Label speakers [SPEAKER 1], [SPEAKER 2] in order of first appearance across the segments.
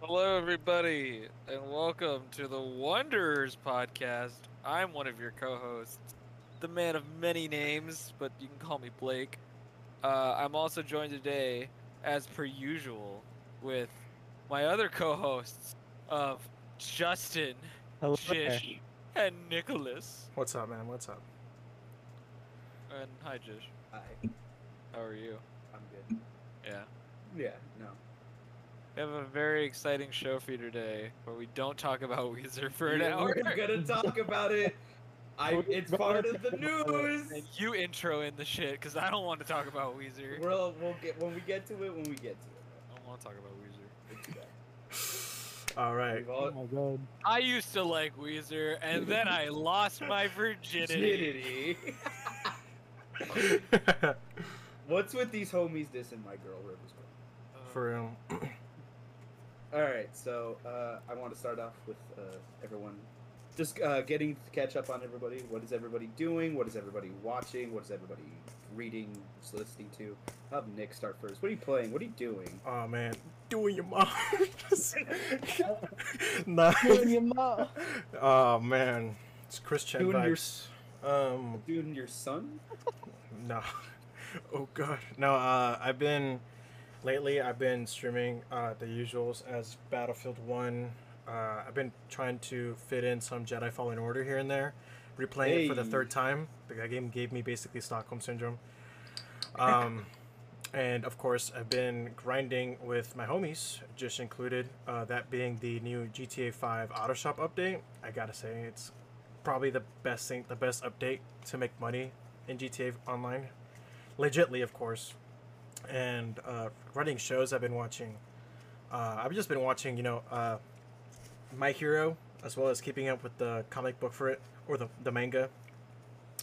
[SPEAKER 1] Hello, everybody, and welcome to the Wonders Podcast. I'm one of your co hosts, the man of many names, but you can call me Blake. Uh, I'm also joined today, as per usual, with my other co hosts of Justin,
[SPEAKER 2] Hello there.
[SPEAKER 1] Jish, and Nicholas.
[SPEAKER 3] What's up, man? What's up?
[SPEAKER 1] And hi, Jish.
[SPEAKER 4] Hi,
[SPEAKER 1] How are you?
[SPEAKER 4] I'm good.
[SPEAKER 1] Yeah.
[SPEAKER 4] Yeah, no.
[SPEAKER 1] We have a very exciting show for you today where we don't talk about Weezer for an hour.
[SPEAKER 4] We're gonna talk about it. I, it's part of the
[SPEAKER 1] And
[SPEAKER 4] news.
[SPEAKER 1] you intro in the shit because I don't want to talk about Weezer.
[SPEAKER 4] We'll, we'll get when we get to it. When we get to
[SPEAKER 1] I don't want to talk about Weezer.
[SPEAKER 4] it. It's okay.
[SPEAKER 3] All right.
[SPEAKER 4] We've
[SPEAKER 2] Oh
[SPEAKER 4] all
[SPEAKER 2] my god.
[SPEAKER 1] I used to like Weezer, and then I lost my virginity.
[SPEAKER 4] Virginity. What's with these homies dissing my girl Rivers? Girl?
[SPEAKER 1] Uh,
[SPEAKER 3] For real.
[SPEAKER 4] All right, so uh, I want to start off with uh, everyone just uh, getting to catch up on everybody. What is everybody doing? What is everybody watching? What is everybody reading? Listening to? I'll Have Nick start first. What are you playing? What are you doing?
[SPEAKER 3] Oh man, doing your mom. nah.
[SPEAKER 2] Doing your mouth.
[SPEAKER 3] Oh man, it's Chris Chen
[SPEAKER 4] Doing your-
[SPEAKER 3] vibes. Um,
[SPEAKER 4] Doing your son?
[SPEAKER 3] no. Oh god, no. Uh, I've been lately. I've been streaming uh, the usuals as Battlefield One. Uh, I've been trying to fit in some Jedi Fallen Order here and there, replaying it for the
[SPEAKER 4] Hey.
[SPEAKER 3] third time. That game gave me basically Stockholm syndrome. Um, and of course, I've been grinding with my homies, just included. Uh, that being the new GTA 5 Auto Shop update. I gotta say, it's probably the best thing, the best update to make money in GTA Online, legitly, of course. And uh, running shows, I've been watching. Uh, I've just been watching, you know, uh, My Hero, as well as keeping up with the comic book for it or the the manga.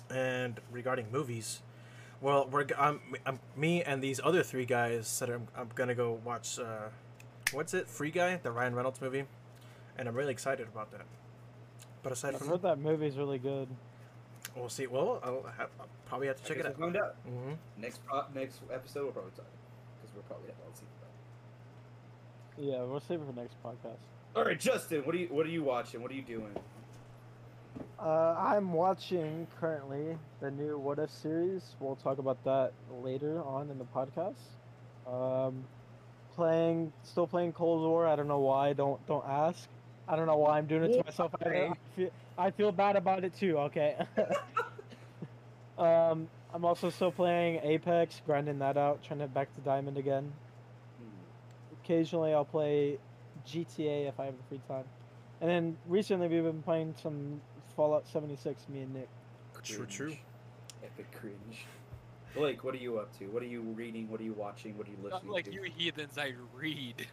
[SPEAKER 3] And regarding movies, well, we're g- I'm, I'm me and these other three guys said I'm, I'm gonna go watch uh, what's it Free Guy, the Ryan Reynolds movie, and I'm really excited about that. But aside
[SPEAKER 2] I've
[SPEAKER 3] from
[SPEAKER 2] heard that movie's really good.
[SPEAKER 3] We'll see. Well, I'll, have, I'll probably have to check
[SPEAKER 4] I
[SPEAKER 3] it
[SPEAKER 4] guess
[SPEAKER 3] out.
[SPEAKER 4] We'll find out.
[SPEAKER 3] hmm
[SPEAKER 4] Next pro- next episode, we'll probably talk because we're probably have all seen it.
[SPEAKER 2] Yeah, we'll save it for next podcast.
[SPEAKER 4] All right, Justin, what are you what are you watching? What are you doing?
[SPEAKER 2] Uh, I'm watching currently the new What If series. We'll talk about that later on in the podcast. Um, playing, still playing Cold War. I don't know why. Don't don't ask. I don't know why I'm doing it to myself. either. I feel, I feel bad about it too. Okay. um, I'm also still playing Apex, grinding that out, trying to back to Diamond again.
[SPEAKER 4] Hmm.
[SPEAKER 2] occasionally I'll play GTA if I have the free time. And then recently we've been playing some Fallout 76, me and Nick.
[SPEAKER 3] True, true.
[SPEAKER 4] Epic cringe. Blake, what are you up to? What are you reading? What are you watching? What are you
[SPEAKER 1] Not
[SPEAKER 4] listening
[SPEAKER 1] like you
[SPEAKER 4] to?
[SPEAKER 1] heathens, I read.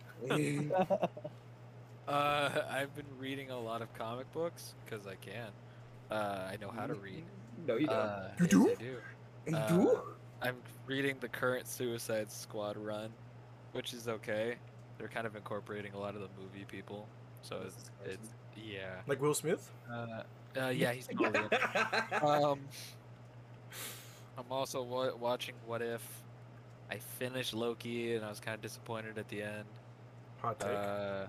[SPEAKER 1] Uh, I've been reading a lot of comic books because I can. Uh, I know how to read.
[SPEAKER 4] no, you don't.
[SPEAKER 1] Uh,
[SPEAKER 3] You
[SPEAKER 1] yes,
[SPEAKER 3] do?
[SPEAKER 1] I do.
[SPEAKER 4] you
[SPEAKER 1] uh,
[SPEAKER 4] do?
[SPEAKER 1] I'm reading the current Suicide Squad run, which is okay. They're kind of incorporating a lot of the movie people, so
[SPEAKER 4] That's
[SPEAKER 1] it's,
[SPEAKER 4] disgusting.
[SPEAKER 1] it's yeah,
[SPEAKER 3] Like Will Smith?
[SPEAKER 1] uh, uh, yeah. He's totally in it. um. I'm also wa- watching What If. I finished Loki, and I was kind of disappointed at the end.
[SPEAKER 3] Hot take.
[SPEAKER 1] Uh,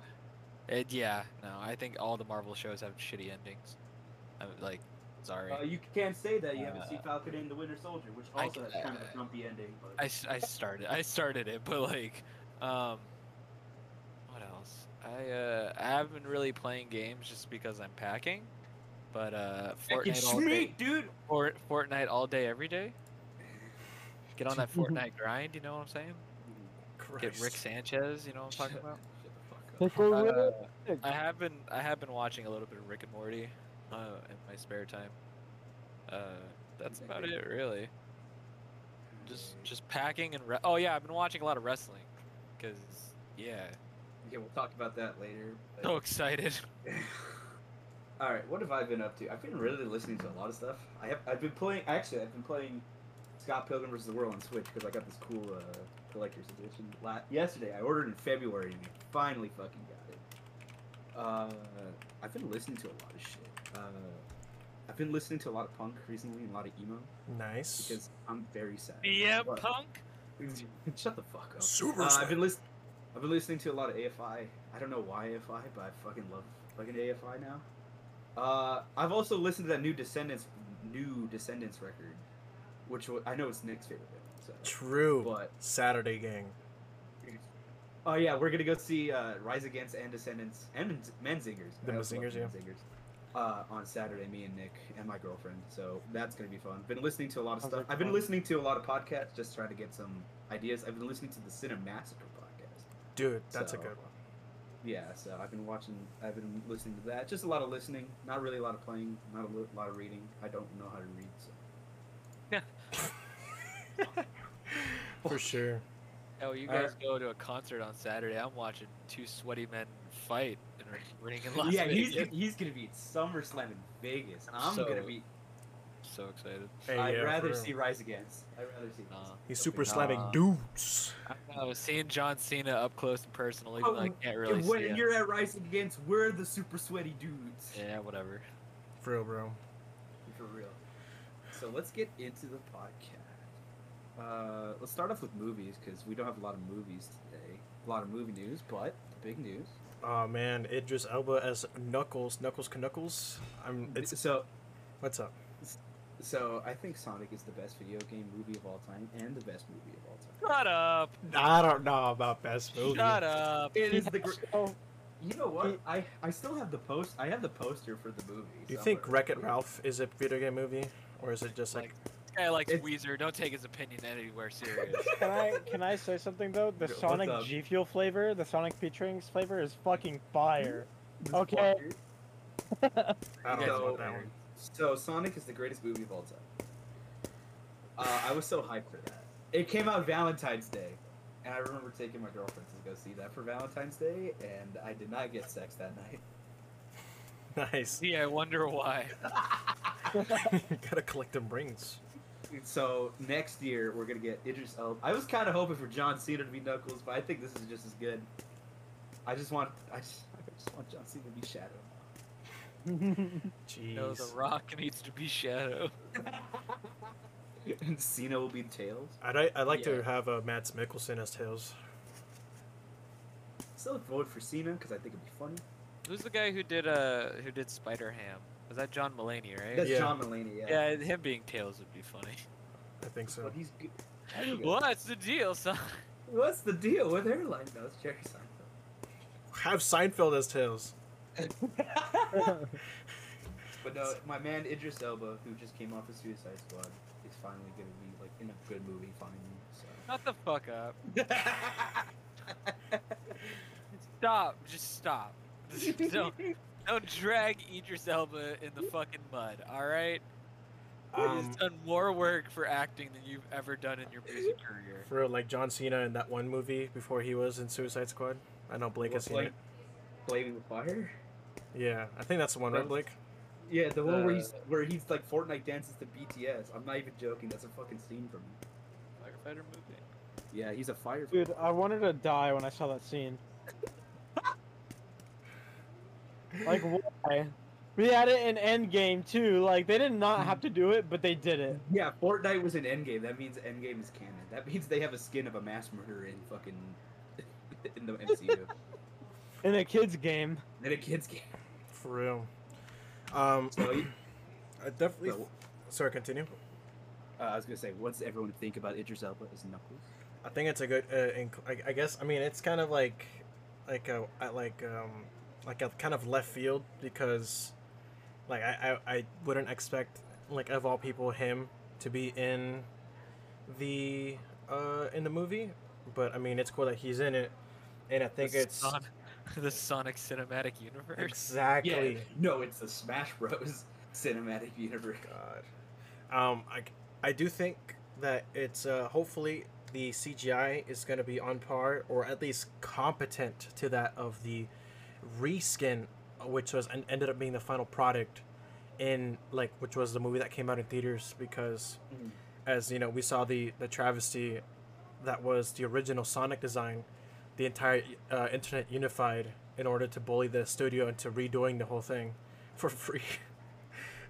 [SPEAKER 1] it, yeah, no, I think all the Marvel shows have shitty endings. I'm like, sorry.
[SPEAKER 4] Uh, you can't say that you haven't
[SPEAKER 1] Uh,
[SPEAKER 4] seen Falcon and the Winter Soldier, which
[SPEAKER 1] I
[SPEAKER 4] also
[SPEAKER 1] can-
[SPEAKER 4] has kind of
[SPEAKER 1] uh,
[SPEAKER 4] a grumpy ending. But
[SPEAKER 1] I, s- I started I started it, but like, um, what else? I uh I haven't been really playing games just because I'm packing, but uh
[SPEAKER 4] Fucking
[SPEAKER 1] Fortnite all day,
[SPEAKER 4] Schmeek, dude.
[SPEAKER 1] Fort, Fortnite all day every day. Get on that Fortnite grind, you know what I'm saying? Get Rick
[SPEAKER 3] Christ.
[SPEAKER 1] Sanchez, you know what I'm talking
[SPEAKER 4] Shut-
[SPEAKER 1] about?
[SPEAKER 4] shut the fuck up.
[SPEAKER 2] Pickle
[SPEAKER 1] Uh,
[SPEAKER 2] Rick.
[SPEAKER 1] I have been I have been watching a little bit of Rick and Morty uh, in my spare time. Uh, that's about it really. Just just packing and re- oh yeah, I've been watching a lot of wrestling because yeah,
[SPEAKER 4] Yeah, we'll talk about that later. but-
[SPEAKER 1] so excited.
[SPEAKER 4] All right, what have I been up to? I've been really listening to a lot of stuff. I have. I've been playing. Actually, I've been playing Scott Pilgrim vs. the World on Switch because I got this cool uh, collector's edition. La- yesterday, I ordered in February and I finally fucking got it. Uh, I've been listening to a lot of shit. Uh, I've been listening to a lot of punk recently and a lot of emo
[SPEAKER 3] Nice.
[SPEAKER 4] because I'm very sad.
[SPEAKER 1] Yeah,
[SPEAKER 4] But-
[SPEAKER 1] punk.
[SPEAKER 4] Shut the fuck up.
[SPEAKER 3] Super
[SPEAKER 4] Uh,
[SPEAKER 3] sad.
[SPEAKER 4] I've been listening. I've been listening to a lot of AFI. I don't know why AFI, but I fucking love fucking AFI now. Uh, I've also listened to that new Descendants, new Descendants record, which wa- I know it's Nick's favorite. Band, so.
[SPEAKER 3] True.
[SPEAKER 4] But-
[SPEAKER 3] Saturday gang.
[SPEAKER 4] Oh yeah, we're gonna go see uh, Rise Against and Descendants and Menzingers.
[SPEAKER 3] The
[SPEAKER 4] I also love
[SPEAKER 3] Menzingers, yeah.
[SPEAKER 4] Menzingers. Uh, on Saturday, me and Nick and my girlfriend. So that's gonna be fun. Been listening to a lot of
[SPEAKER 2] Sounds
[SPEAKER 4] stuff.
[SPEAKER 2] like
[SPEAKER 4] I've been
[SPEAKER 2] fun.
[SPEAKER 4] listening to a lot of podcasts, just trying to get some ideas. I've been listening to the Cinemassacre podcast.
[SPEAKER 3] Dude, that's a
[SPEAKER 4] So,
[SPEAKER 3] good one.
[SPEAKER 4] Yeah, so I've been watching. I've been listening to that. Just a lot of listening. Not really a lot of playing. Not a lo- lot of reading. I don't know how to read. So.
[SPEAKER 3] For sure.
[SPEAKER 1] Oh, you
[SPEAKER 4] Alright.
[SPEAKER 1] guys go to a concert on Saturday. I'm watching two sweaty men fight in a ring in Las
[SPEAKER 4] yeah,
[SPEAKER 1] Vegas.
[SPEAKER 4] he's he's gonna be at SummerSlam in Vegas. I'm
[SPEAKER 1] I'm So-
[SPEAKER 4] gonna
[SPEAKER 1] gonna
[SPEAKER 4] be.
[SPEAKER 1] be- so excited.
[SPEAKER 3] Hey,
[SPEAKER 4] I'd
[SPEAKER 3] yeah, for
[SPEAKER 4] rather
[SPEAKER 3] real.
[SPEAKER 4] see Rise Against. I'd rather see.
[SPEAKER 1] Nah.
[SPEAKER 4] Rise
[SPEAKER 3] He's
[SPEAKER 4] Against.
[SPEAKER 3] super
[SPEAKER 1] Nah.
[SPEAKER 3] slamming dudes.
[SPEAKER 1] I don't know seeing John Cena up close and personal, even
[SPEAKER 4] Oh,
[SPEAKER 1] though I can't really
[SPEAKER 4] And
[SPEAKER 1] see
[SPEAKER 4] when
[SPEAKER 1] him.
[SPEAKER 4] you're at Rise Against, we're the super sweaty dudes.
[SPEAKER 1] Yeah, whatever.
[SPEAKER 3] For real, bro.
[SPEAKER 4] For real. So let's get into the podcast. Uh, let's start off with movies because we don't have a lot of movies today. A lot of movie news, but the big news.
[SPEAKER 3] Oh man, Idris Elba as Knuckles, Knuckles Knuckles. I'm. It's
[SPEAKER 4] so
[SPEAKER 3] what's up?
[SPEAKER 4] so. I think Sonic is the best video game movie of all time and the best movie of all time.
[SPEAKER 1] Shut up!
[SPEAKER 3] I don't know about best movie.
[SPEAKER 1] Shut up!
[SPEAKER 4] It is the. Gr-
[SPEAKER 2] So,
[SPEAKER 4] you know what?
[SPEAKER 2] He-
[SPEAKER 4] I I still have the post. I have the poster for the movie.
[SPEAKER 3] Do you think
[SPEAKER 4] somewhere.
[SPEAKER 3] Wreck It Ralph is a video game movie, or is it just like?
[SPEAKER 1] Like, This guy likes
[SPEAKER 4] It's-
[SPEAKER 1] Weezer. Don't take his opinion anywhere serious.
[SPEAKER 2] can I can I say something though? The
[SPEAKER 4] What's
[SPEAKER 2] Sonic
[SPEAKER 4] up?
[SPEAKER 2] G Fuel flavor, the Sonic P-Rings flavor is fucking fire.
[SPEAKER 4] This
[SPEAKER 2] Okay.
[SPEAKER 4] fucker.
[SPEAKER 3] I don't
[SPEAKER 1] You guys
[SPEAKER 3] know
[SPEAKER 4] so,
[SPEAKER 3] about that one.
[SPEAKER 4] so Sonic is the greatest movie of all time. Uh, I was so hyped for that. It came out Valentine's Day, and I remember taking my girlfriend to go see that for Valentine's Day, and I did not get sex that night.
[SPEAKER 3] Nice.
[SPEAKER 1] See, I wonder why.
[SPEAKER 3] you gotta collect them rings.
[SPEAKER 4] So next year we're gonna get Idris Elba. I was kind of hoping for John Cena to be Knuckles, but I think this is just as good. I just want, I just, I just want John Cena to be Shadow.
[SPEAKER 3] Jeez.
[SPEAKER 1] You know, the Rock needs to be Shadow.
[SPEAKER 4] and Cena will be Tails.
[SPEAKER 3] I'd, I- I'd like
[SPEAKER 4] Yeah.
[SPEAKER 3] to have uh, Mads Mikkelsen as Tails.
[SPEAKER 4] Still vote for Cena because I think it'd be funny.
[SPEAKER 1] Who's the guy who did uh who did Spider Ham? Was that John Mulaney, right?
[SPEAKER 4] That's
[SPEAKER 3] Yeah.
[SPEAKER 4] John Mulaney. Yeah.
[SPEAKER 1] Yeah, him being Tails would be funny.
[SPEAKER 3] I think so.
[SPEAKER 4] But he's good. I think it's-
[SPEAKER 1] What's the deal, son?
[SPEAKER 4] What's the deal with airline though? It's Jerry Seinfeld.
[SPEAKER 3] Have Seinfeld as Tails.
[SPEAKER 4] But no, my man Idris Elba, who just came off of Suicide Squad, is finally gonna be like in a good movie finally. So.
[SPEAKER 1] Shut the fuck up. Stop. Just stop. Just don't, don't drag Idris Elba in the fucking mud, alright?
[SPEAKER 3] Um,
[SPEAKER 1] He's done more work for acting than you've ever done in your music career.
[SPEAKER 3] for real, like John Cena in that one movie before he was in Suicide Squad. I know Blake has seen
[SPEAKER 4] like blaming the fire.
[SPEAKER 3] it. Yeah, I think that's the one, right,
[SPEAKER 4] That
[SPEAKER 3] Blake?
[SPEAKER 4] Yeah, the one where
[SPEAKER 1] Uh,
[SPEAKER 4] he's where he's like Fortnite dances to BTS. I'm not even joking. That's a fucking scene from him.
[SPEAKER 1] Firefighter movie.
[SPEAKER 4] Yeah, he's a firefighter.
[SPEAKER 2] Dude, I wanted to die when I saw that scene. like why? We had it in Endgame too. Like they did not have to do it, but they did it.
[SPEAKER 4] Yeah, Fortnite was in Endgame. That means Endgame is canon. That means they have a skin of a mass murderer in fucking in the MCU.
[SPEAKER 2] In a kids game.
[SPEAKER 4] in a kids game.
[SPEAKER 3] For real. Um,
[SPEAKER 4] So, you-
[SPEAKER 3] I definitely.
[SPEAKER 4] so,
[SPEAKER 3] Sorry, continue.
[SPEAKER 4] uh, I was gonna say, what's everyone think about Idris Elba as Knuckles?
[SPEAKER 3] I think it's a good. Uh, inc- I, I guess. I mean, it's kind of like, like a I like um, like a kind of left field because, like I I, I wouldn't expect like of all people him to be in, the uh in the movie, but I mean it's cool that he's in it, and I think
[SPEAKER 1] the
[SPEAKER 3] it's
[SPEAKER 1] Son- the Sonic Cinematic Universe.
[SPEAKER 3] exactly.
[SPEAKER 4] no, it's the Smash Bros. cinematic universe.
[SPEAKER 3] God. Um, I, I do think that it's uh, hopefully the CGI is going to be on par or at least competent to that of the reskin, which was and ended up being the final product in like which was the movie that came out in theaters because
[SPEAKER 4] Mhm.
[SPEAKER 3] as you know we saw the the travesty that was the original Sonic design, the entire uh, internet unified in order to bully the studio into redoing the whole thing for free.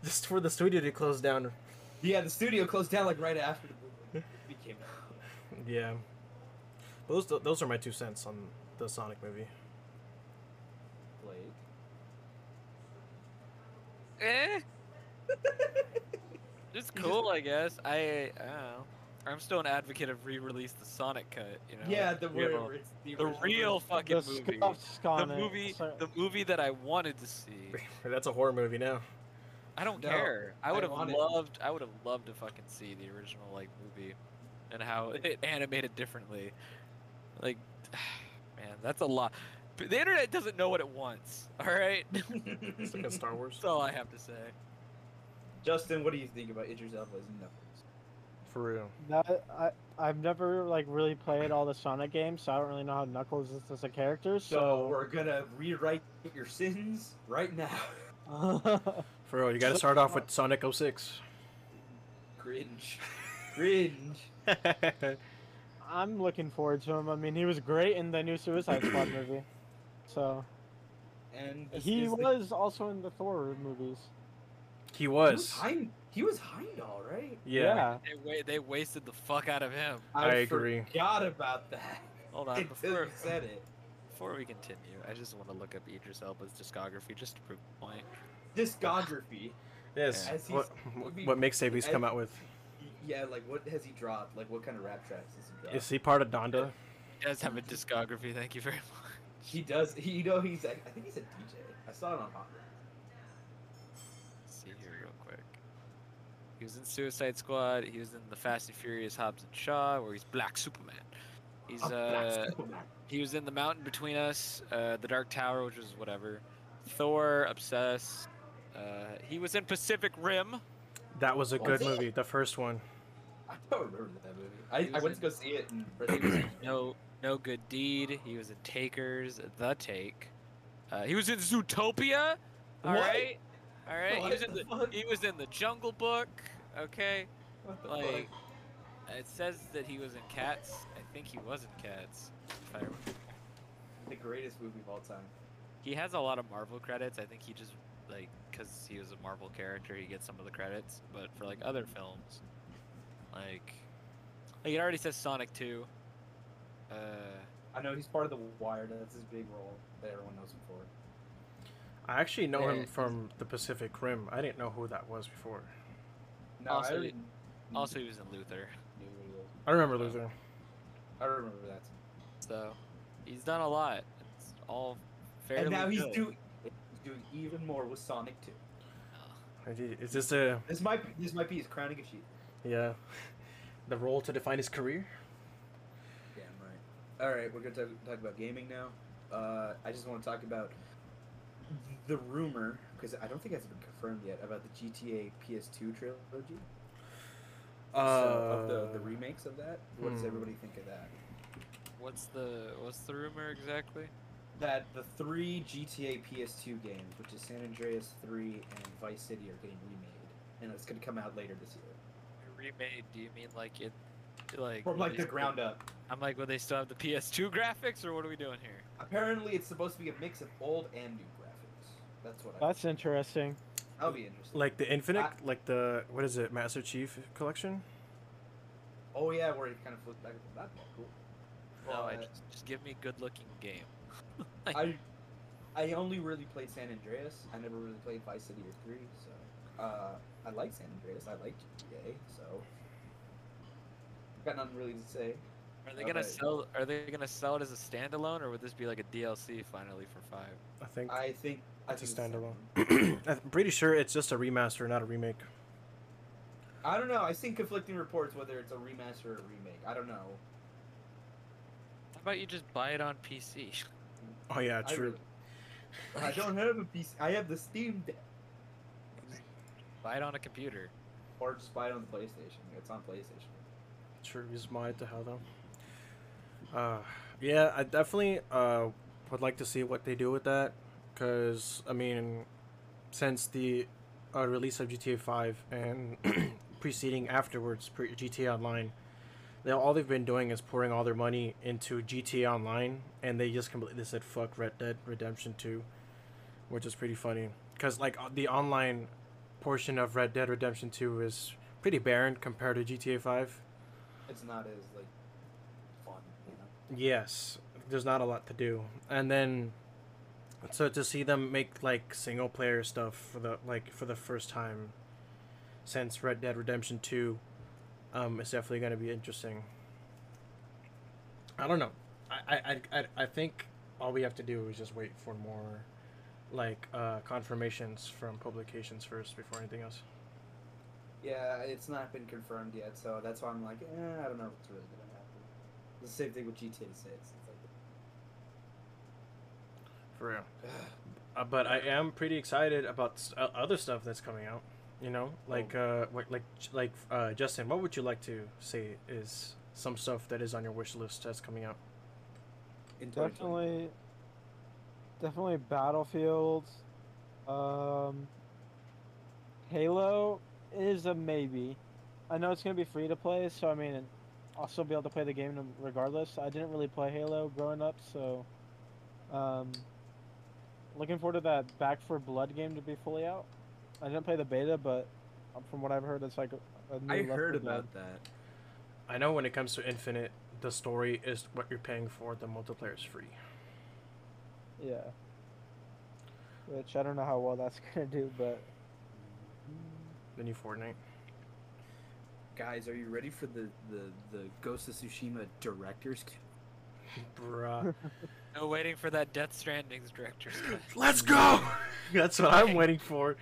[SPEAKER 3] Just for the studio to close down.
[SPEAKER 4] Yeah, the studio closed down like right after the movie became.
[SPEAKER 3] Yeah. Those those are my two cents on the Sonic movie.
[SPEAKER 4] Blake.
[SPEAKER 1] Eh. it's cool, I guess. I, I don't know. I'm still an advocate of re-release the Sonic cut. You know.
[SPEAKER 4] yeah,
[SPEAKER 1] like
[SPEAKER 4] the
[SPEAKER 1] real-
[SPEAKER 4] word. it's
[SPEAKER 1] the
[SPEAKER 4] original
[SPEAKER 1] real fucking
[SPEAKER 4] version.
[SPEAKER 1] movie.
[SPEAKER 2] scuffed
[SPEAKER 1] The
[SPEAKER 2] oh, Sonic-
[SPEAKER 1] movie,
[SPEAKER 2] Sor-
[SPEAKER 1] the movie that I wanted to see.
[SPEAKER 3] That's a horror movie now.
[SPEAKER 1] I don't
[SPEAKER 4] No,
[SPEAKER 1] care. I
[SPEAKER 4] I
[SPEAKER 1] would have
[SPEAKER 4] want it.
[SPEAKER 1] loved. I would have loved to fucking see the original like movie, and how it animated differently. Like, man, that's a lot. But The internet doesn't know what it wants. All right,
[SPEAKER 3] It's like a Star Wars.
[SPEAKER 1] that's all I have to say.
[SPEAKER 4] Justin, what do you think about Idris Elba's knuckles?
[SPEAKER 3] For real.
[SPEAKER 2] That, I I've never like really played all the Sonic games, so I don't really know how Knuckles is as a character.
[SPEAKER 4] So
[SPEAKER 2] So
[SPEAKER 4] we're gonna rewrite your sins right now.
[SPEAKER 3] For real. You got to start off with Sonic 06.
[SPEAKER 4] Cringe. Cringe.
[SPEAKER 2] I'm looking forward to him. I mean, he was great in the new Suicide Squad movie. So
[SPEAKER 4] And this
[SPEAKER 2] he
[SPEAKER 4] is the-
[SPEAKER 2] was also in the Thor movies.
[SPEAKER 3] he
[SPEAKER 4] he was
[SPEAKER 3] was.
[SPEAKER 4] Heim- he was Heimdall, right?
[SPEAKER 3] Yeah.
[SPEAKER 1] They wa- they wasted the fuck out of him.
[SPEAKER 3] I agree.
[SPEAKER 4] Forgot about that.
[SPEAKER 1] Hold on,
[SPEAKER 4] Until
[SPEAKER 1] before
[SPEAKER 4] you said it.
[SPEAKER 1] before we continue, I just want to look up Idris Elba's discography just to prove a point.
[SPEAKER 4] Discography.
[SPEAKER 3] Yes.
[SPEAKER 4] As he's-
[SPEAKER 3] What,
[SPEAKER 4] would be-
[SPEAKER 3] what mixtape he's
[SPEAKER 4] I-
[SPEAKER 3] come out with?
[SPEAKER 4] Yeah, like what has he dropped? Like what kind of rap tracks has he dropped?
[SPEAKER 3] Is he part of Donda?
[SPEAKER 1] He does have a discography. Thank you very much.
[SPEAKER 4] He does. He, you know, he's. I think he's a DJ. I saw it on Hot. Ones.
[SPEAKER 1] Let's see here real quick. He was in Suicide Squad. He was in the Fast and Furious Hobbs and Shaw, where he's Black Superman. He's
[SPEAKER 4] I'm Black
[SPEAKER 1] uh
[SPEAKER 4] Superman.
[SPEAKER 1] he was in The Mountain Between Us, uh, The Dark Tower, which was whatever. Thor, Obsessed. Uh, he was in Pacific Rim.
[SPEAKER 3] That was a
[SPEAKER 4] Was
[SPEAKER 3] good
[SPEAKER 4] it?
[SPEAKER 3] movie. The first one.
[SPEAKER 4] I don't remember that movie.
[SPEAKER 1] He
[SPEAKER 4] I, I
[SPEAKER 1] was
[SPEAKER 4] went
[SPEAKER 1] in- uh,
[SPEAKER 4] to go see it and Resident
[SPEAKER 1] No, no good deed. He was in Takers, The Take. Uh, he was in Zootopia. All
[SPEAKER 4] What?
[SPEAKER 1] right, all right. He
[SPEAKER 4] What
[SPEAKER 1] was in
[SPEAKER 4] the
[SPEAKER 1] the,
[SPEAKER 4] fuck?
[SPEAKER 1] he was in the Jungle Book. Okay,
[SPEAKER 4] What the
[SPEAKER 1] like
[SPEAKER 4] fuck?
[SPEAKER 1] it says that he was in Cats. I think he was in Cats. If I remember.
[SPEAKER 4] The greatest movie of all time.
[SPEAKER 1] He has a lot of Marvel credits. I think he just like because he was a Marvel character, he gets some of the credits. But for like other films, like like it already says Sonic Two. Uh.
[SPEAKER 4] I know he's part of the Wire. That's his big role that everyone knows him for.
[SPEAKER 3] I actually know
[SPEAKER 1] Yeah,
[SPEAKER 3] him
[SPEAKER 1] he's-
[SPEAKER 3] from the Pacific Rim. I didn't know who that was before.
[SPEAKER 4] No,
[SPEAKER 1] Also,
[SPEAKER 4] I
[SPEAKER 1] he-
[SPEAKER 4] didn't
[SPEAKER 1] Also, he was in Luther.
[SPEAKER 4] knew who he was.
[SPEAKER 3] I remember Luther.
[SPEAKER 4] I remember that.
[SPEAKER 1] So he's done a lot. It's all fairly.
[SPEAKER 4] And now he's
[SPEAKER 1] good.
[SPEAKER 4] doing he's doing even more with Sonic 2.
[SPEAKER 3] I did- Is this a
[SPEAKER 4] This might be, this might be his crowning achievement.
[SPEAKER 3] yeah? The role to define his career.
[SPEAKER 4] Damn right. All right, we're gonna talk, talk about gaming now. Uh, I just want to talk about the rumor because I don't think it's been confirmed yet about the GTA PS2 trilogy. so, of the, the
[SPEAKER 3] Uh,
[SPEAKER 4] remakes of that. What does
[SPEAKER 3] hmm.
[SPEAKER 4] everybody think of that?
[SPEAKER 1] What's the what's the rumor exactly?
[SPEAKER 4] That the three GTA PS2 games, which is San Andreas 3 and Vice City, are getting remade, and it's gonna come out later this year
[SPEAKER 1] Remade? Do you mean like it? Like
[SPEAKER 4] from
[SPEAKER 1] will
[SPEAKER 4] like
[SPEAKER 1] they
[SPEAKER 4] the
[SPEAKER 1] still-
[SPEAKER 4] ground up.
[SPEAKER 1] I'm like, will they still have the PS2 graphics, or what are we doing here?
[SPEAKER 4] Apparently, it's supposed to be a mix of old and new graphics. That's what I.
[SPEAKER 2] That's interesting.
[SPEAKER 4] That'll be interesting.
[SPEAKER 3] Like the Infinite,
[SPEAKER 4] I-
[SPEAKER 3] like the what is it, Master Chief collection?
[SPEAKER 4] Oh yeah, where it kind of flips back and forth. That'd be cool.
[SPEAKER 1] no, I
[SPEAKER 4] Uh,
[SPEAKER 1] just, just give me a good-looking game.
[SPEAKER 4] I I only really played San Andreas. I never really played Vice City or Three, so uh, I like San Andreas. I like GTA, so I've got nothing really to say.
[SPEAKER 1] Are they gonna
[SPEAKER 4] okay.
[SPEAKER 1] sell? Are they gonna sell it as a standalone, or would this be like a DLC finally for five?
[SPEAKER 3] I think.
[SPEAKER 4] I think I
[SPEAKER 3] It's a
[SPEAKER 4] think the second
[SPEAKER 3] standalone.
[SPEAKER 4] one.
[SPEAKER 3] I'm pretty sure it's just a remaster, not a remake.
[SPEAKER 4] I don't know. I've seen conflicting reports whether it's a remaster or a remake. I don't know.
[SPEAKER 1] How about you just buy it on PC?
[SPEAKER 3] Oh yeah,
[SPEAKER 4] I,
[SPEAKER 3] true.
[SPEAKER 4] really- I don't have a piece. I have the Steam Deck.
[SPEAKER 1] buy it on a computer.
[SPEAKER 4] Or just buy it on the PlayStation. It's on PlayStation.
[SPEAKER 3] True is my to hell though. Uh, yeah, I definitely uh would like to see what they do with that, cause I mean, since the uh, release of GTA Five and preceding afterwards pre- GTA Online, they all they've been doing is pouring all their money into GTA Online, and they just completely said fuck Red Dead Redemption Two, which is pretty funny, cause like uh, the online portion of Red Dead Redemption Two is pretty barren compared to GTA Five.
[SPEAKER 4] It's not as like fun, you know.
[SPEAKER 3] Yes, there's not a lot to do. And then so to see them make like single player stuff for the like for the first time since Red Dead Redemption 2 um is definitely going to be interesting. I don't know. I I I I- I think all we have to do is just wait for more like uh confirmations from publications first before anything else.
[SPEAKER 4] Yeah, it's not been confirmed yet, so that's why I'm like, eh, I don't know if it's really gonna happen. The same thing with GTA 6. It's like,
[SPEAKER 3] For real. Uh, but I am pretty excited about s- uh, other stuff that's coming out. You know, like uh, what, like like uh, Justin, what would you like to say is some stuff that is on your wish list that's coming out?
[SPEAKER 4] in 2020.
[SPEAKER 2] Definitely, definitely Battlefield. Um, Halo is a maybe. I know it's gonna be free to play, so I mean, I'll still be able to play the game no- regardless. I didn't really play Halo growing up, so um, looking forward to that Back for Blood game to be fully out. I didn't play the beta, but um, from what I've heard, it's like a a new
[SPEAKER 4] I
[SPEAKER 2] Left 4
[SPEAKER 4] heard
[SPEAKER 2] Dead.
[SPEAKER 4] about that.
[SPEAKER 3] I know when it comes to Infinite, the story is what you're paying for. The multiplayer is free.
[SPEAKER 2] Yeah. Which I don't know how well that's gonna do, but
[SPEAKER 3] The new Fortnite.
[SPEAKER 4] Guys, are you ready for the, the, the Ghost of Tsushima director's cut?
[SPEAKER 3] Bruh.
[SPEAKER 1] No waiting for that Death Stranding's director's cut.
[SPEAKER 3] Let's go. that's what I'm waiting for.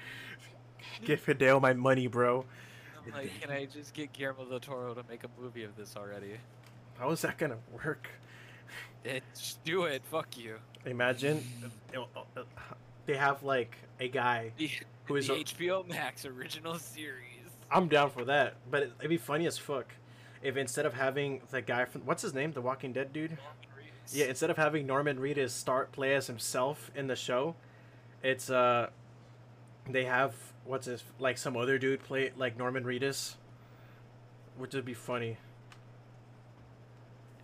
[SPEAKER 3] Give Hideo my money, bro.
[SPEAKER 1] I'm like, can I just get Guillermo del Toro to make a movie of this already?
[SPEAKER 3] How is that gonna work?
[SPEAKER 1] It, just do it. Fuck you.
[SPEAKER 3] Imagine uh, uh, uh, they have like a guy
[SPEAKER 1] The,
[SPEAKER 3] who is
[SPEAKER 1] the
[SPEAKER 3] a-
[SPEAKER 1] HBO Max original series.
[SPEAKER 3] I'm down for that, but it, it'd be funny as fuck if instead of having the guy from what's his name, the Walking Dead dude, yeah, instead of having Norman Reedus start play as himself in the show, it's uh, they have what's his like some other dude play like Norman Reedus, which would be funny.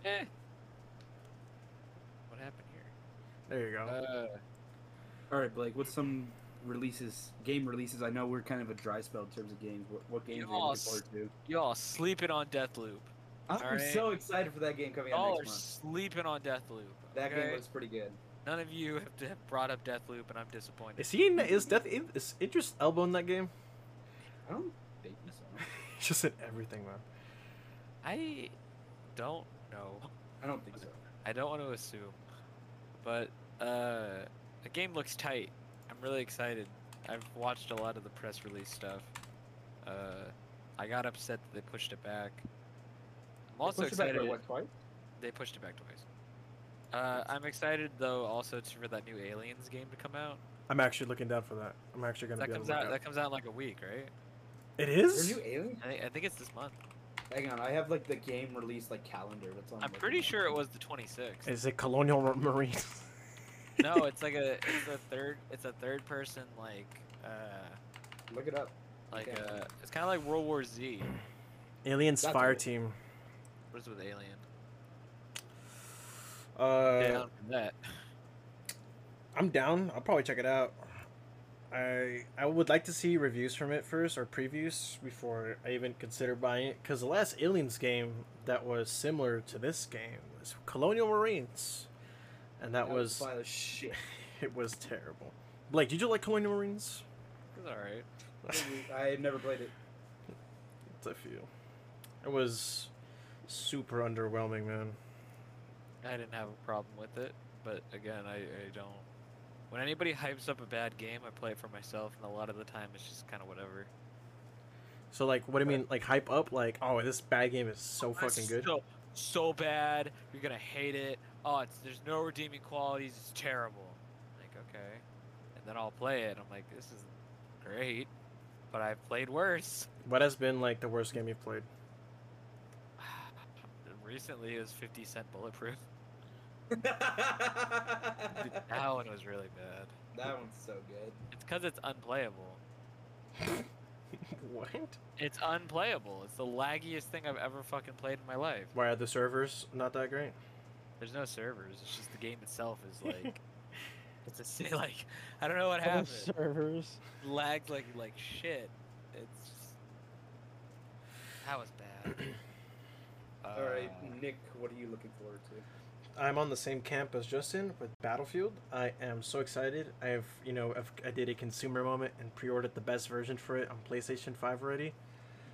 [SPEAKER 1] Eh. What happened here?
[SPEAKER 3] There you
[SPEAKER 4] Oh.
[SPEAKER 3] go.
[SPEAKER 1] Uh,
[SPEAKER 4] All right, Blake. What's some releases, game releases? I know we're kind of a dry spell in terms of games. What, what games are you looking
[SPEAKER 1] Yes.
[SPEAKER 4] forward to?
[SPEAKER 1] y'all sleeping on Deathloop.
[SPEAKER 4] I'm
[SPEAKER 1] All right.
[SPEAKER 4] so excited for that game coming out
[SPEAKER 1] Y'all are
[SPEAKER 4] next month.
[SPEAKER 1] sleeping on Deathloop.
[SPEAKER 4] That
[SPEAKER 1] okay?
[SPEAKER 4] game looks pretty good.
[SPEAKER 1] None of you have d- brought up Deathloop, and I'm disappointed.
[SPEAKER 3] is he in? Is Death? in- Is Idris Elba in that game?
[SPEAKER 4] I don't think so.
[SPEAKER 3] He's just in everything, man.
[SPEAKER 1] I don't know.
[SPEAKER 4] I don't think so.
[SPEAKER 1] I don't want to assume, but uh, the game looks tight. I'm really excited. I've watched a lot of the press release stuff. Uh, I got upset that they pushed it back. I'm also
[SPEAKER 4] Push it back by
[SPEAKER 1] excited.
[SPEAKER 4] what, twice?
[SPEAKER 1] They pushed it back twice. Uh, I'm excited though, also to- for that new Aliens game to come out.
[SPEAKER 3] I'm actually looking down for that. I'm actually gonna
[SPEAKER 1] That
[SPEAKER 3] be able
[SPEAKER 1] comes
[SPEAKER 3] to look
[SPEAKER 1] out.
[SPEAKER 3] out.
[SPEAKER 1] That comes out in like a week, right?
[SPEAKER 3] It
[SPEAKER 4] There
[SPEAKER 3] is.
[SPEAKER 4] new alien?
[SPEAKER 1] I think, I think it's this month.
[SPEAKER 4] Hang on, I have like the game release like calendar. That's on.
[SPEAKER 1] I'm pretty sure it was the 26th.
[SPEAKER 3] Is it Colonial Mar- Marines?
[SPEAKER 1] no, it's like a it's a third it's a third person like uh
[SPEAKER 4] Look it up.
[SPEAKER 1] like
[SPEAKER 4] Okay.
[SPEAKER 1] uh it's kind of like World War Z.
[SPEAKER 3] Aliens
[SPEAKER 4] That's
[SPEAKER 3] Fire
[SPEAKER 4] it.
[SPEAKER 3] Team.
[SPEAKER 1] What is with Alien?
[SPEAKER 3] Uh,
[SPEAKER 1] Down for that.
[SPEAKER 3] I'm down. I'll probably check it out. I I would like to see reviews from it first or previews before I even consider buying it. Cause the last Aliens game that was similar to this game was Colonial Marines, and that, was
[SPEAKER 4] file as shit.
[SPEAKER 3] it was terrible. Blake, did you like Colonial Marines?
[SPEAKER 1] It's all right.
[SPEAKER 4] I have never played it.
[SPEAKER 3] I feel it was super underwhelming, man.
[SPEAKER 1] I didn't have a problem with it, but again, I, I don't. When anybody hypes up a bad game, I play it for myself, and a lot of the time it's just kind of whatever.
[SPEAKER 3] So like, what do you mean? Like hype up? Like, oh, this bad game is so fucking
[SPEAKER 1] It's
[SPEAKER 3] good.
[SPEAKER 1] So, so bad, you're gonna hate it. Oh, it's there's no redeeming qualities. It's terrible. Like okay, and then I'll play it. and I'm like, this is great, but I've played worse.
[SPEAKER 3] What has been like the worst game you've played?
[SPEAKER 1] Recently, it was 50 Cent Bulletproof. That one was really bad.
[SPEAKER 4] that one's so good.
[SPEAKER 1] It's because it's unplayable.
[SPEAKER 3] what?
[SPEAKER 1] It's unplayable. It's the laggiest thing I've ever fucking played in my life.
[SPEAKER 3] Why are the servers not that great?
[SPEAKER 1] There's no servers. It's just the game itself is like, it's a si- like, I don't know what
[SPEAKER 2] Other
[SPEAKER 1] happened.
[SPEAKER 2] servers.
[SPEAKER 1] Lagged like like shit. It's just, that was Uh, bad.
[SPEAKER 4] All right,
[SPEAKER 1] Uh,
[SPEAKER 4] Nick, what are you looking forward to?
[SPEAKER 3] I'm on the same camp as Justin with Battlefield. I am so excited. I have, you know, I've, I did a consumer moment and pre-ordered the best version for it on PlayStation 5 already.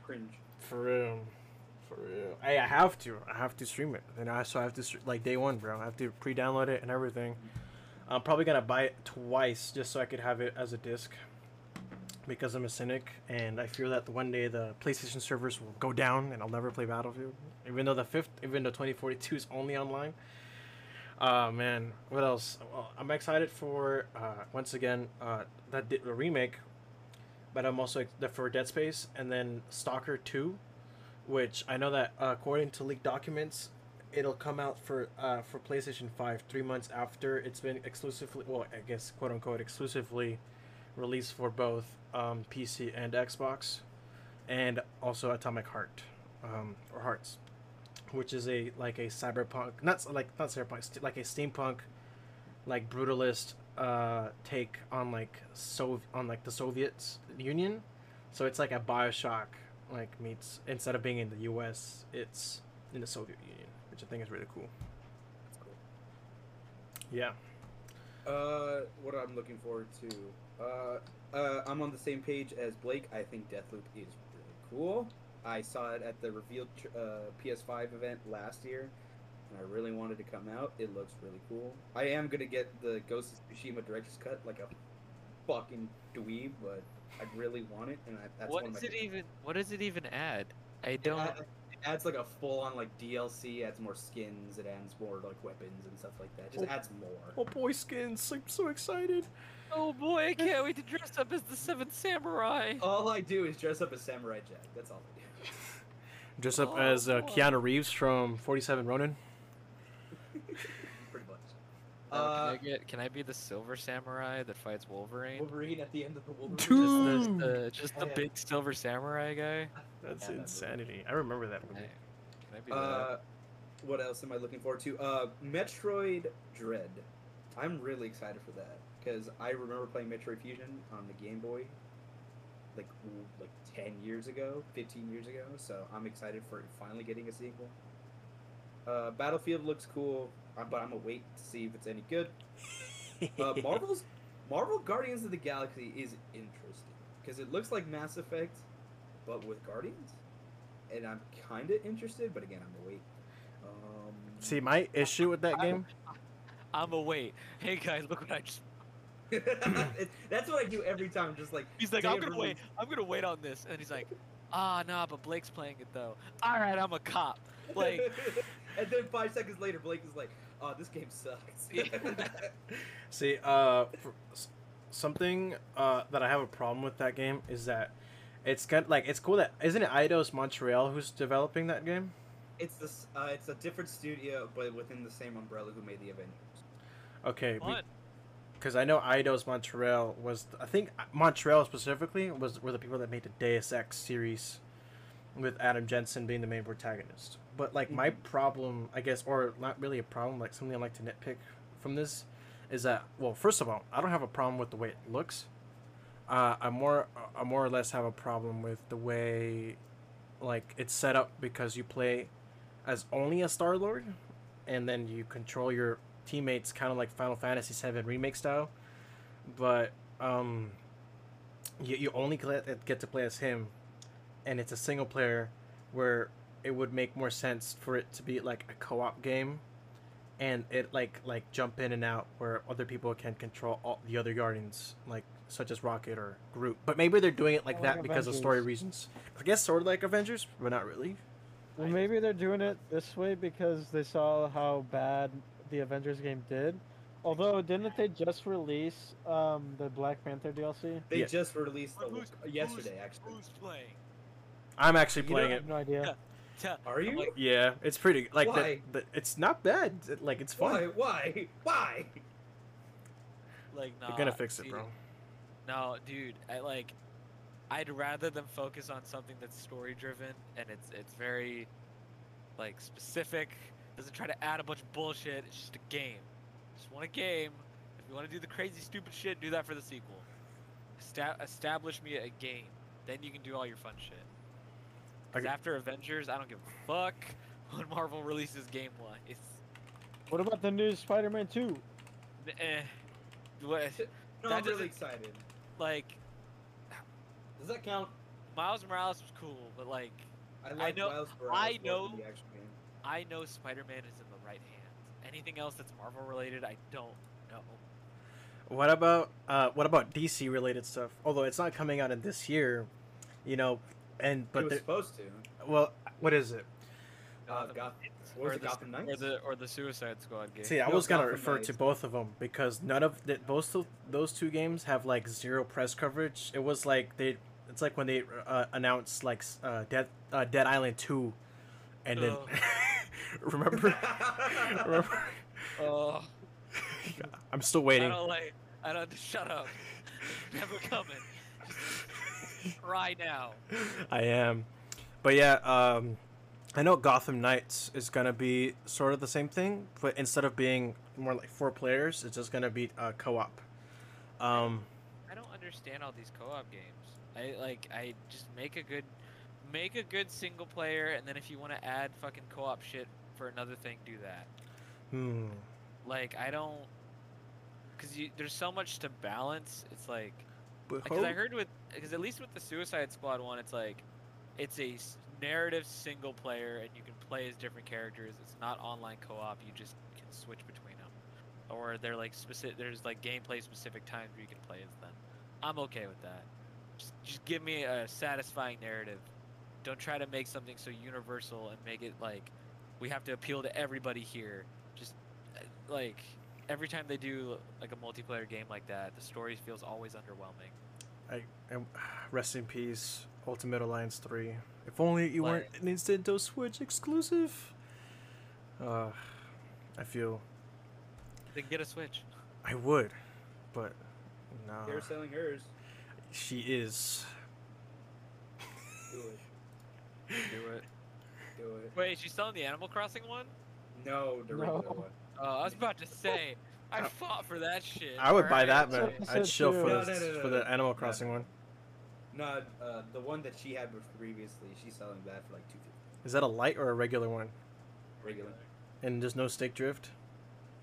[SPEAKER 4] Cringe.
[SPEAKER 3] For real. For real. I, I have to. I have to stream it. And I so I have to str- like day one, bro. I have to pre-download it and everything. I'm probably gonna buy it twice just so I could have it as a disc. Because I'm a cynic, and I fear that the one day the PlayStation servers will go down, and I'll never play Battlefield. Even though the fifth, even though 2042 is only online. Uh man, what else? Well, I'm excited for uh, once again uh, that di- the remake, but I'm also ex- for Dead Space and then Stalker 2, which I know that uh, according to leaked documents, it'll come out for uh, for PlayStation 5 three months after it's been exclusively well I guess quote unquote exclusively released for both um, PC and Xbox, and also Atomic Heart um, or Hearts, which is a like a cyberpunk not s- like not cyberpunk st- like a steampunk like brutalist uh, take on like Sov on like the Soviet Union, so it's like a Bioshock like meets instead of being in the U.S. it's in the Soviet Union, which I think is really cool.
[SPEAKER 4] That's cool.
[SPEAKER 3] Yeah.
[SPEAKER 4] Uh, what I'm looking forward to. Uh, uh, I'm on the same page as Blake. I think Deathloop is really cool. I saw it at the revealed tr- uh, PS5 event last year, and I really wanted to come out. It looks really cool. I am gonna get the Ghost of Tsushima director's cut like a fucking dweeb, but I really want it, and I, that's
[SPEAKER 1] what
[SPEAKER 4] one of
[SPEAKER 1] does
[SPEAKER 4] my
[SPEAKER 1] it even? What does it even add? I
[SPEAKER 4] It
[SPEAKER 1] don't.
[SPEAKER 4] add- it adds like a full on like DLC. Adds more skins. It adds more like weapons and stuff like that. It just
[SPEAKER 3] Oh.
[SPEAKER 4] adds more.
[SPEAKER 3] Oh boy, skins! I'm so excited.
[SPEAKER 1] oh boy, I can't wait to dress up as the Seventh Samurai.
[SPEAKER 4] All I do is dress up as Samurai Jack. That's all I do.
[SPEAKER 3] Dress up
[SPEAKER 1] Oh,
[SPEAKER 3] as uh,
[SPEAKER 1] boy.
[SPEAKER 3] Keanu Reeves from Forty Seven Ronin.
[SPEAKER 4] Pretty much.
[SPEAKER 1] Oh,
[SPEAKER 4] Uh,
[SPEAKER 1] can I get? Can I be the Silver Samurai that fights Wolverine?
[SPEAKER 4] Wolverine at the end of the Wolverine.
[SPEAKER 3] Two-
[SPEAKER 1] Just
[SPEAKER 3] Dude.
[SPEAKER 1] the, the- just the
[SPEAKER 4] Yeah.
[SPEAKER 1] big Silver Samurai guy.
[SPEAKER 3] That's
[SPEAKER 4] Yeah, that
[SPEAKER 3] insanity. I remember that
[SPEAKER 1] Can I,
[SPEAKER 3] movie.
[SPEAKER 1] can I be
[SPEAKER 4] Uh, what else am I looking forward to? Uh, Metroid Dread. I'm really excited for that because I remember playing Metroid Fusion on the Game Boy, like ooh, like ten years ago, fifteen years ago. So I'm excited for it finally getting a sequel. Uh, Battlefield looks cool, uh, but I'm gonna wait to see if it's any good. uh, Marvel's Marvel Guardians of the Galaxy is interesting because it looks like Mass Effect, but with Guardians, and I'm kind of interested. But again, I'm gonna wait. Um,
[SPEAKER 3] See, my issue with that
[SPEAKER 1] I-
[SPEAKER 3] game.
[SPEAKER 1] I'm away. Hey guys, look what I just.
[SPEAKER 4] it- that's what I do every time. I'm Just like
[SPEAKER 1] He's like,
[SPEAKER 4] day
[SPEAKER 1] I'm
[SPEAKER 4] of
[SPEAKER 1] gonna wait.
[SPEAKER 4] release."
[SPEAKER 1] I'm gonna wait on this, and he's like, Ah, nah, but Blake's playing it though. All right, I'm a cop. Like,
[SPEAKER 4] and then five seconds later, Blake is like, "Oh, this game sucks."
[SPEAKER 3] See, uh, for, s- something uh that I have a problem with that game is that it's kind like it's cool that isn't it Eidos Montreal who's developing that game?
[SPEAKER 4] it's this. Uh, it's a different studio, but within the same umbrella who made the Avengers.
[SPEAKER 3] Okay, we-
[SPEAKER 1] what?
[SPEAKER 3] because I know Eidos Montreal was I think Montreal specifically was were the people that made the Deus Ex series with Adam Jensen being the main protagonist. But like my problem, I guess, or not really a problem, like something I like to nitpick from this is that well, first of all, I don't have a problem with the way it looks. Uh, I more I more or less have a problem with the way like it's set up because you play as only a Star Lord and then you control your teammates kind of like Final Fantasy VII remake style, but um, you, you only get, get to play as him, and it's a single player where it would make more sense for it to be like a co-op game, and it like like jump in and out where other people can control all the other guardians like such as Rocket or Groot. But maybe they're doing it like
[SPEAKER 2] Or
[SPEAKER 3] that
[SPEAKER 2] like
[SPEAKER 3] because of story
[SPEAKER 2] Avengers.
[SPEAKER 3] reasons. I guess sort of like Avengers, but not really.
[SPEAKER 2] Well, maybe they're doing it this way because they saw how bad the Avengers game did. Although, didn't they just release um, the Black Panther DLC?
[SPEAKER 4] They
[SPEAKER 3] Yeah.
[SPEAKER 4] just released the, uh,
[SPEAKER 1] Who's-
[SPEAKER 4] yesterday, actually.
[SPEAKER 1] Who's playing?
[SPEAKER 3] I'm actually
[SPEAKER 4] You know-
[SPEAKER 3] playing
[SPEAKER 2] I
[SPEAKER 3] it.
[SPEAKER 2] have no idea.
[SPEAKER 1] Ta-
[SPEAKER 4] Are
[SPEAKER 1] I'm
[SPEAKER 4] you?
[SPEAKER 1] like,
[SPEAKER 3] Yeah, it's pretty like
[SPEAKER 4] Why?
[SPEAKER 3] The, the, it's not bad. It- like it's fun.
[SPEAKER 4] Why? Why? Why?
[SPEAKER 1] like, nah,
[SPEAKER 3] They're gonna fix it,
[SPEAKER 1] dude.
[SPEAKER 3] bro.
[SPEAKER 1] No, dude, I like. I'd rather them focus on something that's story driven and it's it's very, like specific. Doesn't try to add a bunch of bullshit. It's just a game. Just want a game. If you want to do the crazy stupid shit, do that for the sequel. Esta- establish me a game. Then you can do all your fun shit. 'Cause
[SPEAKER 3] Okay.
[SPEAKER 1] after Avengers, I don't give a fuck when Marvel releases game wise.
[SPEAKER 2] What about the new Spider-Man 2?
[SPEAKER 1] Eh, what,
[SPEAKER 4] No,
[SPEAKER 1] That
[SPEAKER 4] I'm really
[SPEAKER 1] doesn't-
[SPEAKER 4] excited.
[SPEAKER 1] like
[SPEAKER 4] Does that count?
[SPEAKER 1] Miles Morales was cool, but like
[SPEAKER 4] I like
[SPEAKER 1] know-
[SPEAKER 4] Miles Morales
[SPEAKER 1] I
[SPEAKER 4] more than
[SPEAKER 1] know-
[SPEAKER 4] the action game.
[SPEAKER 1] I know Spider-Man is in the right hands. Anything else that's Marvel related, I don't know.
[SPEAKER 3] What about uh, what about DC related stuff? Although it's not coming out in this year, you know, and
[SPEAKER 4] it
[SPEAKER 3] but
[SPEAKER 4] was
[SPEAKER 3] there,
[SPEAKER 4] supposed to.
[SPEAKER 3] well, what is it?
[SPEAKER 4] Uh,
[SPEAKER 1] Gotham-
[SPEAKER 4] Gotham,
[SPEAKER 1] or
[SPEAKER 4] was it
[SPEAKER 1] the-
[SPEAKER 4] Gotham
[SPEAKER 1] or
[SPEAKER 4] Knights?
[SPEAKER 1] the or the Suicide Squad game.
[SPEAKER 3] See, I
[SPEAKER 4] No,
[SPEAKER 3] was gonna
[SPEAKER 4] Gotham
[SPEAKER 3] refer to
[SPEAKER 4] Knights.
[SPEAKER 3] both of them because none of the, those two, those two games have like zero press coverage. It was like they, it's like when they uh, announced like s- uh, Dead uh, Dead Island Two, and then
[SPEAKER 4] Oh.
[SPEAKER 1] Ugh.
[SPEAKER 3] remember, remember,
[SPEAKER 1] Oh,
[SPEAKER 3] I'm still
[SPEAKER 1] I
[SPEAKER 3] waiting.
[SPEAKER 1] don't like. I don't. Shut up. Never coming. Right now.
[SPEAKER 3] I am. But yeah, um, I know Gotham Knights is gonna be sort of the same thing, but instead of being more like four players, it's just gonna be uh, co-op. Um,
[SPEAKER 1] I don't understand all these co-op games. I like. I just make a good, make a good single player, and then if you want to add fucking co-op shit for another thing, do that.
[SPEAKER 3] hmm.
[SPEAKER 1] Like I don't, because you there's so much to balance. It's like
[SPEAKER 3] But
[SPEAKER 1] because I
[SPEAKER 3] hope-
[SPEAKER 1] heard with because at least with the Suicide Squad one, it's like it's a s- narrative single player, and you can play as different characters. It's not online co-op. You just can switch between them, or they're like specific. There's like gameplay specific times where you can play as them. I'm okay with that. Just, just give me a satisfying narrative. Don't try to make something so universal and make it like we have to appeal to everybody here. Just uh, like every time they do like a multiplayer game like that, the story feels always underwhelming.
[SPEAKER 3] I, I- rest in peace, Ultimate Alliance Three. If only you
[SPEAKER 1] Like-
[SPEAKER 3] weren't an Nintendo Switch exclusive. Uh, I feel
[SPEAKER 1] Then get a Switch.
[SPEAKER 3] I would, but no.
[SPEAKER 4] They're selling hers.
[SPEAKER 3] She is.
[SPEAKER 4] Do it.
[SPEAKER 1] Do it.
[SPEAKER 4] Do it.
[SPEAKER 1] Wait, she's selling the Animal Crossing one?
[SPEAKER 4] No, the regular
[SPEAKER 2] No.
[SPEAKER 4] one.
[SPEAKER 1] Oh, I was about to say. I
[SPEAKER 3] I-
[SPEAKER 1] fought for that shit.
[SPEAKER 3] I would buy that,
[SPEAKER 1] alright?
[SPEAKER 3] man.
[SPEAKER 2] That's what I
[SPEAKER 3] I'd
[SPEAKER 2] said
[SPEAKER 3] chill
[SPEAKER 2] too.
[SPEAKER 3] for,
[SPEAKER 4] No,
[SPEAKER 3] the,
[SPEAKER 4] no, no,
[SPEAKER 3] for
[SPEAKER 4] no,
[SPEAKER 3] the Animal
[SPEAKER 4] no.
[SPEAKER 3] Crossing one.
[SPEAKER 4] No, uh, the one that she had previously, she's selling that for like two fifty.
[SPEAKER 3] Is that a light or a regular one?
[SPEAKER 4] Regular.
[SPEAKER 3] And there's no stick drift.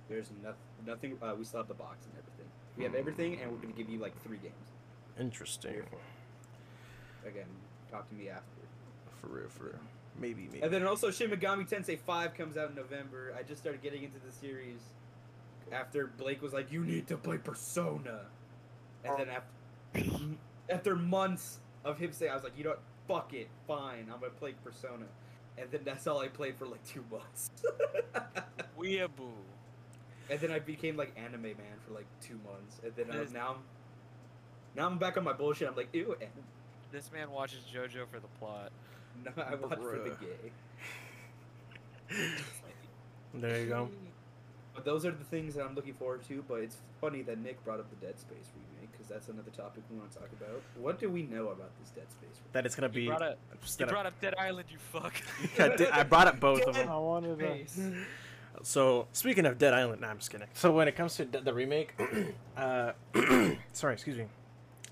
[SPEAKER 4] There's nothing. Nothing. Uh, we still have the box and everything. We have everything, and we're gonna give you like three games.
[SPEAKER 3] Interesting.
[SPEAKER 4] Again, talk to me after.
[SPEAKER 3] For real, for real. Maybe, maybe.
[SPEAKER 4] And then also Shin Megami Tensei 5 comes out in November. I just started getting into the series after Blake was like, "You need to play Persona," and then after after months of him saying, "I was like, you know what? Fuck it, fine, I'm gonna play Persona," and then that's all I played for like two months.
[SPEAKER 1] Weeaboo.
[SPEAKER 4] and then I became like anime man for like two months, and then I,
[SPEAKER 1] Yes.
[SPEAKER 4] now I'm now I'm back on my bullshit. I'm like, ew, anime.
[SPEAKER 1] This man watches JoJo for the plot.
[SPEAKER 4] No, I watch for the
[SPEAKER 3] Bruh.
[SPEAKER 4] gay.
[SPEAKER 3] there you go.
[SPEAKER 4] But those are the things that I'm looking forward to. But it's funny that Nick brought up the Dead Space remake because that's another topic we want to talk about. What do we know about this Dead Space?
[SPEAKER 3] That it's gonna
[SPEAKER 1] You
[SPEAKER 3] be.
[SPEAKER 1] brought, up,
[SPEAKER 3] I'm just
[SPEAKER 1] you
[SPEAKER 3] gonna-
[SPEAKER 1] brought up Dead Island, you fuck.
[SPEAKER 3] I, did- I brought up both of
[SPEAKER 2] I
[SPEAKER 3] them.
[SPEAKER 2] wanted to...
[SPEAKER 4] Space.
[SPEAKER 3] So speaking of Dead Island, nah, I'm just kidding. So when it comes to the the remake, uh, sorry, excuse me.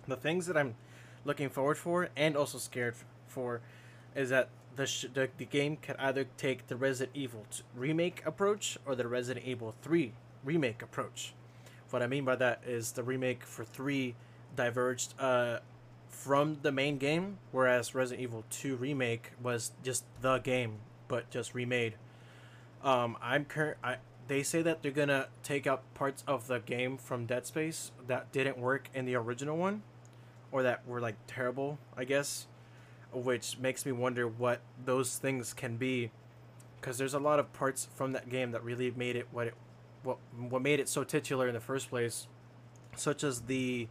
[SPEAKER 3] The things that I'm looking forward for and also scared f- for is that the sh- the, the game can either take the Resident Evil t- remake approach or the Resident Evil Three remake approach. What I mean by that is the remake for three diverged uh, from the main game, whereas Resident Evil Two remake was just the game but just remade. Um, I'm current. I they say that they're gonna take out parts of the game from Dead Space that didn't work in the original one, or that were like terrible, I guess. Which makes me wonder what those things can be, because there's a lot of parts from that game that really made it what it what what made it so titular in the first place, such as the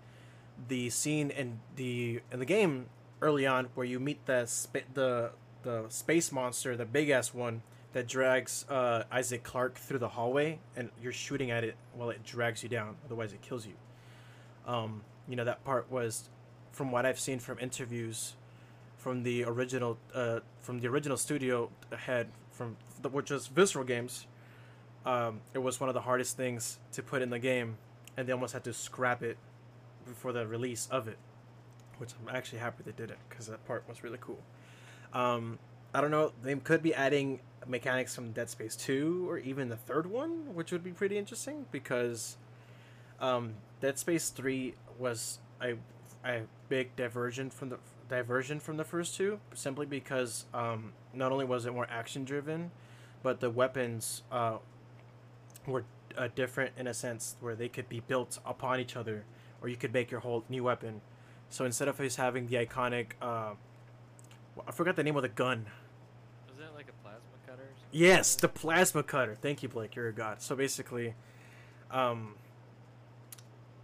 [SPEAKER 3] the scene in the in the game early on where you meet the spa- the the space monster, the big ass one that drags uh, Isaac Clark through the hallway, and you're shooting at it while it drags you down. Otherwise, it kills you. Um, you know that part was, from what I've seen from interviews, from the original uh, from the original studio head from the, which was Visceral Games. Um, it was one of the hardest things to put in the game, and they almost had to scrap it before the release of it, which I'm actually happy they did it because that part was really cool. Um, I don't know. They could be adding mechanics from Dead Space 2 or even the third one, which would be pretty interesting because um, Dead Space 3 was a, a big diversion from the diversion from the first two simply because um, not only was it more action driven, but the weapons uh, were uh, different in a sense where they could be built upon each other or you could make your whole new weapon. So instead of just having the iconic, uh, I forgot the name of the gun.
[SPEAKER 1] Was that like a plasma cutter? or something?
[SPEAKER 3] Yes, the plasma cutter. Thank you, Blake. You're a god. So basically, um,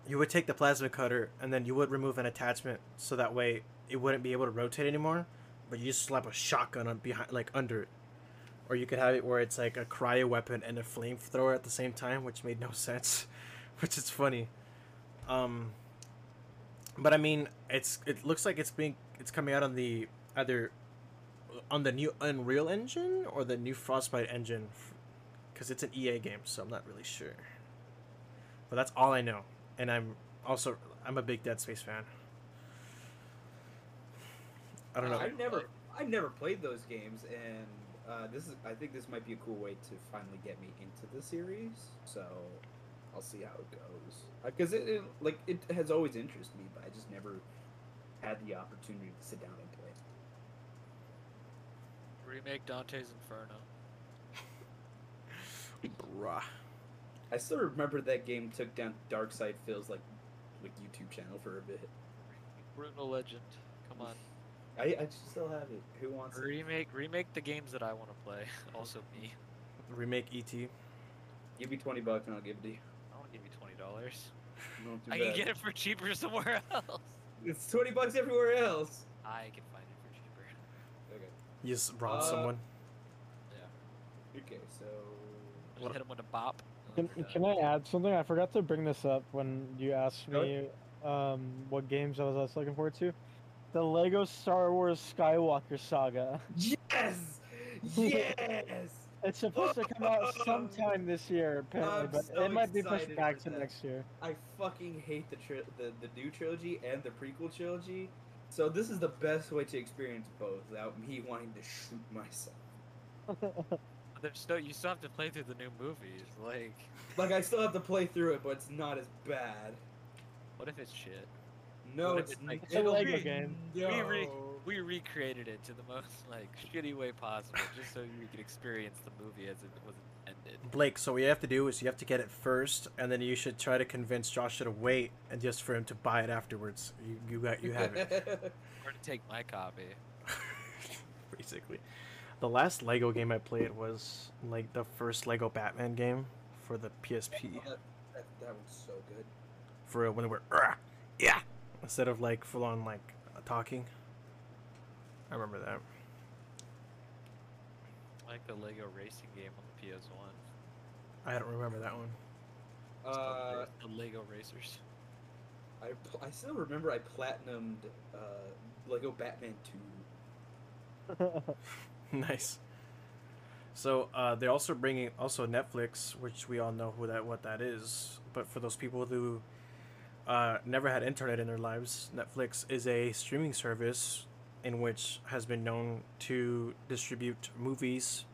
[SPEAKER 3] you would take the plasma cutter and then you would remove an attachment so that way it wouldn't be able to rotate anymore. But you just slap a shotgun on behind, like under it, or you could have it where it's like a cryo weapon and a flamethrower at the same time, which made no sense, which is funny. Um, but I mean, it's it looks like it's being it's coming out on the either on the new Unreal Engine or the new Frostbite engine, because it's an EA game, so I'm not really sure. But that's all I know, and I'm also I'm a big Dead Space fan. I don't know.
[SPEAKER 4] I never, I never played those games, and uh, this is. I think this might be a cool way to finally get me into the series. So, I'll see how it goes. Because it, it, like, it has always interested me, but I just never had the opportunity to sit down and play. it.
[SPEAKER 1] Remake Dante's Inferno.
[SPEAKER 3] Bruh.
[SPEAKER 4] I still remember that game took down Dark Side Phil's like, like YouTube channel for a bit.
[SPEAKER 1] Brutal Legend. Come on.
[SPEAKER 4] I, I still have it. Who wants it?
[SPEAKER 1] Remake remake the games that I want to play. Also me.
[SPEAKER 3] Remake E ET.
[SPEAKER 4] Give me twenty bucks and I'll give it to you.
[SPEAKER 1] I want to give you twenty dollars.
[SPEAKER 4] Don't do
[SPEAKER 1] I can
[SPEAKER 4] that.
[SPEAKER 1] get it for cheaper somewhere else.
[SPEAKER 4] It's twenty bucks everywhere else.
[SPEAKER 1] I can find it for cheaper.
[SPEAKER 4] Okay.
[SPEAKER 3] You just robbed
[SPEAKER 4] Uh,
[SPEAKER 3] someone.
[SPEAKER 4] Okay. So.
[SPEAKER 1] Just hit him with a bop.
[SPEAKER 2] Can,
[SPEAKER 1] and we're
[SPEAKER 2] can
[SPEAKER 1] done.
[SPEAKER 2] I add something? I forgot to bring this up when you asked
[SPEAKER 4] Go
[SPEAKER 2] me um, what games I was, I was looking forward to. The Lego Star Wars Skywalker Saga.
[SPEAKER 4] Yes. Yes.
[SPEAKER 2] It's supposed to come out sometime this year, apparently,
[SPEAKER 4] I'm
[SPEAKER 2] but
[SPEAKER 4] so
[SPEAKER 2] it might be
[SPEAKER 4] excited
[SPEAKER 2] pushed back
[SPEAKER 4] for
[SPEAKER 2] to
[SPEAKER 4] that.
[SPEAKER 2] next year.
[SPEAKER 4] I fucking hate the, tri- the the new trilogy and the prequel trilogy. So this is the best way to experience both without me wanting to shoot myself.
[SPEAKER 1] But There's no, you still have to play through the new movies. Like,
[SPEAKER 4] Like I still have to play through it, but it's not as bad.
[SPEAKER 1] what if it's shit?
[SPEAKER 4] No,
[SPEAKER 1] What if
[SPEAKER 4] it's,
[SPEAKER 1] it's like-
[SPEAKER 2] It's a
[SPEAKER 4] it'll
[SPEAKER 2] Lego
[SPEAKER 4] be-
[SPEAKER 2] game.
[SPEAKER 1] We re-
[SPEAKER 4] no.
[SPEAKER 1] We recreated it to the most like shitty way possible, just so you could experience the movie as it was intended.
[SPEAKER 3] Blake, so what you have to do is you have to get it first, and then you should try to convince Joshua to wait, and just for him to buy it afterwards. You you got you have it
[SPEAKER 1] Or to take my copy.
[SPEAKER 3] basically. The last Lego game I played was like the first Lego Batman game for the PSP.
[SPEAKER 4] Oh, that, that, that one's so good.
[SPEAKER 3] For when they were "Argh, yeah, instead of like full on like talking. I remember that.
[SPEAKER 1] Like the Lego racing game on the PS1.
[SPEAKER 3] I don't remember that one.
[SPEAKER 1] It's called
[SPEAKER 4] Uh,
[SPEAKER 1] the Lego Racers.
[SPEAKER 4] I, pl- I still remember I platinumed uh, Lego Batman 2.
[SPEAKER 3] nice. So uh, they're also bringing also Netflix, which we all know who that what that is. But for those people who uh, never had internet in their lives, Netflix is a streaming service in which has been known to distribute movies.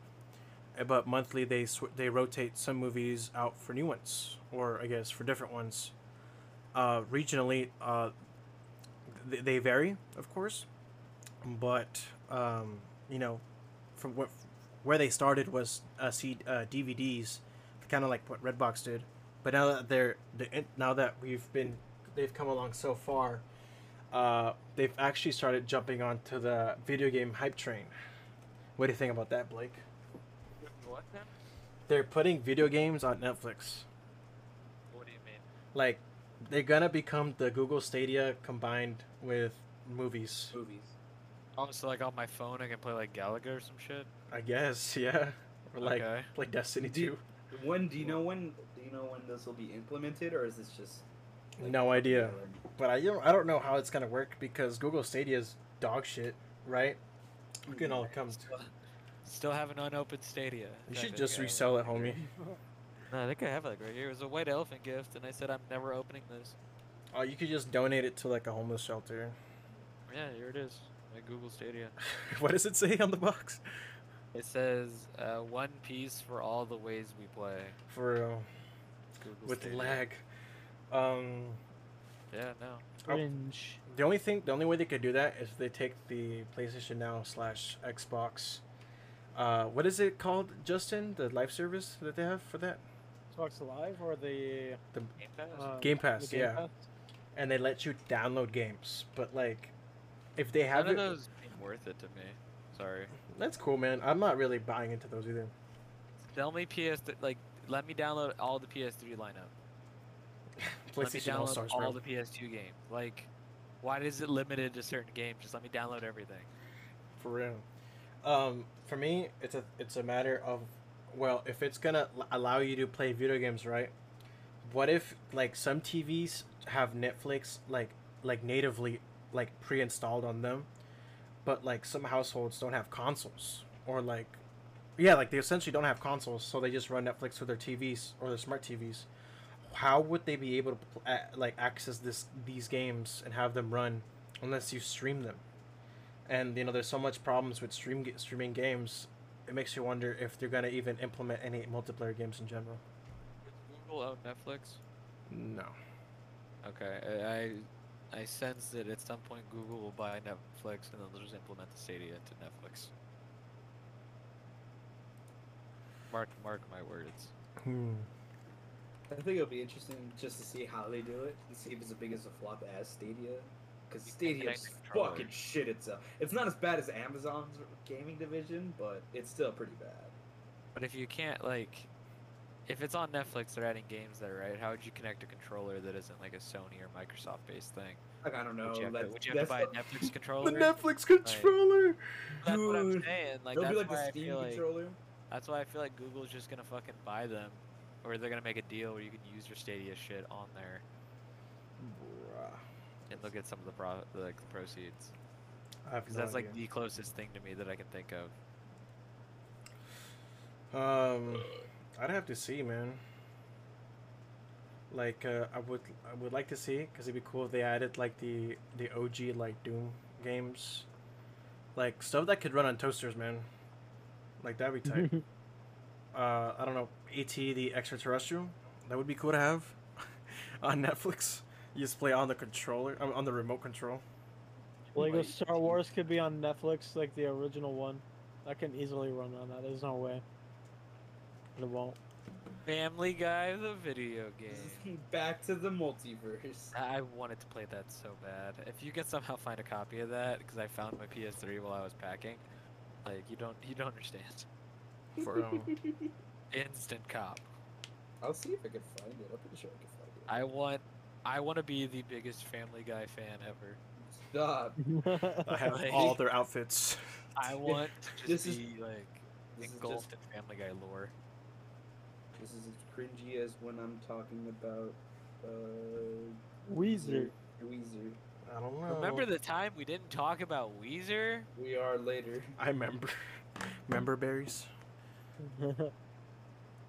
[SPEAKER 3] uh, But monthly, they sw- they rotate some movies out for new ones, or I guess for different ones. Uh, regionally, uh, th- they vary, of course, but um, you know, from what where they started was uh, C, uh, DVDs, kind of like what Redbox did. But now that they're the in- now that we've been they've come along so far, uh, they've actually started jumping onto the video game hype train. What do you think about that, Blake?
[SPEAKER 1] What now?
[SPEAKER 3] They're putting video games on Netflix.
[SPEAKER 1] What do you mean?
[SPEAKER 3] Like they're gonna become the Google Stadia combined with movies.
[SPEAKER 4] Movies.
[SPEAKER 1] Oh, so like on my phone, I can play like Galaga or some shit.
[SPEAKER 3] I guess, yeah. Or like
[SPEAKER 1] okay.
[SPEAKER 3] like Destiny
[SPEAKER 4] Do-
[SPEAKER 3] Two.
[SPEAKER 4] When do you know when do you know when this will be implemented or is this just
[SPEAKER 3] No idea. but I don't, I don't know how it's gonna work because Google Stadia is dog shit, right? We can all come.
[SPEAKER 1] Still have an unopened Stadia. In
[SPEAKER 3] You
[SPEAKER 1] fact,
[SPEAKER 3] should
[SPEAKER 1] I
[SPEAKER 3] just
[SPEAKER 1] think I have
[SPEAKER 3] resell
[SPEAKER 1] it
[SPEAKER 3] it, homie.
[SPEAKER 1] right- No, I think I have it like right here. It was a white elephant gift, and I said I'm never opening this.
[SPEAKER 3] Uh, Oh, you could just donate it to like a homeless shelter.
[SPEAKER 1] Yeah, here it is. I at Google Stadia.
[SPEAKER 3] What does it say on the box?
[SPEAKER 1] It says uh, one piece for all the ways we play.
[SPEAKER 3] For real.
[SPEAKER 1] Google
[SPEAKER 3] With
[SPEAKER 1] Stadia.
[SPEAKER 3] lag. Um,
[SPEAKER 1] Yeah, no.
[SPEAKER 3] Oh.
[SPEAKER 2] Cringe.
[SPEAKER 3] the only thing, the only way they could do that is if they take the PlayStation Now slash Xbox. Uh, what is it called, Justin? The live service that they have for that?
[SPEAKER 2] Xbox Live or the
[SPEAKER 3] The
[SPEAKER 1] Game Pass?
[SPEAKER 2] uh,
[SPEAKER 3] Game
[SPEAKER 2] the
[SPEAKER 3] Pass,
[SPEAKER 2] Game
[SPEAKER 3] yeah.
[SPEAKER 2] Pass?
[SPEAKER 3] And they let you download games, but like, if they have
[SPEAKER 1] None of
[SPEAKER 3] it,
[SPEAKER 1] those ain't worth it to me. Sorry.
[SPEAKER 3] that's cool, man. I'm not really buying into those either.
[SPEAKER 1] Tell me PS like let me download all the PS3 lineup. Let me
[SPEAKER 3] PlayStation All
[SPEAKER 1] download
[SPEAKER 3] Stars,
[SPEAKER 1] all
[SPEAKER 3] bro.
[SPEAKER 1] the PS2 games. Like, why is it limited to certain games? Just let me download everything.
[SPEAKER 3] For real. Um, for me, it's a it's a matter of, well, if it's gonna l- allow you to play video games, right? What if like some TVs have Netflix like like natively like pre-installed on them, but like some households don't have consoles or like, yeah, like they essentially don't have consoles, so they just run Netflix to their TVs or their smart TVs. How would they be able to pl- a- like access this these games and have them run unless you stream them? and you know there's so much problems with stream streaming games it makes you wonder if they're going to even implement any multiplayer games in general
[SPEAKER 1] Does Google own Netflix?
[SPEAKER 3] no
[SPEAKER 1] Okay, I, I I sense that at some point Google will buy Netflix and then they'll just implement the Stadia into Netflix. Mark mark my words.
[SPEAKER 3] hmm.
[SPEAKER 4] I think it'll be interesting just to see how they do it and see if it's as big as a flop as Stadia. Because
[SPEAKER 1] You can't
[SPEAKER 4] Stadia's
[SPEAKER 1] connect the
[SPEAKER 4] fucking
[SPEAKER 1] controllers.
[SPEAKER 4] shit itself. It's not as bad as Amazon's gaming division, but it's still pretty bad.
[SPEAKER 1] But if you can't like, if it's on Netflix, they're adding games there, right? How would you connect a controller that isn't like a Sony or Microsoft based thing?
[SPEAKER 4] Like, I don't know.
[SPEAKER 1] would you have, to,
[SPEAKER 4] that-
[SPEAKER 1] would you have to
[SPEAKER 4] that's
[SPEAKER 1] buy a
[SPEAKER 4] the-
[SPEAKER 1] Netflix
[SPEAKER 3] the
[SPEAKER 1] controller?
[SPEAKER 3] netflix controller
[SPEAKER 1] that's what I'm
[SPEAKER 4] dude.
[SPEAKER 1] saying. Like
[SPEAKER 4] It'll
[SPEAKER 1] that's
[SPEAKER 4] be like
[SPEAKER 1] why
[SPEAKER 4] the
[SPEAKER 1] I
[SPEAKER 4] Steam
[SPEAKER 1] feel like
[SPEAKER 4] controller.
[SPEAKER 1] that's why I feel like Google's just gonna fucking buy them, or they're gonna make a deal where you can use your Stadia shit on there, and they'll get some of the pro like the proceeds.
[SPEAKER 3] i have
[SPEAKER 1] Because
[SPEAKER 3] no
[SPEAKER 4] Oh,
[SPEAKER 1] that's like
[SPEAKER 3] idea.
[SPEAKER 1] the closest thing to me that I can think of.
[SPEAKER 3] um i'd have to see man like uh, i would i would like to see because it'd be cool if they added like the the og like doom games like stuff that could run on toasters man like that'd be tight uh, I don't know, ET the Extraterrestrial. That would be cool to have on Netflix. You just play on the controller, um, on the remote control.
[SPEAKER 2] Lego
[SPEAKER 1] Like-
[SPEAKER 2] Star Wars could be on Netflix, like the original one. That can easily run on that. There's no way. It won't.
[SPEAKER 1] Family Guy, the video game.
[SPEAKER 4] Back to the multiverse.
[SPEAKER 1] I I wanted to play that so bad. If you can somehow find a copy of that, because I found my PS3 while I was packing, like you don't you don't understand.
[SPEAKER 3] For um,
[SPEAKER 1] Instant cop.
[SPEAKER 4] I'll see if I can find it. I'm pretty sure I can find it.
[SPEAKER 1] I want I want to be the biggest Family Guy fan ever.
[SPEAKER 4] Stop.
[SPEAKER 3] I have
[SPEAKER 1] Like-
[SPEAKER 3] all their outfits.
[SPEAKER 1] I want to just
[SPEAKER 4] This is-
[SPEAKER 1] be like
[SPEAKER 4] This is
[SPEAKER 1] engulfed in Family Guy lore.
[SPEAKER 4] just- this is as cringy as when I'm talking about uh,
[SPEAKER 2] Weezer.
[SPEAKER 4] Weezer.
[SPEAKER 3] I don't
[SPEAKER 4] Oh.
[SPEAKER 3] know.
[SPEAKER 1] Remember the time we didn't talk about Weezer?
[SPEAKER 4] We are later.
[SPEAKER 3] I remember. Remember berries.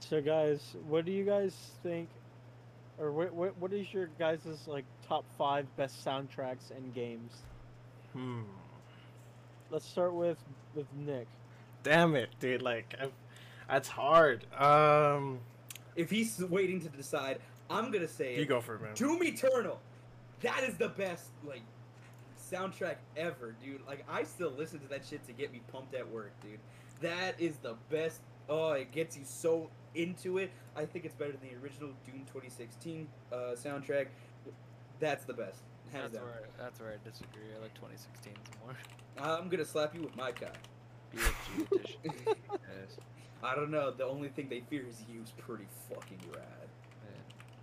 [SPEAKER 2] so guys, what do you guys think? Or what, what, what is your guys' like top five best soundtracks and games?
[SPEAKER 3] Hmm.
[SPEAKER 2] Let's start with with Nick.
[SPEAKER 3] Damn it, dude! Like, i that's hard. Um,
[SPEAKER 4] If he's waiting to decide, I'm gonna say
[SPEAKER 3] you
[SPEAKER 4] it.
[SPEAKER 3] go for it, man.
[SPEAKER 4] Doom Eternal. That is the best like soundtrack ever, dude. Like I still listen to that shit to get me pumped at work, dude. That is the best. Oh, it gets you so into it. I think it's better than the original Doom 2016 uh, soundtrack. That's the best. Hands
[SPEAKER 1] That's
[SPEAKER 4] down.
[SPEAKER 1] where that's where I disagree. I like 2016 more.
[SPEAKER 4] I'm gonna slap you with my cock.
[SPEAKER 1] BFG edition. Yes,
[SPEAKER 4] I don't know. The only thing they fear is you is pretty fucking rad.
[SPEAKER 1] man.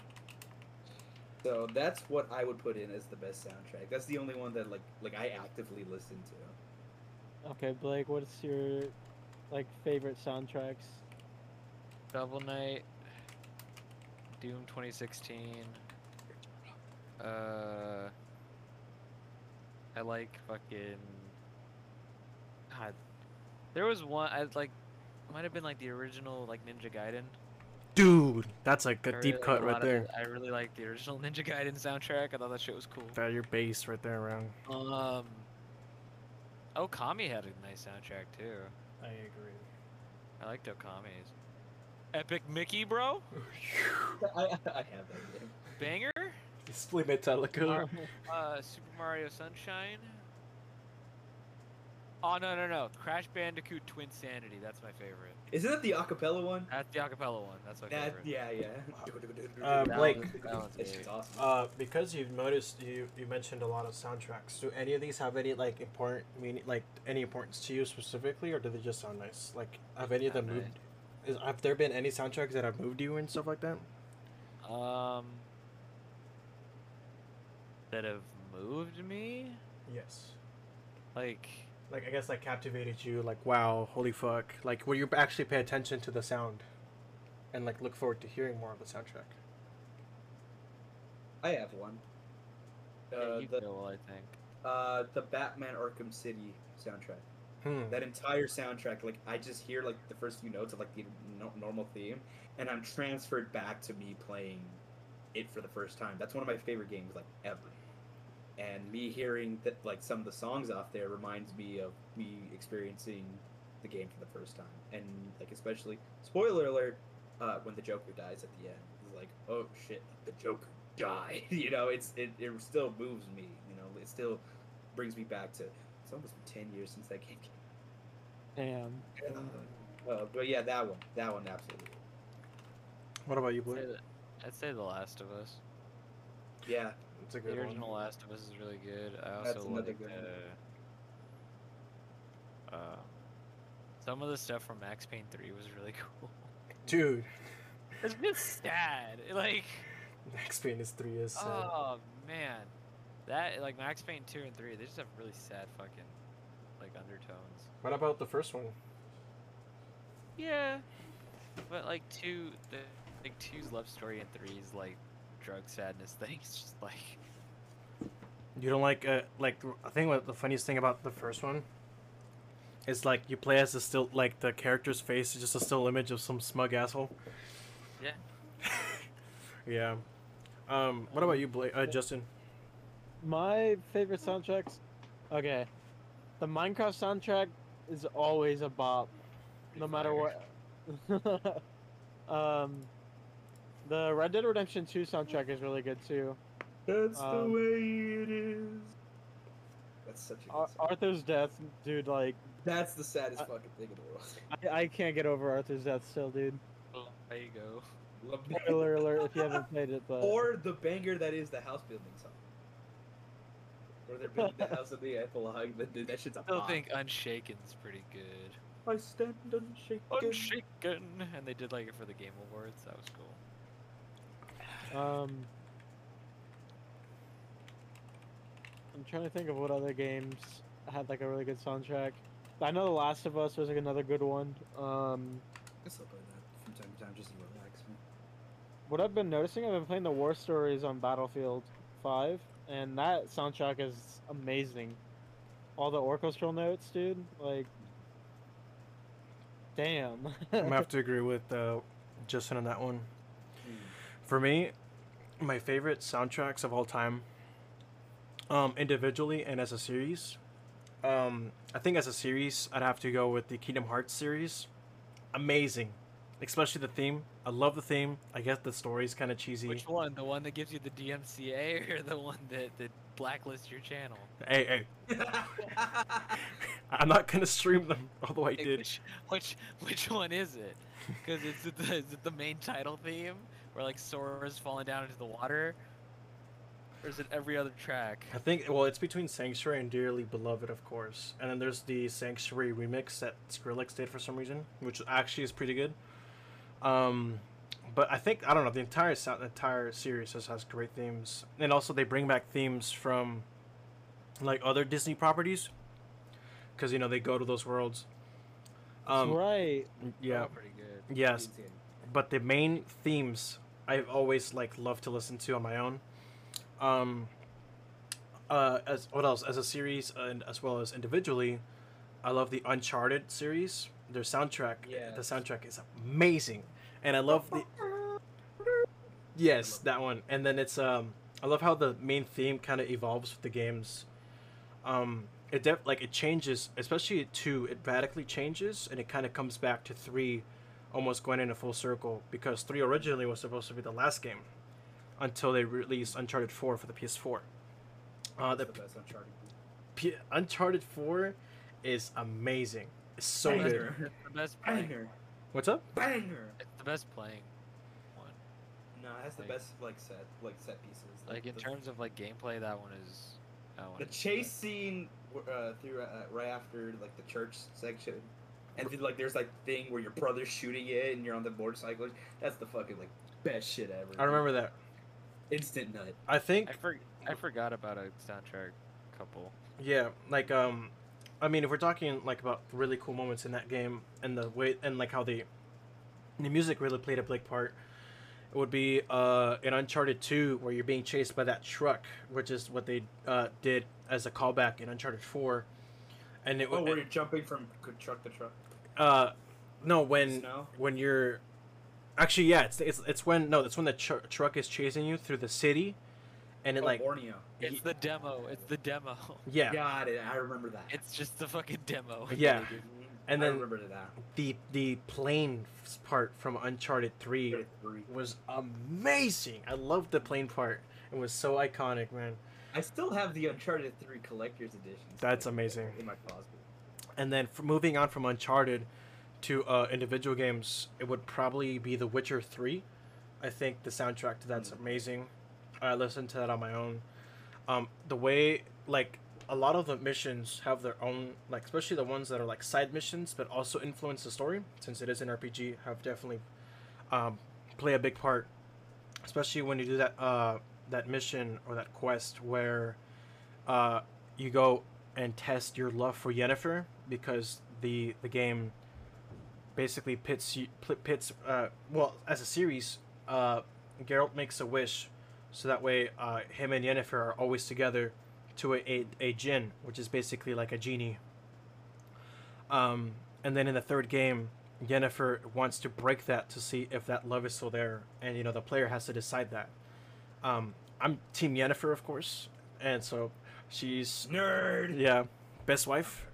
[SPEAKER 4] So that's what I would put in as the best soundtrack. That's the only one that like like I actively listen to.
[SPEAKER 2] Okay, Blake, what's your like favorite soundtracks?
[SPEAKER 1] Double Knight, Doom 2016. Uh, I like fucking. God, there was one I like. Might have been like the original like Ninja Gaiden.
[SPEAKER 3] Dude, that's like
[SPEAKER 1] I
[SPEAKER 3] a
[SPEAKER 1] really
[SPEAKER 3] deep
[SPEAKER 1] like
[SPEAKER 3] cut
[SPEAKER 1] a
[SPEAKER 3] right
[SPEAKER 1] lot of-
[SPEAKER 3] there.
[SPEAKER 1] I really like the original Ninja Gaiden soundtrack. I thought that shit was cool.
[SPEAKER 3] That your bass right there, around.
[SPEAKER 1] Um, Okami had a nice soundtrack too.
[SPEAKER 3] I agree.
[SPEAKER 1] I liked Okami's. Epic Mickey, bro.
[SPEAKER 4] I, I have that game.
[SPEAKER 1] Banger.
[SPEAKER 3] It's fully Metallica.
[SPEAKER 1] Uh, Super Mario Sunshine. Oh no no no! Crash Bandicoot Twin Sanity. That's my favorite.
[SPEAKER 4] Isn't that the acapella one?
[SPEAKER 1] That's the acapella one. That's my
[SPEAKER 4] That,
[SPEAKER 1] favorite.
[SPEAKER 4] yeah, yeah.
[SPEAKER 3] Uh,
[SPEAKER 1] That
[SPEAKER 3] Blake.
[SPEAKER 1] one's- that one's
[SPEAKER 4] That
[SPEAKER 1] good.
[SPEAKER 4] shit's awesome.
[SPEAKER 3] Uh, because you've noticed you you mentioned a lot of soundtracks. Do any of these have any like important meaning, like any importance to you specifically, or do they just sound nice? Like, have any of them
[SPEAKER 1] Sound
[SPEAKER 3] moved? Is, have there been any soundtracks that have moved you and stuff like that?
[SPEAKER 1] Um, that have moved me,
[SPEAKER 3] Yes.
[SPEAKER 1] like
[SPEAKER 3] Like, I guess like captivated you. Like, wow, holy fuck! Like, where you actually pay attention to the sound, and like look forward to hearing more of the soundtrack.
[SPEAKER 4] I have one.
[SPEAKER 1] yeah,
[SPEAKER 4] Uh,
[SPEAKER 1] you
[SPEAKER 4] the,
[SPEAKER 1] know, I think.
[SPEAKER 4] uh, the Batman Arkham City soundtrack.
[SPEAKER 3] Hmm.
[SPEAKER 4] That entire soundtrack, like I just hear like the first few notes of like the no- normal theme, and I'm transferred back to me playing it for the first time. That's one of my favorite games like ever. And me hearing that like some of the songs off there reminds me of me experiencing the game for the first time. And like especially spoiler alert, uh, when the Joker dies at the end, it's like oh shit, the Joker died. you know, it's it, it still moves me. You know, it still brings me back to. It's almost been ten years since that game came
[SPEAKER 2] Damn.
[SPEAKER 4] uh, but yeah, that one, that one, absolutely.
[SPEAKER 3] What about you,
[SPEAKER 1] I'd
[SPEAKER 3] Blake?
[SPEAKER 1] say the- I'd say The Last of Us.
[SPEAKER 4] Yeah,
[SPEAKER 3] It's a
[SPEAKER 1] The
[SPEAKER 3] good
[SPEAKER 1] original
[SPEAKER 3] one.
[SPEAKER 1] Last of Us is really good. I
[SPEAKER 4] That's
[SPEAKER 1] also
[SPEAKER 4] another
[SPEAKER 1] like
[SPEAKER 4] good
[SPEAKER 1] uh, uh, some of the stuff from Max Payne 3 was really cool.
[SPEAKER 3] Dude,
[SPEAKER 1] It's just sad. Like,
[SPEAKER 3] Max Payne is three years. sad.
[SPEAKER 1] oh man, that like Max Payne 2 and 3, they just have really sad fucking like undertones.
[SPEAKER 3] What about the first one?
[SPEAKER 1] Yeah, but like two, the like two's love story and three's like drug sadness thing. It's just like
[SPEAKER 3] You don't like uh, like I think what the funniest thing about the first one is like you play as a still like the character's face is just a still image of some smug asshole.
[SPEAKER 1] Yeah.
[SPEAKER 3] yeah. Um, what about you, Blake? Uh, Justin?
[SPEAKER 2] My favorite soundtracks. Okay, the Minecraft soundtrack is always a bop, no matter what. um, the Red Dead Redemption 2 soundtrack is really good too.
[SPEAKER 4] that's
[SPEAKER 2] Um,
[SPEAKER 4] way it is. That's such a. Good
[SPEAKER 2] Ar-
[SPEAKER 4] song.
[SPEAKER 2] Arthur's death, dude. Like,
[SPEAKER 4] that's the saddest
[SPEAKER 2] uh,
[SPEAKER 4] fucking thing in the world.
[SPEAKER 2] I, I can't get over Arthur's death still, dude.
[SPEAKER 1] there you go.
[SPEAKER 4] Love that.
[SPEAKER 2] Spoiler alert if you haven't played it, but
[SPEAKER 4] or the banger that is the house building song. Where they're building the house of the epilogue. That, that that shit's a
[SPEAKER 1] I still
[SPEAKER 4] bop.
[SPEAKER 1] think Unshaken's pretty good.
[SPEAKER 4] I stand unshaken.
[SPEAKER 1] Unshaken, and they did like it for the Game Awards. That was cool.
[SPEAKER 2] um, I'm trying to think of what other games had like a really good soundtrack. I know The Last of Us was like another good one. Um,
[SPEAKER 4] I still play that from time to time just to relax. man.
[SPEAKER 2] what I've been noticing, I've been playing the War Stories on Battlefield 5, and that soundtrack is amazing. All the orchestral notes, dude. Like, damn.
[SPEAKER 3] I'm gonna have to agree with uh, Justin on that one.
[SPEAKER 4] Mm.
[SPEAKER 3] For me, my favorite soundtracks of all time, um, individually and as a series, um, I think as a series, I'd have to go with the Kingdom Hearts series. Amazing, especially the theme. I love the theme. I guess the story's kind of cheesy.
[SPEAKER 1] Which one? The one that gives you the DMCA, or the one that that blacklists your channel?
[SPEAKER 3] Hey, hey, I'm not gonna stream them, although I
[SPEAKER 1] Like,
[SPEAKER 3] did.
[SPEAKER 1] Which, which which one is it? Because is it the is it the main title theme where like Sora's falling down into the water, or is it every other track?
[SPEAKER 3] I think well, it's between Sanctuary and Dearly Beloved, of course, and then there's the Sanctuary remix that Skrillex did for some reason, which actually is pretty good. Um, but I think I don't know the entire sound, the entire series just has great themes, and also they bring back themes from like other Disney properties, because you know they go to those worlds. Um,
[SPEAKER 2] right.
[SPEAKER 3] yeah,
[SPEAKER 1] Oh, pretty good.
[SPEAKER 3] yes, but the main themes I've always like loved to listen to on my own. Um, uh, as what else as a series and as well as individually, I love the Uncharted series. Their soundtrack, the
[SPEAKER 4] Yes.
[SPEAKER 3] soundtrack is amazing, and I love the yes that one. And then it's um, I love how the main theme kind of evolves with the games. Um, it def- like it changes, especially at two. It radically changes, and it kind of comes back to three, almost going in a full circle because three originally was supposed to be the last game, until they released Uncharted Four for the PS4. Uh,
[SPEAKER 4] That's
[SPEAKER 3] the
[SPEAKER 4] the best Uncharted.
[SPEAKER 3] P- Uncharted Four is amazing. It's so
[SPEAKER 1] Thank
[SPEAKER 3] good.
[SPEAKER 1] you.
[SPEAKER 4] Banger.
[SPEAKER 1] the best playing.
[SPEAKER 4] Banger.
[SPEAKER 3] What's up?
[SPEAKER 4] Banger.
[SPEAKER 1] It's the best playing one.
[SPEAKER 4] No, it has the
[SPEAKER 1] Like-
[SPEAKER 4] best like set like set pieces.
[SPEAKER 1] Like in
[SPEAKER 4] the,
[SPEAKER 1] terms of like gameplay, that one is. That one
[SPEAKER 4] the
[SPEAKER 1] is
[SPEAKER 4] chase scene uh, through uh, right after like the church section, and then like there's like thing where your brother's shooting it and you're on the motorcycle. That's the fucking like best shit ever.
[SPEAKER 3] I remember that.
[SPEAKER 4] instant nut.
[SPEAKER 3] I
[SPEAKER 1] good.
[SPEAKER 3] think
[SPEAKER 1] I, for, I forgot about a soundtrack couple.
[SPEAKER 3] Yeah, like um, I mean, if we're talking like about really cool moments in that game and the way and like how the the music really played a big part, it would be uh in Uncharted Two where you're being chased by that truck, which is what they uh did as a callback in Uncharted Four, and it
[SPEAKER 4] Oh, where
[SPEAKER 3] would
[SPEAKER 4] you're jumping from truck to truck.
[SPEAKER 3] uh no when
[SPEAKER 4] Snow?
[SPEAKER 3] when you're actually yeah it's it's it's when no it's when the tr- truck is chasing you through the city, and it
[SPEAKER 4] oh,
[SPEAKER 3] like
[SPEAKER 4] Borneo.
[SPEAKER 1] It's
[SPEAKER 3] Ye-
[SPEAKER 1] the demo. It's the demo.
[SPEAKER 3] yeah
[SPEAKER 4] God, I remember that.
[SPEAKER 1] It's just the fucking demo.
[SPEAKER 3] Yeah.
[SPEAKER 4] Mhm.
[SPEAKER 3] and
[SPEAKER 4] I
[SPEAKER 3] then
[SPEAKER 4] remember that.
[SPEAKER 3] the the plane s- part from Uncharted Three
[SPEAKER 4] Uncharted three.
[SPEAKER 3] was amazing. I loved the plane part. It was so iconic, man.
[SPEAKER 4] I still have the Uncharted Three Collector's Edition.
[SPEAKER 3] That's amazing.
[SPEAKER 4] In my closet.
[SPEAKER 3] And then f moving on from Uncharted to uh, individual games, it would probably be The Witcher Three. I think the soundtrack to that's
[SPEAKER 4] Mm.
[SPEAKER 3] amazing. I listened to that on my own. Um, the way like a lot of the missions have their own like especially the ones that are like side missions but also influence the story since it is an RPG have definitely um, play a big part especially when you do that uh, that mission or that quest where uh, you go and test your love for Yennefer because the the game basically pits you pl- pits uh, well as a series uh, Geralt makes a wish so that way uh, him and Yennefer are always together to a, a, a djinn which is basically like a genie um, and then in the third game Yennefer wants to break that to see if that love is still there and you know the player has to decide that um, I'm team Yennefer of course and so she's
[SPEAKER 4] Nerd.
[SPEAKER 3] yeah, best wife.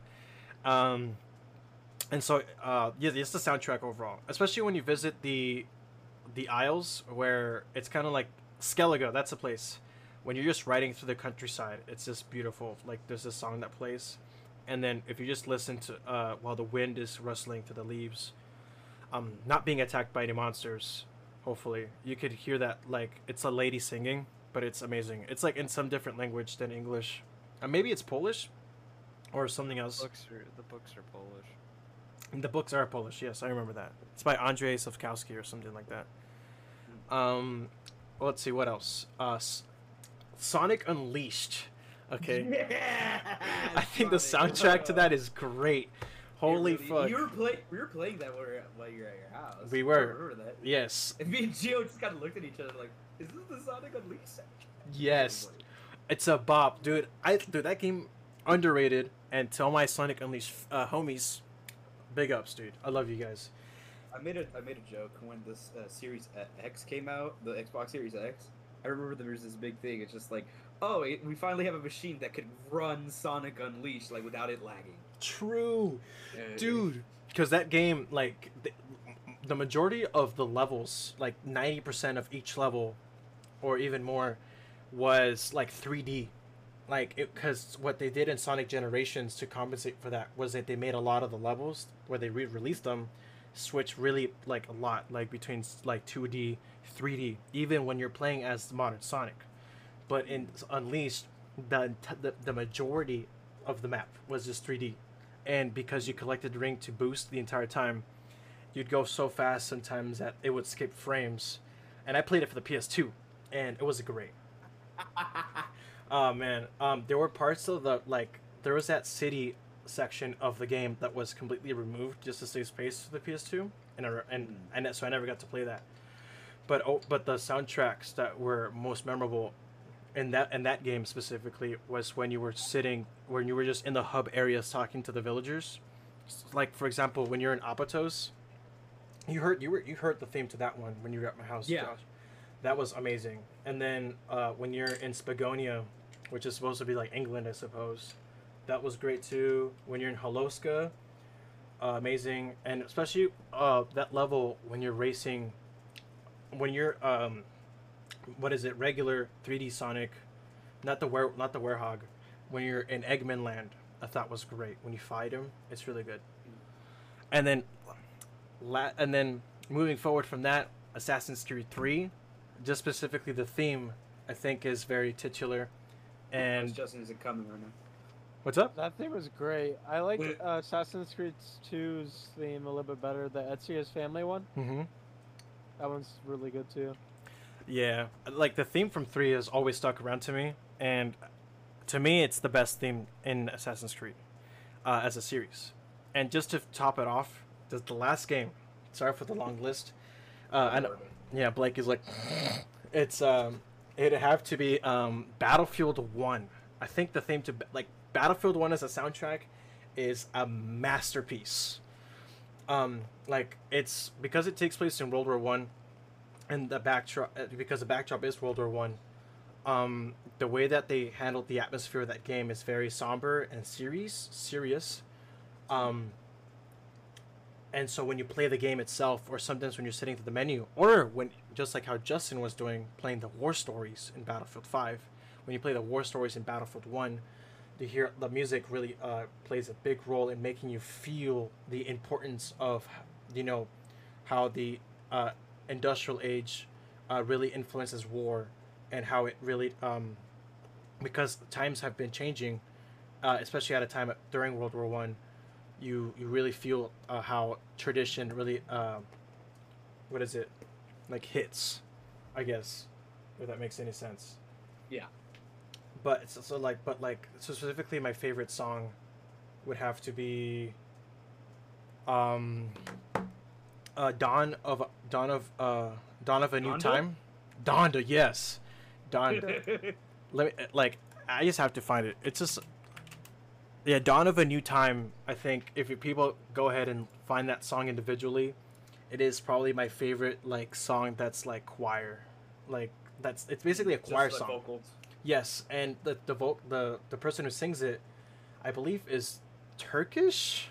[SPEAKER 3] Um, and so uh, yeah, just the soundtrack overall, especially when you visit the the Isles, where it's kind of like Skellige. That's a place. When you're just riding through the countryside, it's just beautiful. Like there's this song that plays, and then if you just listen to uh, while the wind is rustling through the leaves, um, not being attacked by any monsters, hopefully you could hear that. Like it's a lady singing, but it's amazing. It's like in some different language than English. Uh, maybe it's Polish or something
[SPEAKER 1] The
[SPEAKER 3] else.
[SPEAKER 1] books are the books are Polish.
[SPEAKER 3] The books are Polish. Yes, I remember that. It's by Andrzej Sawkowski or something like that. Um, well, let's see what else. Uh, S- Sonic Unleashed. Okay,
[SPEAKER 4] Yeah.
[SPEAKER 3] I think the
[SPEAKER 4] Sonic.
[SPEAKER 3] soundtrack to that is great.
[SPEAKER 4] It
[SPEAKER 3] Holy
[SPEAKER 4] really-
[SPEAKER 3] fuck!
[SPEAKER 4] You were playing. We were playing that while, we were- while you were at your house.
[SPEAKER 3] We were.
[SPEAKER 4] I remember that.
[SPEAKER 3] Yes,
[SPEAKER 4] And me and Gio just kind of looked at each other like, "Is this the Sonic Unleashed?" soundtrack?"
[SPEAKER 3] yes.
[SPEAKER 4] Like,
[SPEAKER 3] It's a bop, dude. I dude that game underrated. And tell my Sonic Unleashed uh, homies, big ups, dude. I love you guys.
[SPEAKER 4] I made a I made a joke when this uh, Series uh, X came out, the Xbox Series X. I remember there was this big thing. It's just like, oh, it, we finally have a machine that could run Sonic Unleashed like without it lagging.
[SPEAKER 3] True.
[SPEAKER 4] Uh,
[SPEAKER 3] dude because that game like the, the majority of the levels like 90% of each level or even more was like 3d like it because what they did in sonic generations to compensate for that was that they made a lot of the levels where they re-released them switch really like a lot like between like 2d 3d even when you're playing as modern sonic but in unleashed the, the the majority of the map was just 3d and because you collected ring to boost the entire time, you'd go so fast sometimes that it would skip frames. And I played it for the PS2, and it was great. Oh man, um, there were parts of the like there was that city section of the game that was completely removed just to save space for the PS2, and I, re- and
[SPEAKER 4] Mm.
[SPEAKER 3] and so I never got to play that. But oh, but the soundtracks that were most memorable in that in that game specifically was when you were sitting when you were just in the hub areas talking to the villagers. S- Like for example, when you're in Apatos, you heard you were you heard the theme to that one when you were at my house.
[SPEAKER 4] Yeah.
[SPEAKER 3] Josh. That was amazing. And then uh, when you're in Spagonia, which is supposed to be like England, I suppose, That was great too. When you're in Holoska, uh, amazing, and especially uh, that level when you're racing, when you're um, what is it? Regular 3D Sonic, not the were not the Werehog. When you're in Eggman Land, I thought was great. When you fight him, it's really good. And then, la- and then moving forward from that, Assassin's Creed 3, just specifically the theme, I think is very titular. And
[SPEAKER 4] Justin isn't coming right now.
[SPEAKER 3] what's up?
[SPEAKER 2] That thing was great. I like
[SPEAKER 1] Wait.
[SPEAKER 2] uh, Assassin's Creed 2's theme a little bit better. The Ezio's family one.
[SPEAKER 3] Mm-hmm.
[SPEAKER 2] That one's really good too.
[SPEAKER 3] Yeah, like the theme from three has always stuck around to me, and to me, it's the best theme in Assassin's Creed uh, as a series. And just to top it off, the, the last game. Sorry for the long list. Uh, I know, yeah, Blake is like, it's um, it'd have to be um, Battlefield One. I think the theme to like Battlefield One as a soundtrack is a masterpiece. Um, like it's because it takes place in World War One and the backdrop uh, because the backdrop is World War One. Um, the way that they handled the atmosphere of that game is very somber and serious, serious. Um, and so when you play the game itself, or sometimes when you're sitting at the menu, or when just like how Justin was doing playing the war stories in Battlefield Five, when you play the war stories in Battlefield One, you hear the music really uh, plays a big role in making you feel the importance of you know how the uh, industrial age uh, really influences war and how it really um, because times have been changing uh, especially at a time during world war one you you really feel uh, how tradition really um, what is it like hits i guess if that makes any sense
[SPEAKER 4] Yeah.
[SPEAKER 3] but it's also like but like so specifically my favorite song would have to be um uh, dawn of dawn of uh, dawn of a new
[SPEAKER 4] Donda?
[SPEAKER 3] time. Donda, yes, Donda.
[SPEAKER 4] Wait,
[SPEAKER 3] Let me uh, like I just have to find it. It's just yeah, dawn of a new time. I think if you people go ahead and find that song individually, it is probably my favorite like song that's like choir, like that's it's basically a choir
[SPEAKER 4] Just, like,
[SPEAKER 3] song.
[SPEAKER 4] vocals.
[SPEAKER 3] Yes, and the the vo- the the person who sings it, I believe, is Turkish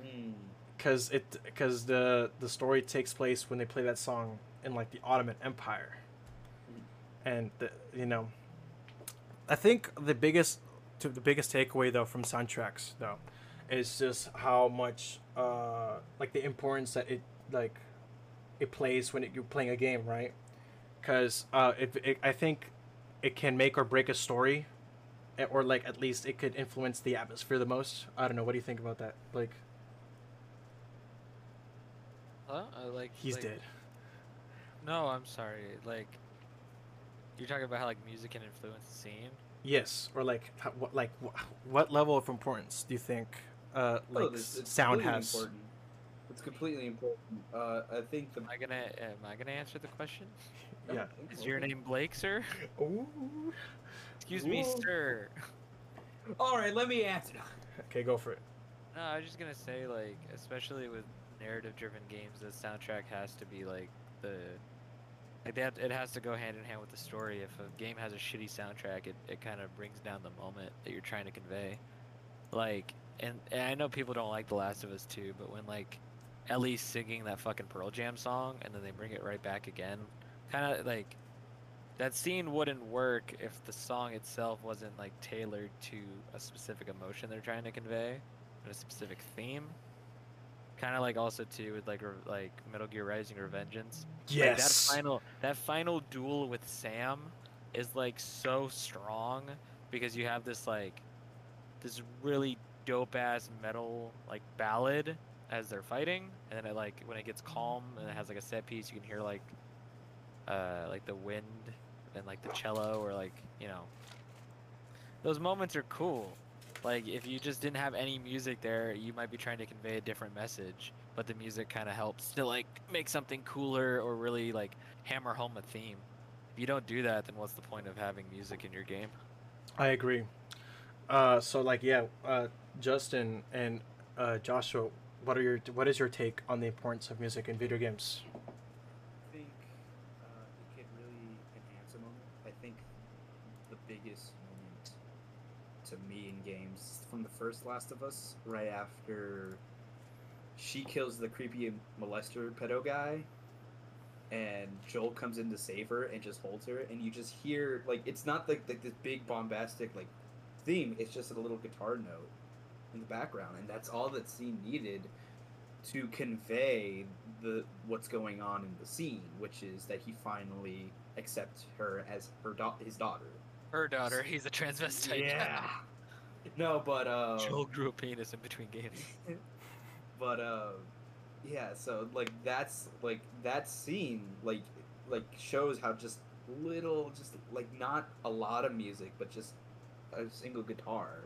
[SPEAKER 4] Hmm.
[SPEAKER 3] because it because the the story takes place when they play that song in like the Ottoman Empire, and the, you know, I think the biggest to the biggest takeaway though from soundtracks though, is just how much uh like the importance that it like it plays when it, you're playing a game right, because uh it, it I think it can make or break a story, eh, or like at least it could influence the atmosphere the most. I don't know. What do you think about that, Blake?
[SPEAKER 1] Huh? I like
[SPEAKER 3] He's
[SPEAKER 1] like,
[SPEAKER 3] dead.
[SPEAKER 1] No, I'm sorry. Like, you're talking about how like music can influence the scene.
[SPEAKER 3] Yes, or like, h- what, like, wh- what level of importance do you think, uh, like,
[SPEAKER 4] Oh,
[SPEAKER 3] s-
[SPEAKER 4] this- it's
[SPEAKER 3] sound
[SPEAKER 4] completely
[SPEAKER 3] has?
[SPEAKER 4] Important. It's completely important. Uh, I think the.
[SPEAKER 1] Am I gonna am I gonna answer the question?
[SPEAKER 4] I
[SPEAKER 3] Yeah.
[SPEAKER 4] think
[SPEAKER 1] Is
[SPEAKER 4] so.
[SPEAKER 1] your name Blake, sir?
[SPEAKER 4] Oh.
[SPEAKER 3] Ooh.
[SPEAKER 1] Excuse me,
[SPEAKER 4] Whoa.
[SPEAKER 1] sir.
[SPEAKER 4] All right, let me answer.
[SPEAKER 3] Okay, go for it.
[SPEAKER 1] No, I was just gonna say like, especially with narrative-driven games, the soundtrack has to be like the like that. It has to go hand in hand with the story. If a game has a shitty soundtrack, it it kind of brings down the moment that you're trying to convey. Like, and, and I know people don't like The Last of Us 2, but when like Ellie's singing that fucking Pearl Jam song and then they bring it right back again, kind of like that scene wouldn't work if the song itself wasn't like tailored to a specific emotion they're trying to convey and a specific theme. Kind of like also too with like re- like Metal Gear Rising: Revengeance. Like, that
[SPEAKER 3] Yes.
[SPEAKER 1] final that final duel with Sam is like so strong because you have this like this really dope ass metal like ballad as they're fighting, and then it like when it gets calm and it has like a set piece, you can hear like uh like the wind and like the cello or like you know those moments are cool. Like if you just didn't have any music there, you might be trying to convey a different message, but the music kind of helps to like make something cooler or really like hammer home a theme. If you don't do that, then what's the point of having music in your game?
[SPEAKER 3] I agree. Uh, so like, yeah, uh, Justin and uh, Joshua, what are your, what is your take on the importance of music in video games?
[SPEAKER 4] I think uh, it could really enhance a moment. I think the biggest moment to to me in games from the first Last of Us, right after she kills the creepy molester pedo guy, and Joel comes in to save her and just holds her, and you just hear like it's not like like this big bombastic like theme. It's just a little guitar note in the background, and that's all that scene needed to convey the what's going on in the scene, which is that he finally accepts her as her da- his daughter.
[SPEAKER 1] Her daughter, he's a transvestite.
[SPEAKER 4] no, but uh,
[SPEAKER 1] Joel grew a penis in between games.
[SPEAKER 4] but uh, yeah. So like that's like that scene like like shows how just little, just like not a lot of music, but just a single guitar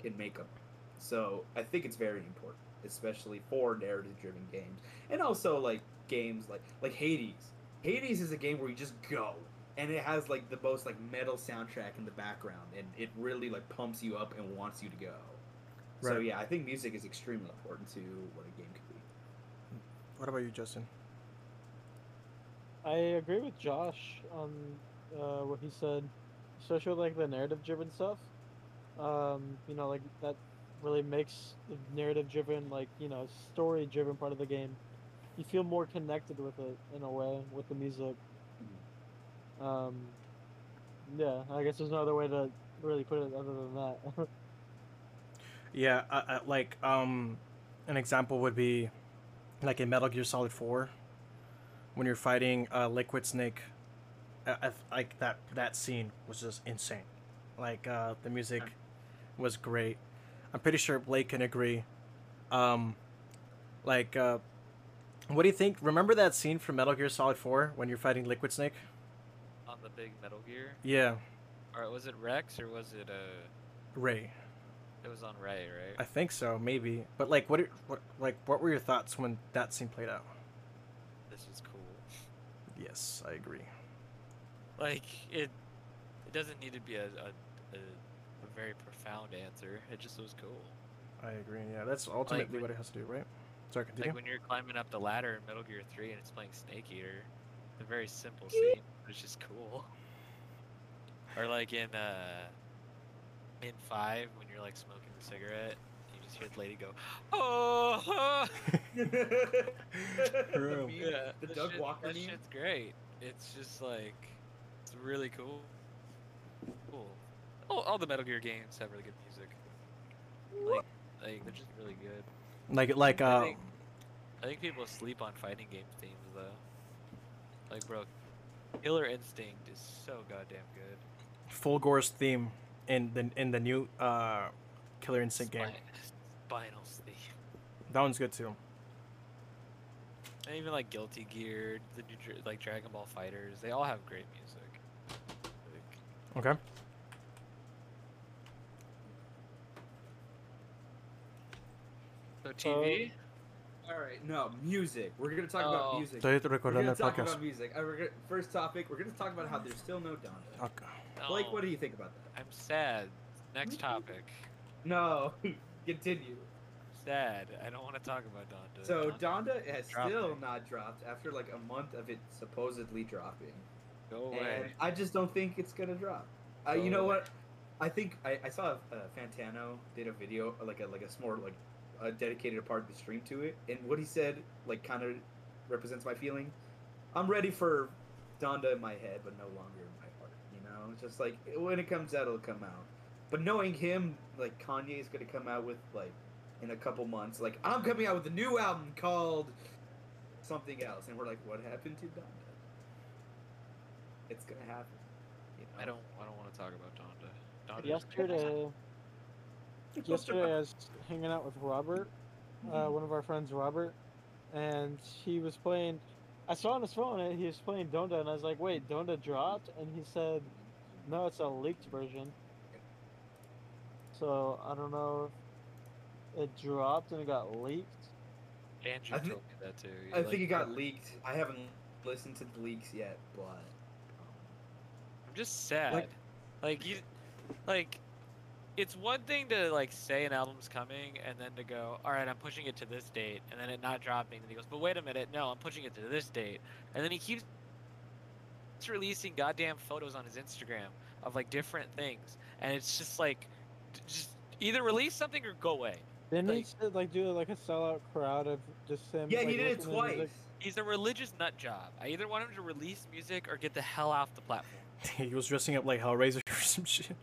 [SPEAKER 4] can make up. So I think it's very important, especially for narrative-driven games, and also like games like like Hades. Hades is a game where you just go and it has like the most like metal soundtrack in the background and it really like pumps you up and wants you to go so
[SPEAKER 3] Right.
[SPEAKER 4] yeah i think music is extremely important to what a game could be
[SPEAKER 3] What about you, Justin?
[SPEAKER 2] I agree with Josh on uh, what he said, especially like the narrative-driven stuff. Um, you know, like that really makes the narrative-driven, like you know, story-driven part of the game. You feel more connected with it in a way with the music. Um, yeah, I guess there's no other way to really put it other than that.
[SPEAKER 3] Yeah, uh, uh, like um, an example would be like in Metal Gear Solid Four, when you're fighting uh, Liquid Snake. I, I, like that that scene was just insane. Like uh, the music was great. I'm pretty sure Blake can agree. Um, like, uh, what do you think? Remember that scene from Metal Gear Solid Four when you're fighting Liquid Snake?
[SPEAKER 1] On the big Metal Gear,
[SPEAKER 3] Yeah,
[SPEAKER 1] or was it Rex, or was it uh?
[SPEAKER 3] Ray.
[SPEAKER 1] It was on Ray, right?
[SPEAKER 3] I think so, maybe. But like, what, what, like, what were your thoughts when that scene played out?
[SPEAKER 1] This is cool.
[SPEAKER 3] Yes, I agree.
[SPEAKER 1] Like it, it doesn't need to be a, a, a, a very profound answer. It just was cool.
[SPEAKER 3] I agree. Yeah, that's ultimately
[SPEAKER 1] when-
[SPEAKER 3] what it has to do, right? Sorry, continue.
[SPEAKER 1] Like when you're climbing up the ladder in Metal Gear Three and it's playing Snake Eater, it's a very simple scene, but it's just cool. Or like in uh, in Five when you're like smoking a cigarette, you just hear the lady go, "Oh, huh."
[SPEAKER 4] the,
[SPEAKER 3] True.
[SPEAKER 4] meme-
[SPEAKER 1] yeah,
[SPEAKER 4] the
[SPEAKER 1] that
[SPEAKER 4] Doug
[SPEAKER 1] shit-
[SPEAKER 4] Walker
[SPEAKER 1] that
[SPEAKER 4] meme.
[SPEAKER 1] shit's great. It's just like it's really cool. Cool. All, all the Metal Gear games have really good music. Like, like they're just really good.
[SPEAKER 3] like, like,
[SPEAKER 1] I
[SPEAKER 3] uh,
[SPEAKER 1] think- I think people sleep on fighting game themes though. Like, bro, Killer Instinct is so goddamn good.
[SPEAKER 3] Fulgore's theme in the in the new uh, Killer Instinct game.
[SPEAKER 1] Spin- Spinal Sleep.
[SPEAKER 3] That one's good too.
[SPEAKER 1] And even like Guilty Gear, the new, dra- like Dragon Ball Fighters, they all have great music. Like,
[SPEAKER 3] Okay.
[SPEAKER 1] so TV.
[SPEAKER 4] all right no music we're gonna talk about
[SPEAKER 1] Oh.
[SPEAKER 4] music
[SPEAKER 3] Estoy
[SPEAKER 4] we're
[SPEAKER 3] recordando
[SPEAKER 4] gonna
[SPEAKER 3] el
[SPEAKER 4] talk
[SPEAKER 3] podcast.
[SPEAKER 4] about music. All right, we're gonna- first topic, we're gonna talk about how there's still no Donda.
[SPEAKER 3] Okay.
[SPEAKER 4] Blake,
[SPEAKER 1] No.
[SPEAKER 4] what do you Mm-hmm. think about that?
[SPEAKER 1] I'm sad. Next topic.
[SPEAKER 4] No, continue.
[SPEAKER 1] Sad. I don't want to talk about Donda.
[SPEAKER 4] So
[SPEAKER 1] Donda,
[SPEAKER 4] Donda has
[SPEAKER 1] dropped
[SPEAKER 4] still
[SPEAKER 1] it.
[SPEAKER 4] not dropped after like a month of it supposedly dropping.
[SPEAKER 1] go
[SPEAKER 4] and
[SPEAKER 1] away.
[SPEAKER 4] I just don't think it's gonna drop. Uh, you know
[SPEAKER 1] Oh.
[SPEAKER 4] what? I think I, I saw uh, Fantano did a video uh, like a like a s- more like a dedicated part of the stream to it, and what he said like kind of represents my feeling. I'm ready for Donda in my head, but no longer in my heart. You know, it's just like when it comes out, it'll come out. But knowing him, like Kanye is gonna come out with like in a couple months, like I'm coming out with a new album called something else, and we're like, what happened to Donda? It's gonna happen. you know?
[SPEAKER 1] I don't. I don't want to talk about Donda. Donda.
[SPEAKER 2] yesterday, yesterday I was hanging out with Robert, uh,
[SPEAKER 4] Mm-hmm.
[SPEAKER 2] one of our friends, Robert, and he was playing. I saw on his phone and he was playing Donda, and I was like, "Wait, Donda dropped?" And he said, "No, it's a leaked version." So I don't know. if It dropped and it got leaked.
[SPEAKER 1] Andrew
[SPEAKER 4] I thi-
[SPEAKER 1] told me that too.
[SPEAKER 4] I think it got
[SPEAKER 1] I'm
[SPEAKER 4] leaked. I haven't listened to the leaks yet, but um,
[SPEAKER 1] just sad. Like, you, like, it's one thing to like say an album's coming and then to go, all right, I'm pushing it to this date, and then it not dropping. And he goes, but wait a minute, no, I'm pushing it to this date, and then he keeps releasing goddamn photos on his Instagram of like different things, and it's just like, d- just either release something or go away.
[SPEAKER 2] Didn't
[SPEAKER 1] Like-
[SPEAKER 2] he like do like a sellout crowd of just him?
[SPEAKER 4] Yeah,
[SPEAKER 2] like,
[SPEAKER 4] he did it
[SPEAKER 2] listening to music?
[SPEAKER 4] twice.
[SPEAKER 1] He's a religious nut job. I either want him to release music or get the hell off the platform.
[SPEAKER 3] He was dressing up like Hellraiser or some shit.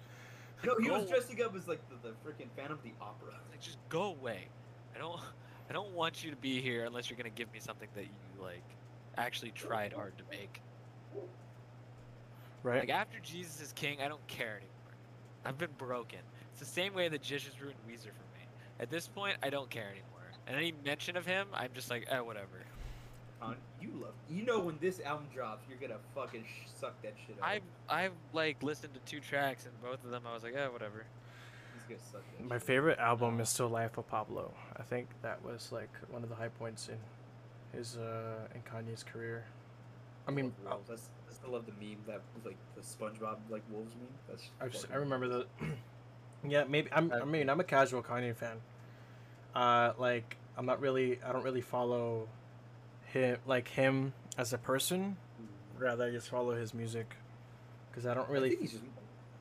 [SPEAKER 4] No, he was
[SPEAKER 1] Go-
[SPEAKER 4] dressing up as like the, the freaking Phantom of the Opera.
[SPEAKER 1] Like, just go away. I don't, I don't want you to be here unless you're gonna give me something that you like actually tried hard to make.
[SPEAKER 3] Right?
[SPEAKER 1] Like after Jesus is king, I don't care anymore. I've been broken. It's the same way that Jish has ruined Weezer for me. At this point, I don't care anymore. And any mention of him, I'm just like, eh, whatever.
[SPEAKER 4] Con, you love. You know when this album drops, you're gonna fucking sh- suck that shit up.
[SPEAKER 1] I've I've like listened to two tracks and both of them I was like, eh, whatever.
[SPEAKER 4] He's gonna suck that.
[SPEAKER 3] My
[SPEAKER 4] shit
[SPEAKER 3] favorite album is still Life of Pablo. I think that was like one of the high points in his uh in Kanye's career. I
[SPEAKER 4] up.
[SPEAKER 3] mean,
[SPEAKER 4] Love wolves. That's- I still love the meme that was like the SpongeBob like wolves meme. That's
[SPEAKER 3] I, just, I
[SPEAKER 4] fucking-
[SPEAKER 3] remember the. yeah, maybe I'm. I mean, I'm a casual Kanye fan. Uh, like I'm not really. I don't really follow him like him as a person. Rather, I just follow his music because I don't
[SPEAKER 4] I
[SPEAKER 3] really.
[SPEAKER 4] think he's just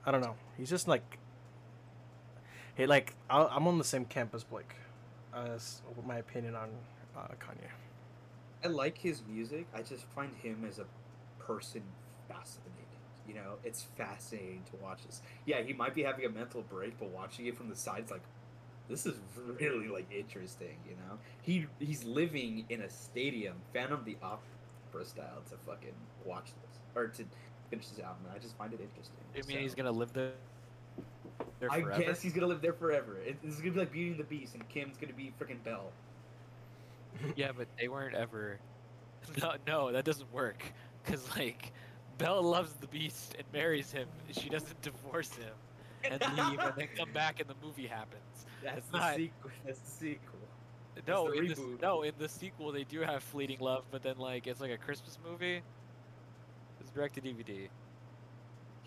[SPEAKER 3] I don't know. He's just like. Hey, like i I'm on the same camp as Blake. Uh, that's my opinion on uh, Kanye.
[SPEAKER 4] I like his music. I just find him as a person fascinating. You know, it's fascinating to watch this. Yeah, he might be having a mental break, but watching it from the side's like, this is really like interesting. You know, he he's living in a stadium, Phantom of the Opera style, to fucking watch this or to finish this album. And I just find it interesting.
[SPEAKER 1] You mean
[SPEAKER 4] So,
[SPEAKER 1] he's gonna live there? There
[SPEAKER 4] I
[SPEAKER 1] forever.
[SPEAKER 4] guess he's gonna live there forever. It, this is gonna be like Beauty and the Beast, and Kim's gonna be freaking Belle.
[SPEAKER 1] Yeah, but they weren't ever. No, no, that doesn't work. Cause like, Belle loves the Beast and marries him. She doesn't divorce him and leave, and then come back, and the movie happens.
[SPEAKER 4] That's
[SPEAKER 1] It's
[SPEAKER 4] the
[SPEAKER 1] not-
[SPEAKER 4] sequel. That's the sequel.
[SPEAKER 1] No,
[SPEAKER 4] the
[SPEAKER 1] in the, s-
[SPEAKER 4] reboot.
[SPEAKER 1] no, in the sequel they do have fleeting love, but then like it's like a Christmas movie. It's direct to DVD.
[SPEAKER 4] Did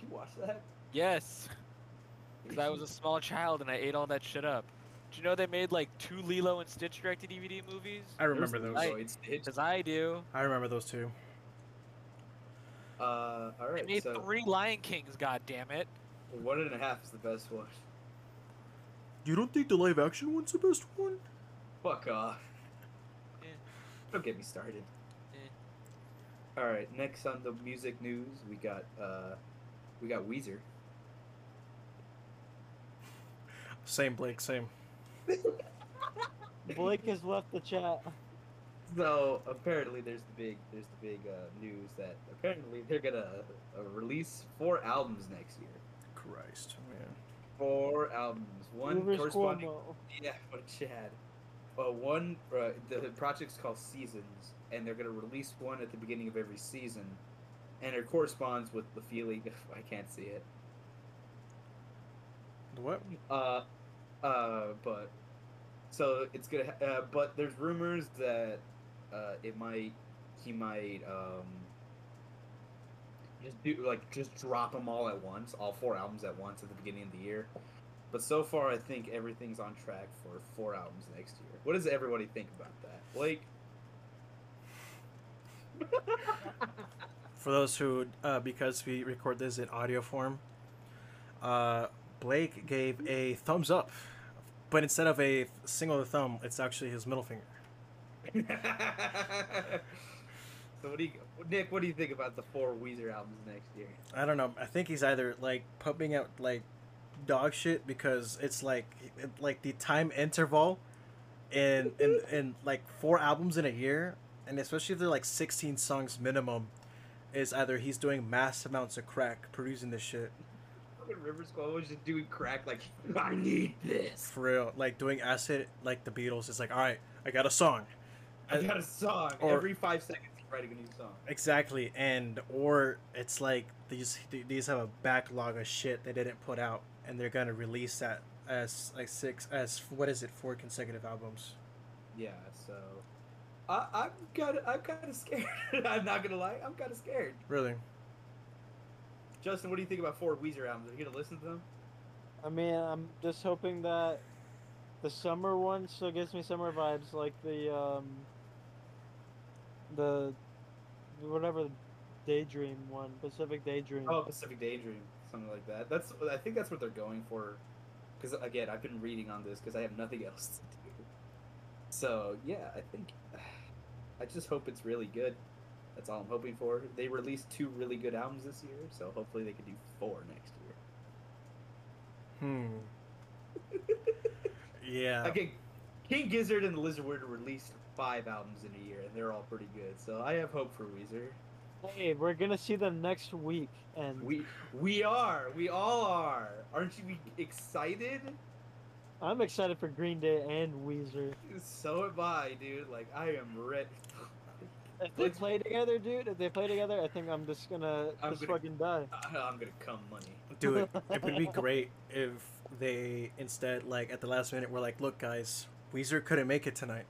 [SPEAKER 4] you watch that?
[SPEAKER 1] Yes, because I was a small child and I ate all that shit up. Do you know they made like two Lilo and Stitch direct to DVD movies?
[SPEAKER 3] I remember those.
[SPEAKER 1] Light.
[SPEAKER 4] Oh, It's, it's,
[SPEAKER 1] Because I do.
[SPEAKER 3] I remember those two.
[SPEAKER 4] uh, all
[SPEAKER 1] They
[SPEAKER 4] right.
[SPEAKER 1] made
[SPEAKER 4] so
[SPEAKER 1] three Lion Kings. God damn it.
[SPEAKER 4] one and a half is the best one.
[SPEAKER 3] You don't think the live action one's the best one?
[SPEAKER 4] Fuck off.
[SPEAKER 1] Eh.
[SPEAKER 4] Don't get me started.
[SPEAKER 1] Eh.
[SPEAKER 4] All right. Next on the music news, we got uh, we got Weezer.
[SPEAKER 3] Same, Blake. Same.
[SPEAKER 2] Blake has left the chat.
[SPEAKER 4] So apparently, there's the big there's the big uh, news that apparently they're gonna uh, release four albums next year.
[SPEAKER 3] Christ, man.
[SPEAKER 4] Four albums. One
[SPEAKER 2] Rivers
[SPEAKER 4] corresponding.
[SPEAKER 2] Cuomo.
[SPEAKER 4] Yeah, what a Chad. Uh, one, uh, the project's called Seasons, and they're going to release one at the beginning of every season, and it corresponds with the feeling. I can't see it.
[SPEAKER 3] What?
[SPEAKER 4] Uh, uh, but so it's gonna. ha- Uh, but there's rumors that uh, it might. He might um, just do like just drop them all at once, all four albums at once at the beginning of the year. But so far, I think everything's on track for four albums next year. What does everybody think about that? Blake,
[SPEAKER 3] For those who, uh, because we record this in audio form, uh, Blake gave a thumbs up, but instead of a single thumb, it's actually his middle finger.
[SPEAKER 4] so what do you, Nick? What do you think about the four Weezer albums next year?
[SPEAKER 3] I don't know. I think he's either like pumping out like dog shit because it's like it, like the time interval in in in like four albums in a year, and especially if they're like sixteen songs minimum, is either he's doing mass amounts of crack producing this shit
[SPEAKER 4] Fucking Rivers Cuomo was just doing crack. Like I need this.
[SPEAKER 3] for real, like doing acid like the Beatles. It's like all right, I got a song.
[SPEAKER 4] I
[SPEAKER 3] I-
[SPEAKER 4] got a song.
[SPEAKER 3] or-
[SPEAKER 4] Every five seconds, I'm writing a new song.
[SPEAKER 3] Exactly, and or it's like these these have a backlog of shit they didn't put out, and they're gonna release that as like six as what is it four consecutive albums?
[SPEAKER 4] Yeah, so I, I'm kind of I'm kind of scared. I'm not gonna lie, I'm kind of scared.
[SPEAKER 3] Really?
[SPEAKER 4] Justin, what do you think about four Weezer albums? Are you gonna listen to them?
[SPEAKER 2] I mean, I'm just hoping that the summer one still gives me summer vibes, like the um, the whatever daydream one, Pacific Daydream.
[SPEAKER 4] Oh, Pacific Daydream, something like that. That's I think that's what they're going for because again, I've been reading on this because I have nothing else to do. So yeah, I think I just hope it's really good. That's all I'm hoping for. They released two really good albums this year, so hopefully they can do four next year.
[SPEAKER 3] Hmm. yeah.
[SPEAKER 4] Okay, King Gizzard and the Lizard Wizard released five albums in a year, and they're all pretty good. So I have hope for Weezer.
[SPEAKER 2] Hey, we're gonna see them next week, and
[SPEAKER 4] We we are, we all are. Aren't you excited?
[SPEAKER 2] I'm excited for Green Day and Weezer.
[SPEAKER 4] So am I, dude. Like I am ready.
[SPEAKER 2] If they
[SPEAKER 4] Let's-
[SPEAKER 2] play together, dude, if they play together, I think I'm just gonna
[SPEAKER 4] I'm
[SPEAKER 2] just
[SPEAKER 4] gonna-
[SPEAKER 2] fucking die.
[SPEAKER 4] I'm gonna come money.
[SPEAKER 3] Dude, it would be great if they instead, like at the last minute, were like, "Look, guys, Weezer couldn't make it tonight,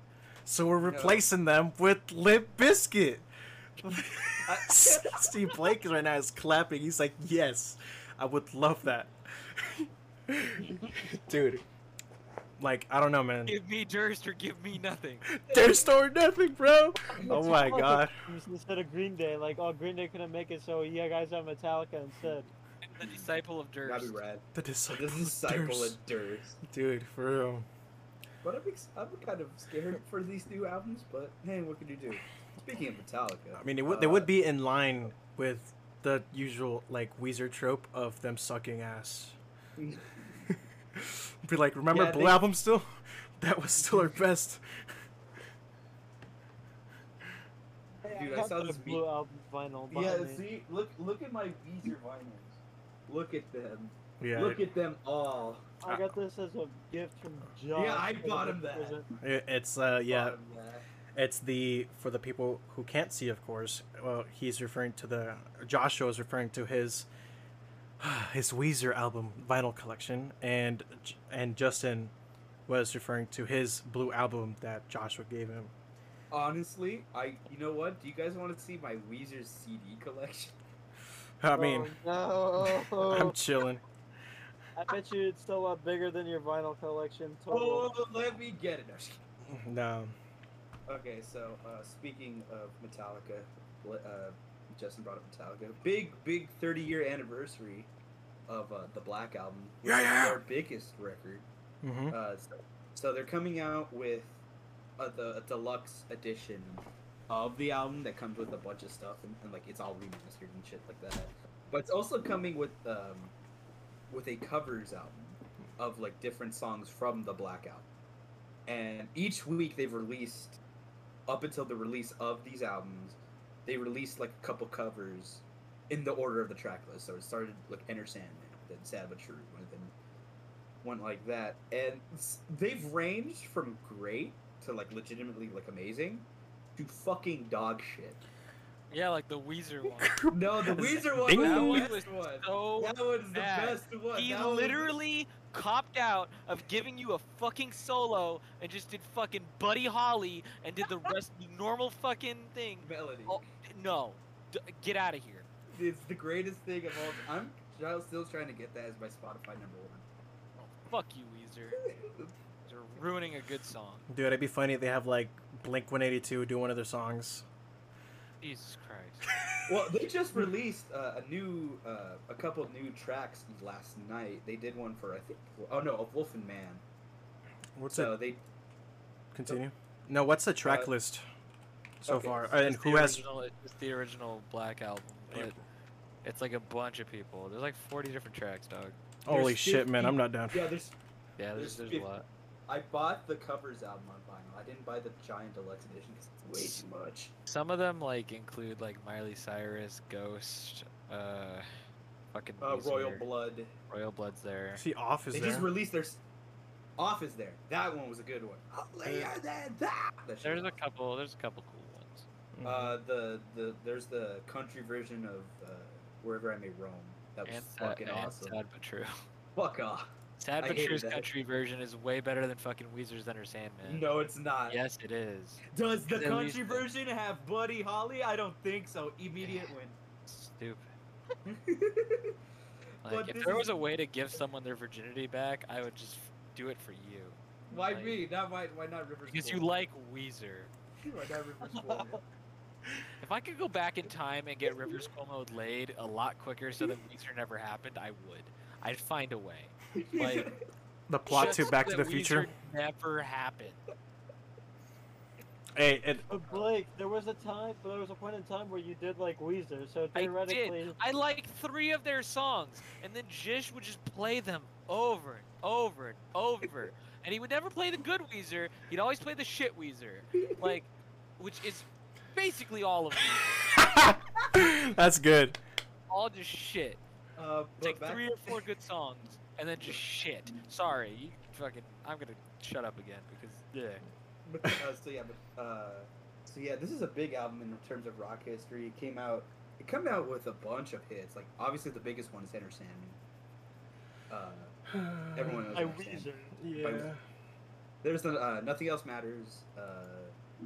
[SPEAKER 3] so we're replacing them with Lip Biscuit." Steve Blake right now is clapping. He's like, "Yes, I would love that, dude." Like, I don't know, man.
[SPEAKER 1] Give me Durst or give me nothing.
[SPEAKER 3] There's no nothing, bro. Oh
[SPEAKER 2] Let's
[SPEAKER 3] my
[SPEAKER 2] do Metallica
[SPEAKER 3] god.
[SPEAKER 2] games Instead of Green Day, like, oh, Green Day couldn't make it, so yeah, guys, have Metallica instead.
[SPEAKER 1] The disciple of Durst.
[SPEAKER 4] That'd be rad.
[SPEAKER 3] The
[SPEAKER 4] So
[SPEAKER 3] disciple,
[SPEAKER 4] this is Cycle
[SPEAKER 3] Durst.
[SPEAKER 4] of Durst.
[SPEAKER 3] dude, for real.
[SPEAKER 4] But I'm, ex- I'm kind of scared for these new albums. But hey, what can you do? Speaking of Metallica,
[SPEAKER 3] I mean, it would they
[SPEAKER 4] uh,
[SPEAKER 3] would be in line with the usual like Weezer trope of them sucking ass. be like, remember
[SPEAKER 4] Yeah,
[SPEAKER 3] Blue
[SPEAKER 4] they-
[SPEAKER 3] Album still? That was still our best.
[SPEAKER 2] Hey,
[SPEAKER 4] Dude, I
[SPEAKER 2] have
[SPEAKER 4] saw
[SPEAKER 2] the
[SPEAKER 4] this meme-
[SPEAKER 2] blue album vinyl.
[SPEAKER 4] Yeah,
[SPEAKER 2] behind me.
[SPEAKER 4] see, look look at my Weezer vinyls. Look at them.
[SPEAKER 3] Yeah,
[SPEAKER 4] Look at them all.
[SPEAKER 2] I got this as a gift from Josh.
[SPEAKER 4] Yeah, I
[SPEAKER 2] for the
[SPEAKER 4] bought him that.
[SPEAKER 2] present.
[SPEAKER 3] it- it's uh yeah,
[SPEAKER 4] Bottom left.
[SPEAKER 3] it's the for the people who can't see, of course. Well, he's referring to the Joshua is referring to his his Weezer album vinyl collection, and J- and Justin was referring to his Blue Album that Joshua gave him.
[SPEAKER 4] Honestly, I you know what? Do you guys want to see my Weezer CD collection?
[SPEAKER 3] I mean,
[SPEAKER 2] Oh, no.
[SPEAKER 3] I'm chilling.
[SPEAKER 2] I bet you it's still a lot bigger than your vinyl collection total.
[SPEAKER 4] Oh, let me get it. No, I'm just kidding.
[SPEAKER 3] No.
[SPEAKER 4] Okay, so uh, speaking of Metallica, le- uh, Justin brought up Metallica. Big, big 30 year anniversary of uh, the Black Album. which
[SPEAKER 3] Yeah,
[SPEAKER 4] is
[SPEAKER 3] yeah.
[SPEAKER 4] Their biggest record.
[SPEAKER 3] Mm-hmm.
[SPEAKER 4] Uh, so, so they're coming out with uh, the a deluxe edition of the album that comes with a bunch of stuff and, and like it's all remastered and shit like that. But it's also coming with um, with a covers album of like different songs from the Black Album. And each week they've released up until the release of these albums, they released like a couple covers in the order of the track list. So it started like Enter Sandman, then Sad But True, and then one like that. And s- they've ranged from great to like legitimately like amazing to fucking dog shit.
[SPEAKER 1] Yeah, like the Weezer one.
[SPEAKER 4] No, the Weezer one
[SPEAKER 3] Bing.
[SPEAKER 1] That
[SPEAKER 4] was
[SPEAKER 1] one
[SPEAKER 4] the
[SPEAKER 1] was
[SPEAKER 4] best one.
[SPEAKER 1] so
[SPEAKER 4] That one's the
[SPEAKER 1] bad.
[SPEAKER 4] best one.
[SPEAKER 1] He
[SPEAKER 4] That one's-
[SPEAKER 1] literally copped out of giving you a fucking solo and just did fucking Buddy Holly and did the rest normal fucking thing.
[SPEAKER 4] melody.
[SPEAKER 1] Oh. No, D- get out of here.
[SPEAKER 4] It's the greatest thing of all. I'm tr- still trying to get that as my Spotify number one.
[SPEAKER 1] Oh, Fuck you, Weezer. You're ruining a good song.
[SPEAKER 3] Dude, it'd be funny if they have like Blink 182 do one of their songs.
[SPEAKER 1] Jesus Christ.
[SPEAKER 4] Well, they just released uh, a new, uh, a couple new tracks last night. They did one for I think, oh no, a Wolf and Man.
[SPEAKER 3] What's
[SPEAKER 4] So
[SPEAKER 3] it?
[SPEAKER 4] they
[SPEAKER 3] Continue. No, what's the track
[SPEAKER 4] Uh,
[SPEAKER 3] list so
[SPEAKER 4] okay,
[SPEAKER 3] far?
[SPEAKER 4] it's
[SPEAKER 3] And
[SPEAKER 1] It's
[SPEAKER 3] who
[SPEAKER 1] the
[SPEAKER 3] has?
[SPEAKER 1] Original, it's the original Black album, but it's like a bunch of people. There's like 40 different tracks, dog.
[SPEAKER 3] Holy
[SPEAKER 4] there's
[SPEAKER 3] shit, man!
[SPEAKER 4] 50
[SPEAKER 3] I'm not down.
[SPEAKER 4] yeah, there's
[SPEAKER 1] Yeah, there's
[SPEAKER 4] There's
[SPEAKER 1] there's a
[SPEAKER 4] 50.
[SPEAKER 1] lot.
[SPEAKER 4] I bought the covers album on vinyl. I didn't buy the giant deluxe edition because it's way too much.
[SPEAKER 1] Some of them like include like Miley Cyrus, Ghost, uh, fucking
[SPEAKER 4] Uh, Royal
[SPEAKER 1] Weezer,
[SPEAKER 4] Blood.
[SPEAKER 1] Royal Blood's there.
[SPEAKER 3] See, off is
[SPEAKER 4] They
[SPEAKER 3] there.
[SPEAKER 4] just released their s- Off is there. That one was a good one. I'll lay
[SPEAKER 3] Yeah.
[SPEAKER 4] on Oh, that- that- that shit
[SPEAKER 1] There's a
[SPEAKER 4] was
[SPEAKER 1] couple. There's a couple cool ones.
[SPEAKER 3] Mhm.
[SPEAKER 4] Uh, the the there's the country version of uh, Wherever I May Roam. That was
[SPEAKER 1] And, sa-
[SPEAKER 4] fucking
[SPEAKER 1] and
[SPEAKER 4] awesome.
[SPEAKER 1] sad but true.
[SPEAKER 4] Fuck off.
[SPEAKER 1] Sad
[SPEAKER 4] I
[SPEAKER 1] but
[SPEAKER 4] hated
[SPEAKER 1] true's
[SPEAKER 4] that.
[SPEAKER 1] country version is way better than fucking Weezer's Enter Sandman.
[SPEAKER 4] No, it's not.
[SPEAKER 1] Yes, it is.
[SPEAKER 4] Does the
[SPEAKER 1] At least
[SPEAKER 4] country
[SPEAKER 1] it-
[SPEAKER 4] version have Buddy Holly? I don't think so. Immediate win.
[SPEAKER 1] Stupid.
[SPEAKER 4] But
[SPEAKER 1] Like, if
[SPEAKER 4] this
[SPEAKER 1] there
[SPEAKER 4] is-
[SPEAKER 1] was a way to give someone their virginity back, I would just f- do it for you.
[SPEAKER 4] why
[SPEAKER 1] Like,
[SPEAKER 4] me? Not why? Why not Rivers?
[SPEAKER 1] Because you
[SPEAKER 4] Cuomo?
[SPEAKER 1] like Weezer.
[SPEAKER 4] Why not Rivers? Cuomo?
[SPEAKER 1] If I could go back in time and get Rivers Cuomo laid a lot quicker so that Weezer never happened, I would. I'd find a way. Like-
[SPEAKER 3] the plot to
[SPEAKER 1] Just
[SPEAKER 3] Back to
[SPEAKER 1] that
[SPEAKER 3] the Future.
[SPEAKER 1] Weezer never happened.
[SPEAKER 3] Hey, and
[SPEAKER 2] But Blake, there was a time, there was a point in time where you did like Weezer, so
[SPEAKER 1] I
[SPEAKER 2] theoretically,
[SPEAKER 1] did. I like three of their songs, and then Jish would just play them over and over and over, and he would never play the good Weezer. He'd always play the shit Weezer, like, which is basically all of them.
[SPEAKER 3] that's good.
[SPEAKER 1] all just shit.
[SPEAKER 4] Uh, but
[SPEAKER 1] Take
[SPEAKER 4] back-
[SPEAKER 1] three or four good songs, and then just shit. Sorry, you fucking. I'm gonna shut up again because yeah.
[SPEAKER 4] But, uh, so yeah, but, uh, so yeah, this is a big album in terms of rock history. It came out, it came out with a bunch of hits. Like obviously the biggest one is Enter Sandman. Uh, everyone knows.
[SPEAKER 2] I
[SPEAKER 4] Enter Sandman.
[SPEAKER 2] Weezer.
[SPEAKER 3] Yeah.
[SPEAKER 4] There's the uh, Nothing Else Matters, uh,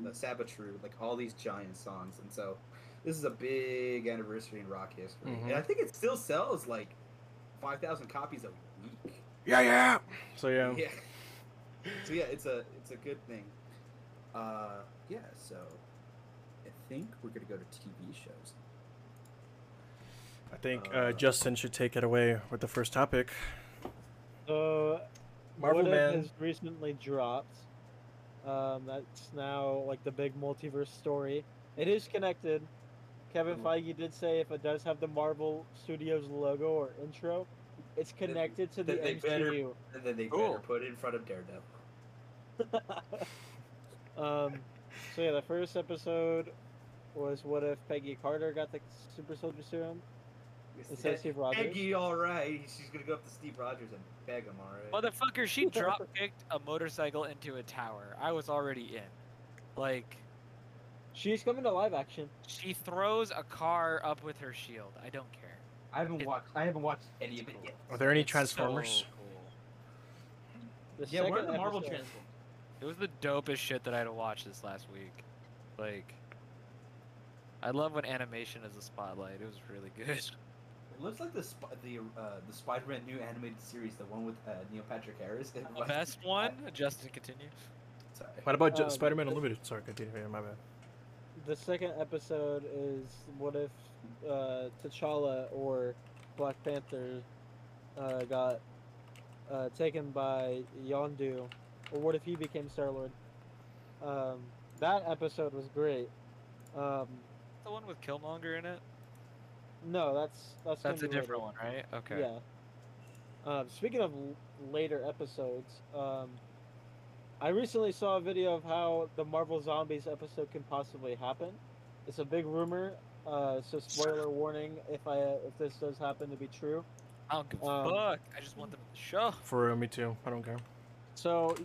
[SPEAKER 4] the Sabatru, like all these giant songs, and so this is a big anniversary in rock history.
[SPEAKER 3] Mhm.
[SPEAKER 1] Mm-hmm.
[SPEAKER 4] And I think it still sells like five thousand copies a week.
[SPEAKER 3] Yeah, yeah. So yeah.
[SPEAKER 4] Yeah. So yeah, it's a it's a good thing. Uh, yeah. So I think we're gonna go to TV shows.
[SPEAKER 3] I think
[SPEAKER 4] Uh,
[SPEAKER 3] uh, Justin should take it away with the first topic.
[SPEAKER 2] So
[SPEAKER 3] Marvel
[SPEAKER 2] what If
[SPEAKER 3] Man.
[SPEAKER 2] has recently dropped. Um, that's now like the big multiverse story. It is connected. Kevin
[SPEAKER 4] Mhm.
[SPEAKER 2] Feige did say if it does have the Marvel Studios logo or intro, it's
[SPEAKER 4] Then-
[SPEAKER 2] connected to the
[SPEAKER 4] then they better-
[SPEAKER 2] MCU.
[SPEAKER 4] And then they
[SPEAKER 1] Cool.
[SPEAKER 4] better put it in front of Daredevil.
[SPEAKER 2] um, so yeah, the first episode was what if Peggy Carter got the super soldier serum instead of
[SPEAKER 4] It's
[SPEAKER 2] Steve Rogers?
[SPEAKER 4] Peggy, all right. She's gonna go up to Steve Rogers and beg him, all right.
[SPEAKER 1] Motherfucker, she drop kicked a motorcycle into a tower. I was already in. Like,
[SPEAKER 2] She's coming to live action.
[SPEAKER 1] she throws a car up with her shield. I don't care.
[SPEAKER 4] I haven't
[SPEAKER 1] it-
[SPEAKER 4] watched. I haven't watched any of it yet.
[SPEAKER 3] Are there any
[SPEAKER 1] It's so
[SPEAKER 3] Transformers?
[SPEAKER 1] cool.
[SPEAKER 2] The
[SPEAKER 4] Yeah, where are
[SPEAKER 2] second
[SPEAKER 4] the Marvel
[SPEAKER 2] episode-
[SPEAKER 4] Transformers?
[SPEAKER 1] It was the dopest shit that I had to watch this last week. Like, I love when animation is a spotlight. It was really good.
[SPEAKER 4] It looks like the Sp- the uh, the Spider-Man new animated series, the one with uh, Neil Patrick Harris. It
[SPEAKER 1] The
[SPEAKER 4] was-
[SPEAKER 1] best one, Justin, continue.
[SPEAKER 4] Sorry.
[SPEAKER 3] What about
[SPEAKER 4] Oh,
[SPEAKER 2] Um,
[SPEAKER 3] Ju- Spider-Man Unlimited? Sorry, continue. yeah, My bad.
[SPEAKER 2] The second episode is what if uh, T'Challa or Black Panther uh, got uh, taken by Yondu, or what if he became Star Lord? Um, that episode was great. Um,
[SPEAKER 1] The one with Killmonger in it?
[SPEAKER 2] no, that's that's gonna
[SPEAKER 1] That's a
[SPEAKER 2] be later.
[SPEAKER 1] different one, right? Okay.
[SPEAKER 2] Yeah. Um, speaking of l- later episodes, um, I recently saw a video of how the Marvel Zombies episode can possibly happen. It's a big rumor, uh, so spoiler warning if I if this does happen to be true.
[SPEAKER 1] I don't give a
[SPEAKER 2] Um,
[SPEAKER 1] fuck. I just want them to show.
[SPEAKER 3] For uh, me too. I don't care.
[SPEAKER 2] So,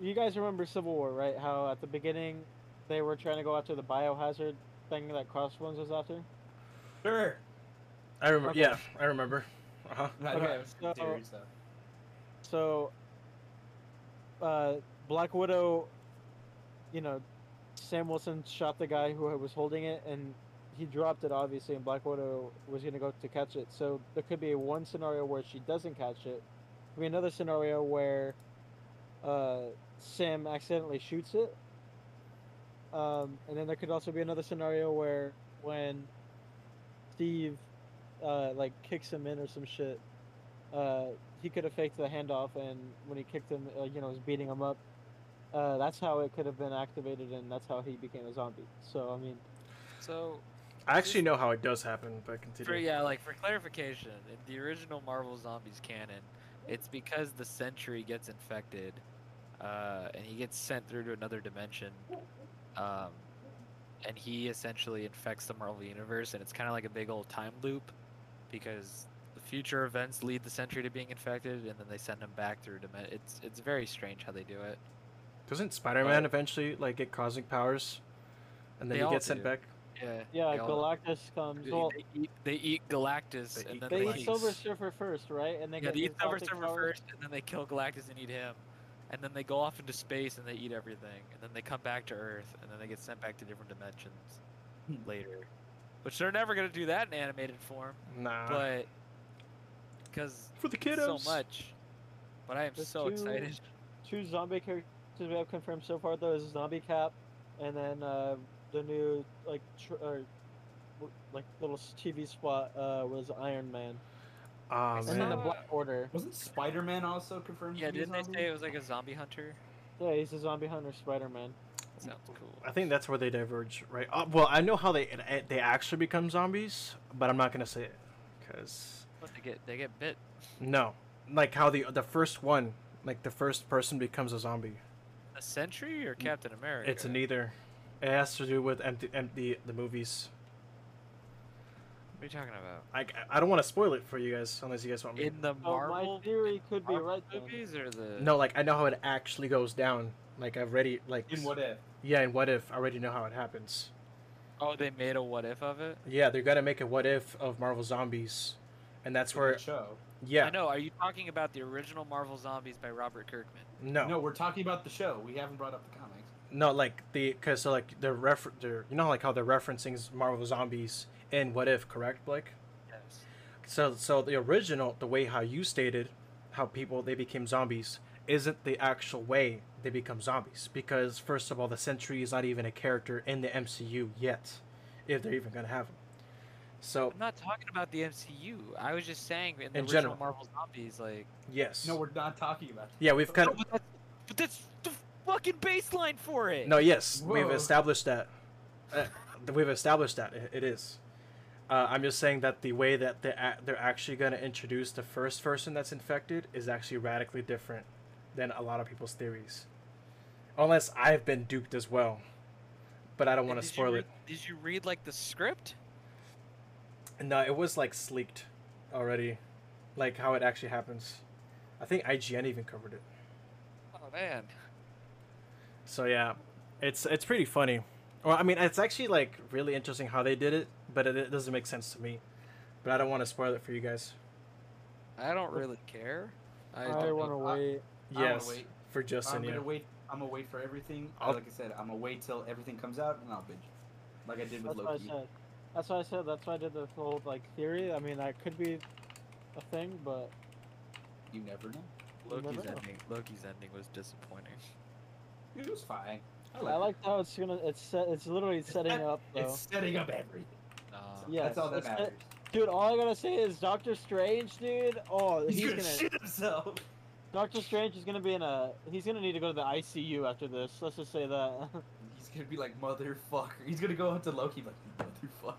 [SPEAKER 2] you guys remember Civil War, right? How at the beginning they were trying to go after the biohazard thing that Crossbones was after.
[SPEAKER 4] Sure.
[SPEAKER 3] I remember.
[SPEAKER 2] Okay.
[SPEAKER 3] Yeah, I remember. Uh huh.
[SPEAKER 4] I
[SPEAKER 2] Okay,
[SPEAKER 4] know, it's
[SPEAKER 2] so-
[SPEAKER 4] serious, though.
[SPEAKER 2] So, uh, Black Widow, you know, Sam Wilson shot the guy who was holding it, and he dropped it obviously, and Black Widow was gonna go to catch it. So there could be one scenario where she doesn't catch it. Could be another scenario where uh, Sam accidentally shoots it. Um, and then there could also be another scenario where when Steve uh, like kicks him in or some shit, uh, he could have faked the handoff, and when he kicked him, uh, you know, was beating him up. Uh, that's how it could have been activated, and that's how he became a zombie. So I mean,
[SPEAKER 1] So,
[SPEAKER 3] I actually know how it does happen, but continue.
[SPEAKER 1] For, yeah, like for clarification, in the original Marvel Zombies canon, it's because the Sentry gets infected, uh, and he gets sent through to another dimension, um, and he essentially infects the Marvel universe, and it's kind of like a big old time loop, because the future events lead the Sentry to being infected, and then they send him back through dimension. It's it's very strange how they do it.
[SPEAKER 3] Doesn't Spider-Man
[SPEAKER 4] Oh.
[SPEAKER 3] eventually like get cosmic powers, and then
[SPEAKER 1] They
[SPEAKER 3] he
[SPEAKER 1] all
[SPEAKER 3] gets sent
[SPEAKER 1] do.
[SPEAKER 3] back?
[SPEAKER 1] Yeah.
[SPEAKER 2] yeah,
[SPEAKER 1] they all-
[SPEAKER 2] Galactus comes.
[SPEAKER 1] they,
[SPEAKER 2] Well,
[SPEAKER 1] they eat, they eat Galactus,
[SPEAKER 3] They
[SPEAKER 1] and
[SPEAKER 3] eat
[SPEAKER 1] then
[SPEAKER 2] they
[SPEAKER 1] they
[SPEAKER 3] Galactus.
[SPEAKER 2] eat Silver Surfer first, right? And they
[SPEAKER 1] Yeah,
[SPEAKER 2] get
[SPEAKER 1] they eat
[SPEAKER 2] his
[SPEAKER 1] Silver
[SPEAKER 2] Galactic
[SPEAKER 1] Surfer
[SPEAKER 2] powers.
[SPEAKER 1] first, and then they kill Galactus and eat him, and then they go off into space and they eat everything, and then they come back to Earth, and then they get sent back to different dimensions
[SPEAKER 4] Hmm.
[SPEAKER 1] later. Which they're never gonna do that in animated form,
[SPEAKER 3] Nah.
[SPEAKER 1] but because
[SPEAKER 3] For the
[SPEAKER 1] so
[SPEAKER 3] kiddos.
[SPEAKER 1] much. But I am
[SPEAKER 2] There's
[SPEAKER 1] so
[SPEAKER 2] two-
[SPEAKER 1] excited.
[SPEAKER 2] Two zombie characters we have confirmed so far though is Zombie Cap, and then uh, the new like tr- or, w- like little TV spot uh, was Iron Man.
[SPEAKER 3] Ah,
[SPEAKER 2] and then the
[SPEAKER 3] man.
[SPEAKER 1] saw-
[SPEAKER 2] Black Order.
[SPEAKER 4] Wasn't Spider Man also confirmed?
[SPEAKER 1] Yeah,
[SPEAKER 4] to be a
[SPEAKER 1] didn't they
[SPEAKER 4] zombie?
[SPEAKER 1] say it was like a zombie hunter?
[SPEAKER 2] Yeah, he's a zombie hunter, Spider Man.
[SPEAKER 1] Sounds cool.
[SPEAKER 3] I think that's where they diverge, right? Uh, well, I know how they it- it- they actually become zombies, but I'm not gonna say it because
[SPEAKER 1] What, they get they get bit.
[SPEAKER 3] no, like how the the first one, like the first person becomes a zombie.
[SPEAKER 1] A sentry or Captain America?
[SPEAKER 3] It's neither. It has to do with empty empty the movies.
[SPEAKER 1] What are you talking about?
[SPEAKER 3] I, I don't want to spoil it for you guys unless you guys want me.
[SPEAKER 1] In the
[SPEAKER 2] Oh,
[SPEAKER 1] Marvel,
[SPEAKER 2] my theory could be
[SPEAKER 1] Marvel
[SPEAKER 2] right. Then.
[SPEAKER 1] movies or the
[SPEAKER 3] no, like I know how it actually goes down. Like I've already like
[SPEAKER 4] In what if?
[SPEAKER 3] yeah, and what if I already know how it happens.
[SPEAKER 1] Oh, they made a what if of it.
[SPEAKER 3] Yeah, they're gonna make a what if of Marvel zombies, and that's
[SPEAKER 4] It's a
[SPEAKER 3] where
[SPEAKER 4] good show.
[SPEAKER 3] yeah
[SPEAKER 1] I know. Are you talking about the original Marvel Zombies by Robert Kirkman?
[SPEAKER 3] no
[SPEAKER 4] No, we're talking about the show. We haven't brought up the comics.
[SPEAKER 3] No, like the because so like they're refer they're you know like how they're referencing s- Marvel zombies in What If, correct, Blake?
[SPEAKER 1] Yes.
[SPEAKER 3] So so the original, the way how you stated how people they became zombies isn't the actual way they become zombies because first of all, the Sentry is not even a character in the MCU yet, if they're even gonna have him. So
[SPEAKER 1] I'm not talking about the MCU. I was just saying in the
[SPEAKER 3] In
[SPEAKER 1] original
[SPEAKER 3] general.
[SPEAKER 1] Marvel Zombies, like.
[SPEAKER 3] yes,
[SPEAKER 4] No, we're not talking about that.
[SPEAKER 3] yeah, we've kind
[SPEAKER 1] No,
[SPEAKER 3] of
[SPEAKER 1] but, that's, but that's the fucking baseline for it.
[SPEAKER 3] no, yes, we've
[SPEAKER 4] Whoa.
[SPEAKER 3] established that. Uh, we've established that it, it is. Uh, I'm just saying that the way that they're, a- they're actually going to introduce the first person that's infected is actually radically different than a lot of people's theories. Unless I've been duped as well. But I don't
[SPEAKER 1] And
[SPEAKER 3] want to
[SPEAKER 1] did you
[SPEAKER 3] spoil
[SPEAKER 1] read- Did you read like the script?
[SPEAKER 3] it. No, it was like sleeked already. Like how it actually happens. I think IGN even covered it.
[SPEAKER 1] Oh man.
[SPEAKER 3] So yeah, it's it's pretty funny. Well, I mean, it's actually like really interesting how they did it, but it, it doesn't make sense to me. But I don't want to spoil it for you guys.
[SPEAKER 1] I don't really care. I,
[SPEAKER 2] I,
[SPEAKER 1] don't
[SPEAKER 2] want to
[SPEAKER 1] know.
[SPEAKER 2] wait.
[SPEAKER 4] I wanna
[SPEAKER 3] Yes,
[SPEAKER 4] wait.
[SPEAKER 3] for Justin.
[SPEAKER 4] I'm
[SPEAKER 3] yeah.
[SPEAKER 4] gonna wait. I'm gonna wait for everything.
[SPEAKER 3] I'll-
[SPEAKER 4] Like I said, I'm gonna wait till everything comes out, and I'll binge. Like I did
[SPEAKER 2] That's
[SPEAKER 4] with
[SPEAKER 2] what I
[SPEAKER 4] Loki.
[SPEAKER 2] said. That's what I said. That's why I did the whole like theory. I mean, that could be a thing, but
[SPEAKER 4] You never know.
[SPEAKER 2] we'll never
[SPEAKER 1] Loki's
[SPEAKER 2] know.
[SPEAKER 1] ending. Loki's ending was disappointing.
[SPEAKER 4] It was fine.
[SPEAKER 2] I like how it's gonna. It's set, It's literally setting
[SPEAKER 4] set-
[SPEAKER 2] up
[SPEAKER 4] it.
[SPEAKER 2] though.
[SPEAKER 4] It's setting up everything.
[SPEAKER 1] Uh,
[SPEAKER 2] Yeah,
[SPEAKER 4] that's all that
[SPEAKER 2] it's set-
[SPEAKER 4] matters.
[SPEAKER 2] Dude, all I gotta say is Doctor Strange, dude. Oh,
[SPEAKER 4] He's,
[SPEAKER 2] he's
[SPEAKER 4] gonna,
[SPEAKER 2] gonna.
[SPEAKER 4] shit himself.
[SPEAKER 2] Doctor Strange is gonna be in a. He's gonna need to go to the ICU after this. Let's just say that.
[SPEAKER 4] He's gonna be like motherfucker. He's gonna go up to Loki like motherfucker.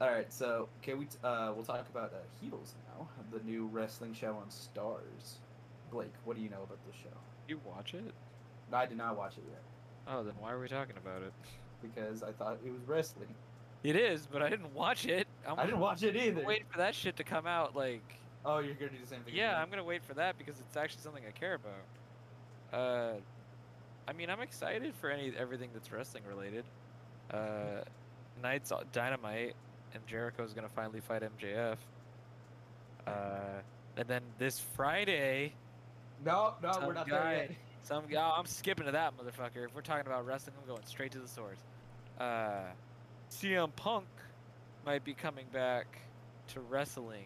[SPEAKER 4] All right, so can we? T- uh, we'll talk about uh, Heels now, the new wrestling show on Stars. Blake, what do you know about this show?
[SPEAKER 1] you watch it?
[SPEAKER 4] I did not watch it yet
[SPEAKER 1] Oh, then why are we talking about it?
[SPEAKER 4] because I thought it was wrestling.
[SPEAKER 1] It is, but I didn't watch it. I'm
[SPEAKER 4] I didn't watch it either.
[SPEAKER 1] I'm waiting for that shit to come out. Like,
[SPEAKER 4] Oh, you're gonna do the same thing.
[SPEAKER 1] yeah, I'm
[SPEAKER 4] again.
[SPEAKER 1] gonna wait for that because it's actually something I care about. Uh, I mean, I'm excited for any everything that's wrestling related. Uh, Knight's on Dynamite, and Jericho's gonna finally fight MJF. Uh, and then this Friday,
[SPEAKER 4] No, no,
[SPEAKER 1] some
[SPEAKER 4] we're not
[SPEAKER 1] guy-
[SPEAKER 4] there yet.
[SPEAKER 1] Some guy. I'm skipping to that motherfucker. If we're talking about wrestling, I'm going straight to the source. Uh, CM Punk might be coming back to wrestling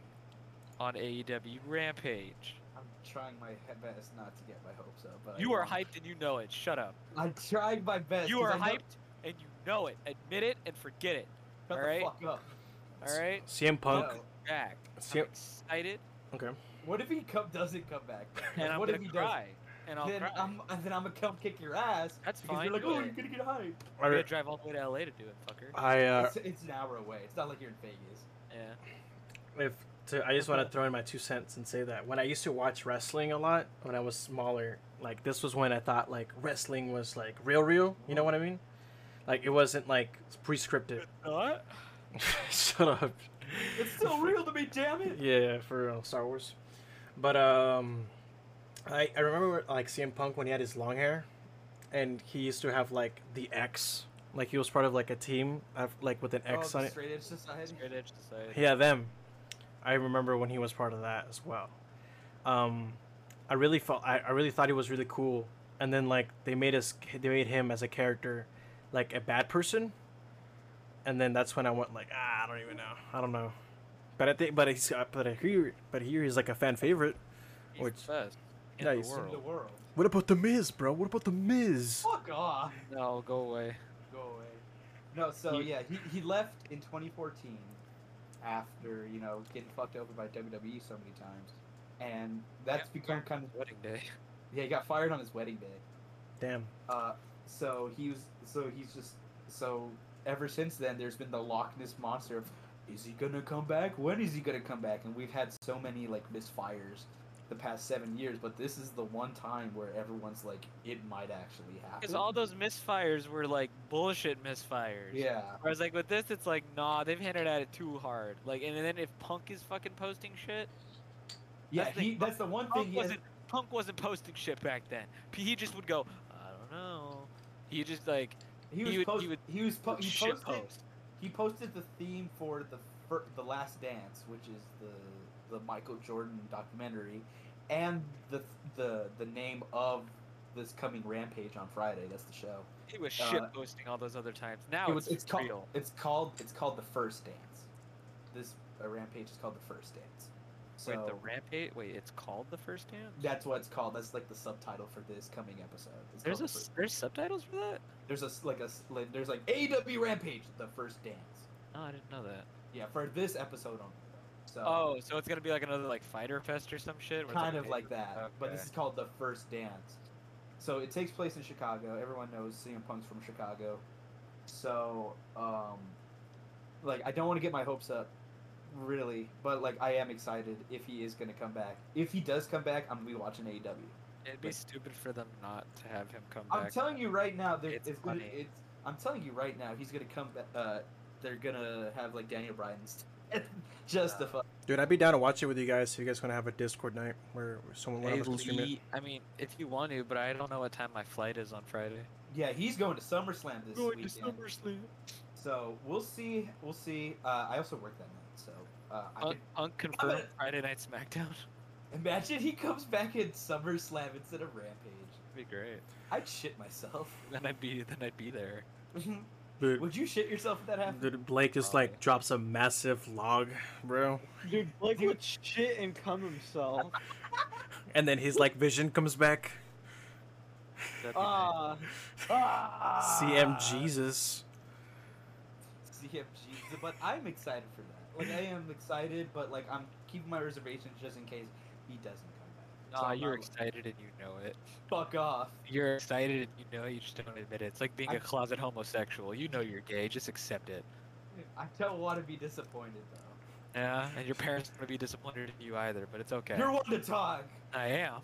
[SPEAKER 1] on AEW Rampage.
[SPEAKER 4] I'm trying my he- best not to get my hopes up. But I
[SPEAKER 1] You are
[SPEAKER 4] will.
[SPEAKER 1] hyped and you know it. Shut up.
[SPEAKER 4] I'm trying my best.
[SPEAKER 1] You
[SPEAKER 4] 'cause
[SPEAKER 1] are
[SPEAKER 4] I know-
[SPEAKER 1] hyped and you know it. Admit it and forget it.
[SPEAKER 4] Shut the
[SPEAKER 1] alright?
[SPEAKER 4] fuck up.
[SPEAKER 1] All right,
[SPEAKER 3] CM Punk.
[SPEAKER 4] No.
[SPEAKER 1] back. I'm
[SPEAKER 3] CM
[SPEAKER 1] excited
[SPEAKER 3] okay.
[SPEAKER 4] What if he come doesn't come back?
[SPEAKER 1] and I'm
[SPEAKER 4] what
[SPEAKER 1] gonna
[SPEAKER 4] if he
[SPEAKER 1] cry and I'll
[SPEAKER 4] does? Then
[SPEAKER 1] cry.
[SPEAKER 4] I'm and then I'm gonna come kick your ass.
[SPEAKER 1] That's
[SPEAKER 4] Because
[SPEAKER 1] fine.
[SPEAKER 4] you're like,
[SPEAKER 1] do
[SPEAKER 4] oh,
[SPEAKER 1] it.
[SPEAKER 4] you're gonna get hyped.
[SPEAKER 1] I'm
[SPEAKER 3] I,
[SPEAKER 1] gonna drive all the way to LA to do it, fucker.
[SPEAKER 3] I uh,
[SPEAKER 4] it's, it's an hour away. It's not like you're in Vegas.
[SPEAKER 1] Yeah.
[SPEAKER 3] if to, I just want to throw in my two cents and say that when I used to watch wrestling a lot when I was smaller, like this was when I thought like wrestling was like real, real. You know what I mean? Like it wasn't like prescripted.
[SPEAKER 1] What?
[SPEAKER 3] Shut up.
[SPEAKER 4] It's still real to me, damn it.
[SPEAKER 3] Yeah, for real, Star Wars. But um, I I remember like CM Punk when he had his long hair, and he used to have like the X, like he was part of like a team of, like with an X
[SPEAKER 4] oh,
[SPEAKER 3] on
[SPEAKER 4] the
[SPEAKER 3] it.
[SPEAKER 4] Straight Edge Society.
[SPEAKER 1] Straight edge society.
[SPEAKER 3] Yeah, them. I remember when he was part of that as well. Um, I really felt I, I really thought he was really cool, and then like they made us they made him as a character, like a bad person, and then that's when I went like ah I don't even know I don't know, but I think but he's uh, but I hear but here he's like a fan favorite.
[SPEAKER 1] He's
[SPEAKER 3] Which-
[SPEAKER 1] the best in
[SPEAKER 3] Yeah,
[SPEAKER 1] the
[SPEAKER 3] he's-
[SPEAKER 4] In the
[SPEAKER 1] world.
[SPEAKER 4] world.
[SPEAKER 3] What about the Miz, bro? What about the Miz?
[SPEAKER 4] Fuck off.
[SPEAKER 1] No, go away.
[SPEAKER 4] Go away. No, so
[SPEAKER 3] He-
[SPEAKER 4] yeah, he, he left in 2014, after you know getting fucked over by WWE so many times, and that's become kind of
[SPEAKER 1] Wedding day.
[SPEAKER 4] yeah. He got fired on his wedding day.
[SPEAKER 3] Damn.
[SPEAKER 4] Uh, so he was. So he's just. So ever since then, there's been the Loch Ness monster. Of, is he gonna come back? When is he gonna come back? And we've had so many like misfires the past seven years, but this is the one time where everyone's like, it might actually happen.
[SPEAKER 1] Because all those misfires were like bullshit misfires.
[SPEAKER 4] Yeah.
[SPEAKER 1] Whereas like with this, it's like nah, they've hinted at it too hard. Like, and then if Punk is fucking posting shit,
[SPEAKER 4] Yeah.
[SPEAKER 1] That's the-
[SPEAKER 4] he, that's the one thing.
[SPEAKER 1] Punk
[SPEAKER 4] He has,
[SPEAKER 1] wasn't Punk wasn't posting shit back then. P- He just would go, I don't know. He just like
[SPEAKER 4] he was.
[SPEAKER 1] he would-
[SPEAKER 4] post-
[SPEAKER 1] he would
[SPEAKER 4] he was. Po- he
[SPEAKER 1] shit
[SPEAKER 4] posted.
[SPEAKER 1] post.
[SPEAKER 4] He posted the theme for the fir- the Last Dance, which is the the Michael Jordan documentary, and the the the name of this coming Rampage on Friday. That's the show.
[SPEAKER 1] He was
[SPEAKER 4] Uh,
[SPEAKER 1] shit posting all those other times. Now
[SPEAKER 4] It was-
[SPEAKER 1] it's,
[SPEAKER 4] it's called
[SPEAKER 1] real.
[SPEAKER 4] it's called it's called the First Dance. This uh, Rampage is called the First Dance. So
[SPEAKER 1] Wait, the rampage. Wait, it's called the first dance.
[SPEAKER 4] that's what it's called. That's like the subtitle for this coming episode. It's
[SPEAKER 1] There's a
[SPEAKER 4] called the
[SPEAKER 1] s-
[SPEAKER 4] First-
[SPEAKER 1] there's subtitles for that.
[SPEAKER 4] there's a s- like a s- like- there's like AW Rampage, the First Dance.
[SPEAKER 1] No, I didn't know that.
[SPEAKER 4] Yeah, for this episode only. though. So
[SPEAKER 1] Oh, so it's gonna be like another like fighter fest or some shit. where it's
[SPEAKER 4] kind
[SPEAKER 1] a
[SPEAKER 4] of like
[SPEAKER 1] pay-per-view?
[SPEAKER 4] that, but this
[SPEAKER 1] Okay.
[SPEAKER 4] is called the first dance. So it takes place in Chicago. Everyone knows CM Punk's from Chicago. So, um, like, I don't want to get my hopes up, really, but like, I am excited if he is going to come back. If he does come back, I'm gonna be watching E AEW.
[SPEAKER 1] It'd be
[SPEAKER 4] like-
[SPEAKER 1] stupid for them not to have him come
[SPEAKER 4] I'm
[SPEAKER 1] back.
[SPEAKER 4] telling you right now, there,
[SPEAKER 1] It's
[SPEAKER 4] it's, gonna,
[SPEAKER 1] funny.
[SPEAKER 4] it's I'm telling you right now, he's going to come. ba- Uh, they're gonna have like Daniel Bryan's just to fuck.
[SPEAKER 3] Dude, I'd be down to watch it with you guys. If you guys want to have a Discord night where someone one
[SPEAKER 1] Hey,
[SPEAKER 3] of us can stream it.
[SPEAKER 1] Lee, I mean, if you want to, but I don't know what time my flight is on Friday.
[SPEAKER 4] Yeah, he's going to SummerSlam this weekend.
[SPEAKER 1] SummerSlam.
[SPEAKER 4] So we'll see. We'll see. Uh, I also work that night, so uh, I
[SPEAKER 1] Punk,
[SPEAKER 4] could-
[SPEAKER 1] Punk confirmed
[SPEAKER 4] gonna-
[SPEAKER 1] Friday Night SmackDown.
[SPEAKER 4] imagine he comes back in SummerSlam instead of Rampage.
[SPEAKER 1] be great.
[SPEAKER 4] I'd shit myself.
[SPEAKER 1] Then I'd be then I'd be there.
[SPEAKER 3] Dude,
[SPEAKER 4] Would you shit yourself if that happened?
[SPEAKER 3] dude, Blake just
[SPEAKER 1] Probably.
[SPEAKER 3] like drops a massive log, bro.
[SPEAKER 2] Dude, Blake
[SPEAKER 4] Dude.
[SPEAKER 2] would shit and cum himself.
[SPEAKER 3] And then his like vision comes back.
[SPEAKER 1] That'd be nice.
[SPEAKER 2] Ah,
[SPEAKER 4] Ah!
[SPEAKER 3] CM Jesus.
[SPEAKER 4] CMG. But I'm excited for that. Like I am excited, but like I'm keeping my reservations just in case he doesn't come back. So
[SPEAKER 1] Aw,
[SPEAKER 4] I'm
[SPEAKER 1] you're
[SPEAKER 4] not-
[SPEAKER 1] excited and you know it.
[SPEAKER 4] fuck off.
[SPEAKER 1] You're excited and you know it, you just don't admit it. It's like being a
[SPEAKER 4] I'm-
[SPEAKER 1] closet homosexual. You know you're gay, just accept it.
[SPEAKER 4] I don't want to be disappointed though.
[SPEAKER 1] Yeah, and your parents are gonna be disappointed in you either, but it's okay.
[SPEAKER 4] You're one to talk.
[SPEAKER 1] I am.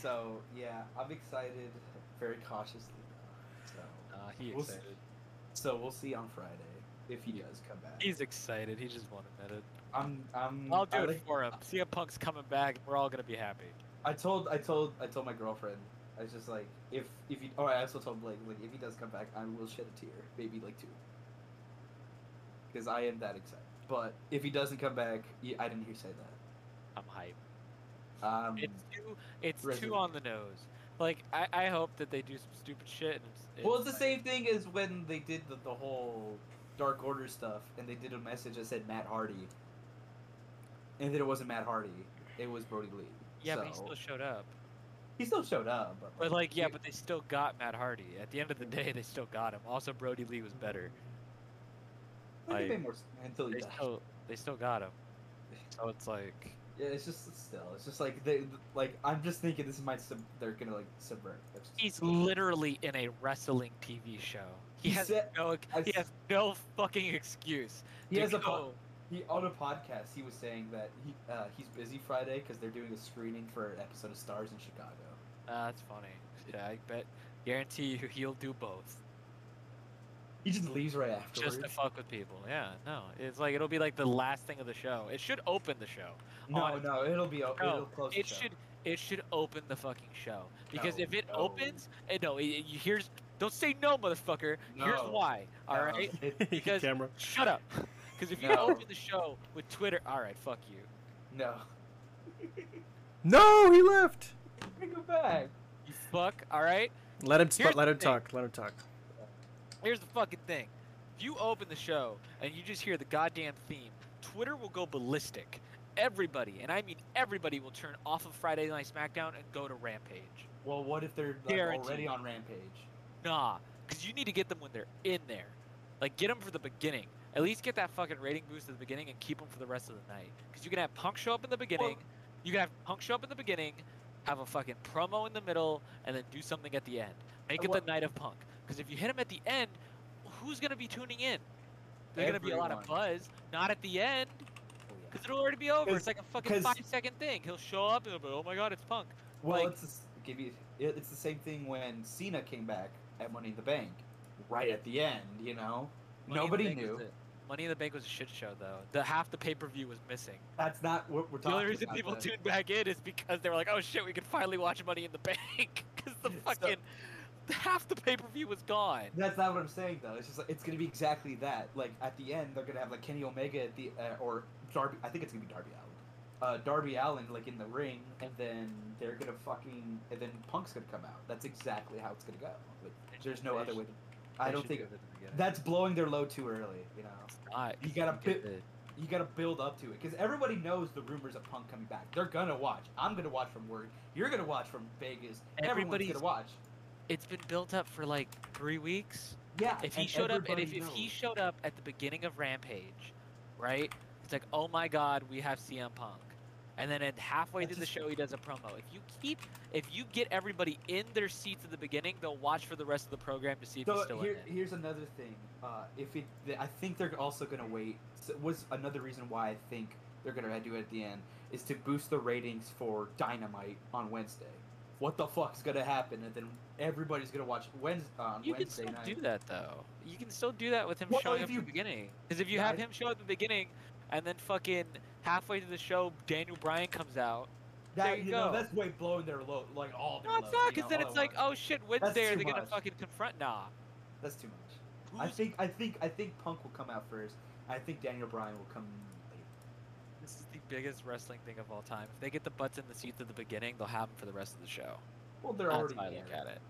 [SPEAKER 4] So yeah, I'm excited, very cautiously. though. So.
[SPEAKER 1] Nah, he
[SPEAKER 4] We'll s-
[SPEAKER 1] excited.
[SPEAKER 4] So we'll see on Friday if he does come back.
[SPEAKER 1] He's excited. He just won't admit it.
[SPEAKER 4] I'm. I'm.
[SPEAKER 1] Mm, I'll do
[SPEAKER 4] I,
[SPEAKER 1] it
[SPEAKER 4] like-
[SPEAKER 1] for him. CM Punk's coming back. We're all gonna be happy.
[SPEAKER 4] I told. I told. I told my girlfriend. I was just like, if if he. Or I also told Blake, like, if he does come back, I will shed a tear, maybe like two. Because I am that excited. But if he doesn't come back, y- I didn't hear you say that.
[SPEAKER 1] I'm hyped.
[SPEAKER 4] Um,
[SPEAKER 1] It's too. It's
[SPEAKER 4] Resident.
[SPEAKER 1] too on the nose. Like I, I hope that they do some stupid shit. And it's,
[SPEAKER 4] well, it's the
[SPEAKER 1] like-
[SPEAKER 4] same thing as when they did the, the whole Dark Order stuff, and they did a message that said Matt Hardy, and then it wasn't Matt Hardy, it was Brody Lee.
[SPEAKER 1] Yeah,
[SPEAKER 4] so,
[SPEAKER 1] but he still showed up.
[SPEAKER 4] he still showed up. But,
[SPEAKER 1] But like, yeah,
[SPEAKER 4] he-
[SPEAKER 1] but they still got Matt Hardy. At the end of the day, they still got him. Also, Brody Lee was better.
[SPEAKER 4] Well, he
[SPEAKER 1] Like,
[SPEAKER 4] made more s- until he
[SPEAKER 1] They
[SPEAKER 4] died.
[SPEAKER 1] still, they still got him. So it's like,
[SPEAKER 4] Yeah, it's just it's still. It's just like they like. I'm just thinking this might sub, they're gonna like subvert. That's just-
[SPEAKER 1] he's literally in a wrestling TV show. He
[SPEAKER 4] He
[SPEAKER 1] has
[SPEAKER 4] said-
[SPEAKER 1] no, ex-
[SPEAKER 4] I
[SPEAKER 1] he
[SPEAKER 4] s-
[SPEAKER 1] has no fucking excuse.
[SPEAKER 4] he
[SPEAKER 1] to
[SPEAKER 4] has a po-
[SPEAKER 1] go-
[SPEAKER 4] he on a podcast. He was saying that he uh, he's busy Friday because they're doing a screening for an episode of Stars in Chicago.
[SPEAKER 1] Ah, that's funny. Yeah, I bet. Guarantee you, he'll do both.
[SPEAKER 4] He just leaves right afterwards.
[SPEAKER 1] Just to fuck with people. Yeah, no. It's like it'll be like the last thing of the show. It should open the show.
[SPEAKER 4] no,
[SPEAKER 1] on-
[SPEAKER 4] no, it'll be o-
[SPEAKER 1] No,
[SPEAKER 4] it'll close.
[SPEAKER 1] It
[SPEAKER 4] the show.
[SPEAKER 1] should it should open the fucking show because
[SPEAKER 4] No,
[SPEAKER 1] if it
[SPEAKER 4] no.
[SPEAKER 1] opens, eh, no, it, it- here's don't say no, motherfucker. Here's
[SPEAKER 4] No,
[SPEAKER 1] why. All
[SPEAKER 4] no,
[SPEAKER 1] right,
[SPEAKER 4] it-
[SPEAKER 1] Because-
[SPEAKER 3] Camera.
[SPEAKER 1] shut up. Because if you
[SPEAKER 4] No.
[SPEAKER 1] open the show with Twitter, all right, fuck you.
[SPEAKER 4] no,
[SPEAKER 3] No, he left.
[SPEAKER 4] bring him back.
[SPEAKER 1] You fuck. All right.
[SPEAKER 3] Let him.
[SPEAKER 1] Here's
[SPEAKER 3] let
[SPEAKER 1] the
[SPEAKER 3] him
[SPEAKER 1] thing.
[SPEAKER 3] talk. Let him talk.
[SPEAKER 1] Here's the fucking thing. If you open the show and you just hear the goddamn theme, Twitter will go ballistic. Everybody, and I mean everybody, will turn off of Friday Night SmackDown and go to Rampage.
[SPEAKER 4] Well, what if they're like,
[SPEAKER 1] Guaranteed.
[SPEAKER 4] already on Rampage?
[SPEAKER 1] Nah, because you need to get them when they're in there. Like, get them for the beginning. At least get that fucking rating boost at the beginning and keep them for the rest of the night. Because you can have Punk show up in the beginning. you can have Punk show up in the beginning, have a fucking promo in the middle, and then do something at the end. Make it
[SPEAKER 3] Well-
[SPEAKER 1] the night of Punk. Because if you hit him at the end, who's gonna be tuning in? There's gonna be a lot of
[SPEAKER 4] Everyone.
[SPEAKER 1] buzz. Not at the end,
[SPEAKER 4] Oh, yeah.
[SPEAKER 1] because it'll already be over.
[SPEAKER 4] 'Cause-
[SPEAKER 1] It's like a fucking
[SPEAKER 4] 'cause-
[SPEAKER 1] five second thing. He'll show up and he'll be, oh my god, it's Punk.
[SPEAKER 4] Well,
[SPEAKER 1] Like-
[SPEAKER 4] it's, the s- give you, it- it's the same thing when Cena came back at Money in the Bank, right at the end. You know,
[SPEAKER 1] Money in the
[SPEAKER 4] nobody
[SPEAKER 1] Bank was
[SPEAKER 4] knew.
[SPEAKER 1] a- Money in the Bank was a shit show though. The half the pay per view was missing.
[SPEAKER 4] That's not what we're
[SPEAKER 1] The
[SPEAKER 4] talking
[SPEAKER 1] only reason
[SPEAKER 4] about.
[SPEAKER 1] people
[SPEAKER 4] though.
[SPEAKER 1] tuned back in is because they were like, "Oh shit, we can finally watch Money in the Bank," because the
[SPEAKER 4] So-
[SPEAKER 1] fucking half the pay per view was gone.
[SPEAKER 4] That's not what I'm saying though. It's just like, it's gonna be exactly that. Like at the end, they're gonna have like Kenny Omega at the uh, or Darby. I think it's gonna be Darby Allen. Uh, Darby Allen like in the ring, and then they're gonna fucking and then Punk's gonna come out. That's exactly how it's gonna go. Like, there's no
[SPEAKER 1] They
[SPEAKER 4] other
[SPEAKER 1] sh-
[SPEAKER 4] way. To, I
[SPEAKER 1] they
[SPEAKER 4] don't
[SPEAKER 1] should
[SPEAKER 4] think
[SPEAKER 1] do it at the beginning.
[SPEAKER 4] that's blowing their load too early. You know,
[SPEAKER 1] It's not, 'cause
[SPEAKER 4] gotta
[SPEAKER 1] can get
[SPEAKER 4] pi-
[SPEAKER 1] the-
[SPEAKER 4] you gotta build up to it because everybody knows the rumors of Punk coming back. They're gonna watch. I'm gonna watch from Word. You're gonna watch from Vegas. Everyone's
[SPEAKER 1] Everybody's-
[SPEAKER 4] gonna watch.
[SPEAKER 1] It's been built up for like three weeks.
[SPEAKER 4] Yeah.
[SPEAKER 1] If he
[SPEAKER 4] and
[SPEAKER 1] showed up, and if,
[SPEAKER 4] everybody
[SPEAKER 1] if he
[SPEAKER 4] knows.
[SPEAKER 1] showed up at the beginning of Rampage, right? It's like, oh my God, we have CM Punk, and then at halfway
[SPEAKER 4] I
[SPEAKER 1] through
[SPEAKER 4] just-
[SPEAKER 1] the show, he does a promo. If you keep, if you get everybody in their seats at the beginning, they'll watch for the rest of the program to see if he's
[SPEAKER 4] So
[SPEAKER 1] still
[SPEAKER 4] here,
[SPEAKER 1] in it.
[SPEAKER 4] here's another thing. Uh, if it, th- I think they're also gonna wait. So was another reason why I think they're gonna do it at the end is to boost the ratings for Dynamite on Wednesday. What the fuck's gonna happen? And then everybody's gonna watch Wednesday on
[SPEAKER 1] You can
[SPEAKER 4] Wednesday
[SPEAKER 1] still
[SPEAKER 4] night.
[SPEAKER 1] do that though. You can still do that with him
[SPEAKER 4] Well,
[SPEAKER 1] showing
[SPEAKER 4] if
[SPEAKER 1] up at
[SPEAKER 4] you-
[SPEAKER 1] the beginning. Because if you
[SPEAKER 4] Yeah,
[SPEAKER 1] have
[SPEAKER 4] I-
[SPEAKER 1] him show up at the beginning, and then fucking halfway through the show, Daniel Bryan comes out.
[SPEAKER 4] That-
[SPEAKER 1] There you
[SPEAKER 4] you, know,
[SPEAKER 1] go.
[SPEAKER 4] that's way blowing their load, like all. Their
[SPEAKER 1] No, it's not.
[SPEAKER 4] load, you know,
[SPEAKER 1] Because then
[SPEAKER 4] all
[SPEAKER 1] it's
[SPEAKER 4] at
[SPEAKER 1] like,
[SPEAKER 4] once.
[SPEAKER 1] oh shit, Wednesday are
[SPEAKER 4] too
[SPEAKER 1] they gonna
[SPEAKER 4] much.
[SPEAKER 1] fucking confront? Nah.
[SPEAKER 4] that's too much. I
[SPEAKER 1] Who's-
[SPEAKER 4] think, I think, I think Punk will come out first. I think Daniel Bryan will come later.
[SPEAKER 1] this is the biggest wrestling thing of all time. If they get the butts in the seats at the beginning, they'll have him for the rest of the show.
[SPEAKER 4] Well, they're
[SPEAKER 1] That's
[SPEAKER 4] already
[SPEAKER 1] how I
[SPEAKER 4] there.
[SPEAKER 1] look at it.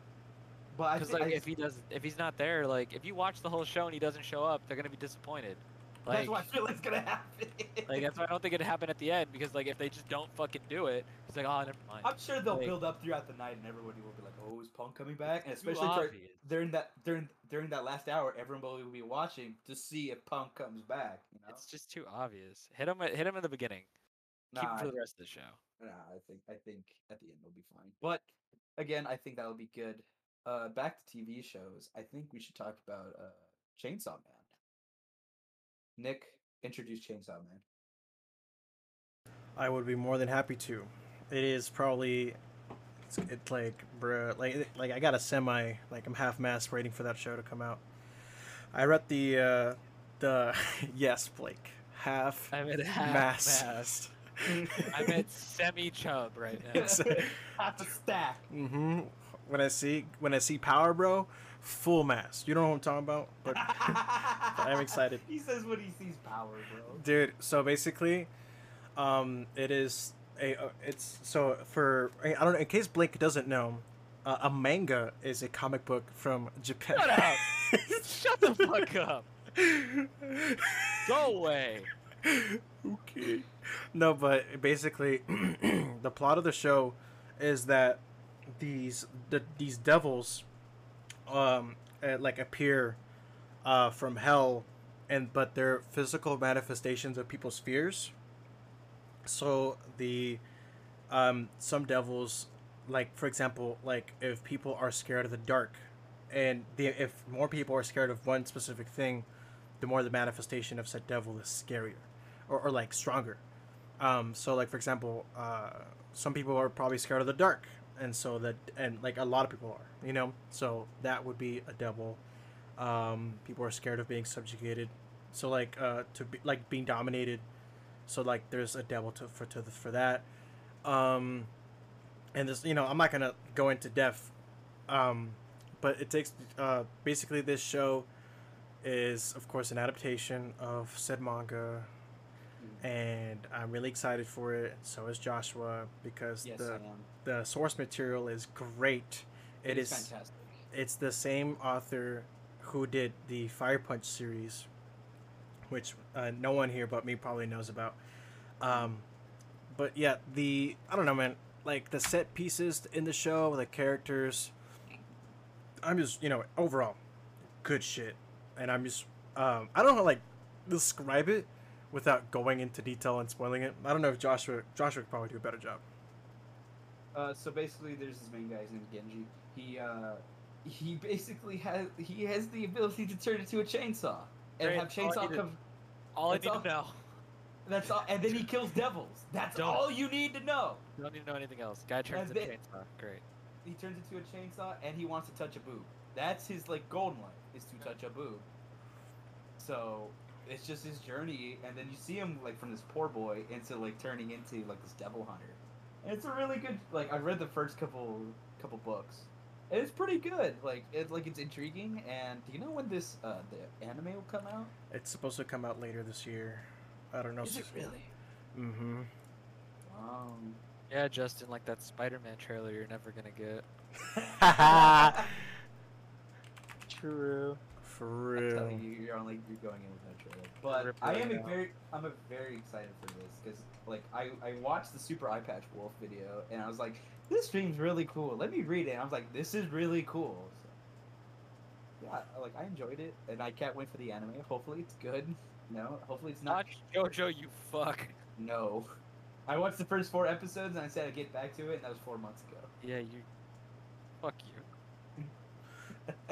[SPEAKER 4] But I
[SPEAKER 1] Because
[SPEAKER 4] think, I
[SPEAKER 1] like, if
[SPEAKER 4] just-
[SPEAKER 1] he does, if he's not there, like if you watch the whole show and he doesn't show up, they're gonna be disappointed. Like,
[SPEAKER 4] that's what I feel is gonna happen.
[SPEAKER 1] Like that's why I don't think it happened at the end because like if they just don't fucking do it, it's like oh never mind.
[SPEAKER 4] I'm sure they'll
[SPEAKER 1] Like-
[SPEAKER 4] build up throughout the night, and everybody will be like, "Oh, is Punk coming back?" And
[SPEAKER 1] It's too
[SPEAKER 4] especially during,
[SPEAKER 1] obvious.
[SPEAKER 4] during that during during that last hour, everybody will be watching to see if Punk comes back. You know?
[SPEAKER 1] It's just too obvious. Hit him at hit him in the beginning. Keep him
[SPEAKER 4] nah, I
[SPEAKER 1] for the
[SPEAKER 4] think-
[SPEAKER 1] rest of the show.
[SPEAKER 4] nah, I think I think at the end they'll be fine. But again, I think that'll be good. Uh, back to TV shows. I think we should talk about uh, Chainsaw Man. Nick, introduce Chainsaw Man.
[SPEAKER 3] I would be more than happy to. It is probably it's, it's like bruh, like it- like I got a semi like I'm half mass waiting for that show to come out. I read the uh the yes Blake half
[SPEAKER 1] I'm at half
[SPEAKER 3] mass.
[SPEAKER 1] mast. I'm at semi chub right now.
[SPEAKER 4] Half a stack.
[SPEAKER 3] hmm When I see when I see Power Bro, full mass. You know what I'm talking about, but
[SPEAKER 4] I'm
[SPEAKER 3] excited.
[SPEAKER 4] He says when he sees power, bro.
[SPEAKER 3] dude so basically um it is a uh, it's so for i don't know in case blake doesn't know uh, a manga is a comic book from japan
[SPEAKER 1] Shut up! Shut the fuck up! Go away!
[SPEAKER 3] okay no but basically the plot of the show is that these the, these devils um uh, like appear uh from hell and but they're physical manifestations of people's fears so the um some devils like for example like if people are scared of the dark and the, if more people are scared of one specific thing the more the manifestation of said devil is scarier or, or like stronger um so like for example uh some people are probably scared of the dark and so that and like a lot of people are you know so that would be a devil um people are scared of being subjugated so like uh to be like being dominated so like there's a devil to for to the, for that um and this you know i'm not gonna go into depth um but it takes uh basically this show is of course an adaptation of said manga and i'm really excited for it so is joshua because
[SPEAKER 4] Yes, I
[SPEAKER 3] the
[SPEAKER 4] am.
[SPEAKER 3] the source material is great it is
[SPEAKER 4] fantastic.
[SPEAKER 3] it's the same author who did the Fire Punch series, which uh, no one here but me probably knows about. Um, but yeah, the I don't know, man. Like the set pieces in the show, the characters. I'm just you know overall, good shit, and I'm just um, I don't know like describe it without going into detail and spoiling it. I don't know if Joshua Joshua could probably do a better job.
[SPEAKER 4] Uh, so basically, there's this main guy. His name's Genji. He uh, he basically has he has the ability to turn into a chainsaw and
[SPEAKER 1] Great,
[SPEAKER 4] have
[SPEAKER 1] all I
[SPEAKER 4] chainsaw
[SPEAKER 1] needed.
[SPEAKER 4] come.
[SPEAKER 1] All I
[SPEAKER 4] That's
[SPEAKER 1] need
[SPEAKER 4] all-
[SPEAKER 1] to know.
[SPEAKER 4] That's all, and then he kills devils. That's
[SPEAKER 1] Don't.
[SPEAKER 4] all you need to know.
[SPEAKER 1] You don't need to know anything else. Guy turns
[SPEAKER 4] That's
[SPEAKER 1] into chainsaw. Great.
[SPEAKER 4] He turns into a chainsaw and he wants to touch a boob. That's his like goal in life is to touch a boob. So it's just his journey, and then you see him like from this poor boy into like turning into like this devil hunter. And it's a really good like I read the first couple couple books. And it's pretty good. Like it's like it's intriguing. And do you know when this uh, the anime will come out?
[SPEAKER 3] It's supposed to come out later this year. I don't know.
[SPEAKER 4] Is it really?
[SPEAKER 3] Mm-hmm.
[SPEAKER 4] Um,
[SPEAKER 1] Yeah, Justin, like that Spider-Man trailer you're never gonna get.
[SPEAKER 2] True.
[SPEAKER 3] For
[SPEAKER 4] I'm
[SPEAKER 3] real.
[SPEAKER 4] telling you, you're only you're going in with no trailer. But
[SPEAKER 1] Rip
[SPEAKER 4] I
[SPEAKER 1] it
[SPEAKER 4] am a
[SPEAKER 1] out.
[SPEAKER 4] very I'm a very excited for this because like I I watched the Super Eye Patch Wolf video and I was like, this stream's really cool. Let me read it. And I was like, this is really cool. So, yeah, like I enjoyed it and I can't wait for the anime. Hopefully it's good. No, hopefully it's not.
[SPEAKER 1] Not JoJo, you fuck.
[SPEAKER 4] No, I watched the first four episodes and I said I'd get back to it and that was four months ago.
[SPEAKER 1] Yeah, you. Fuck you.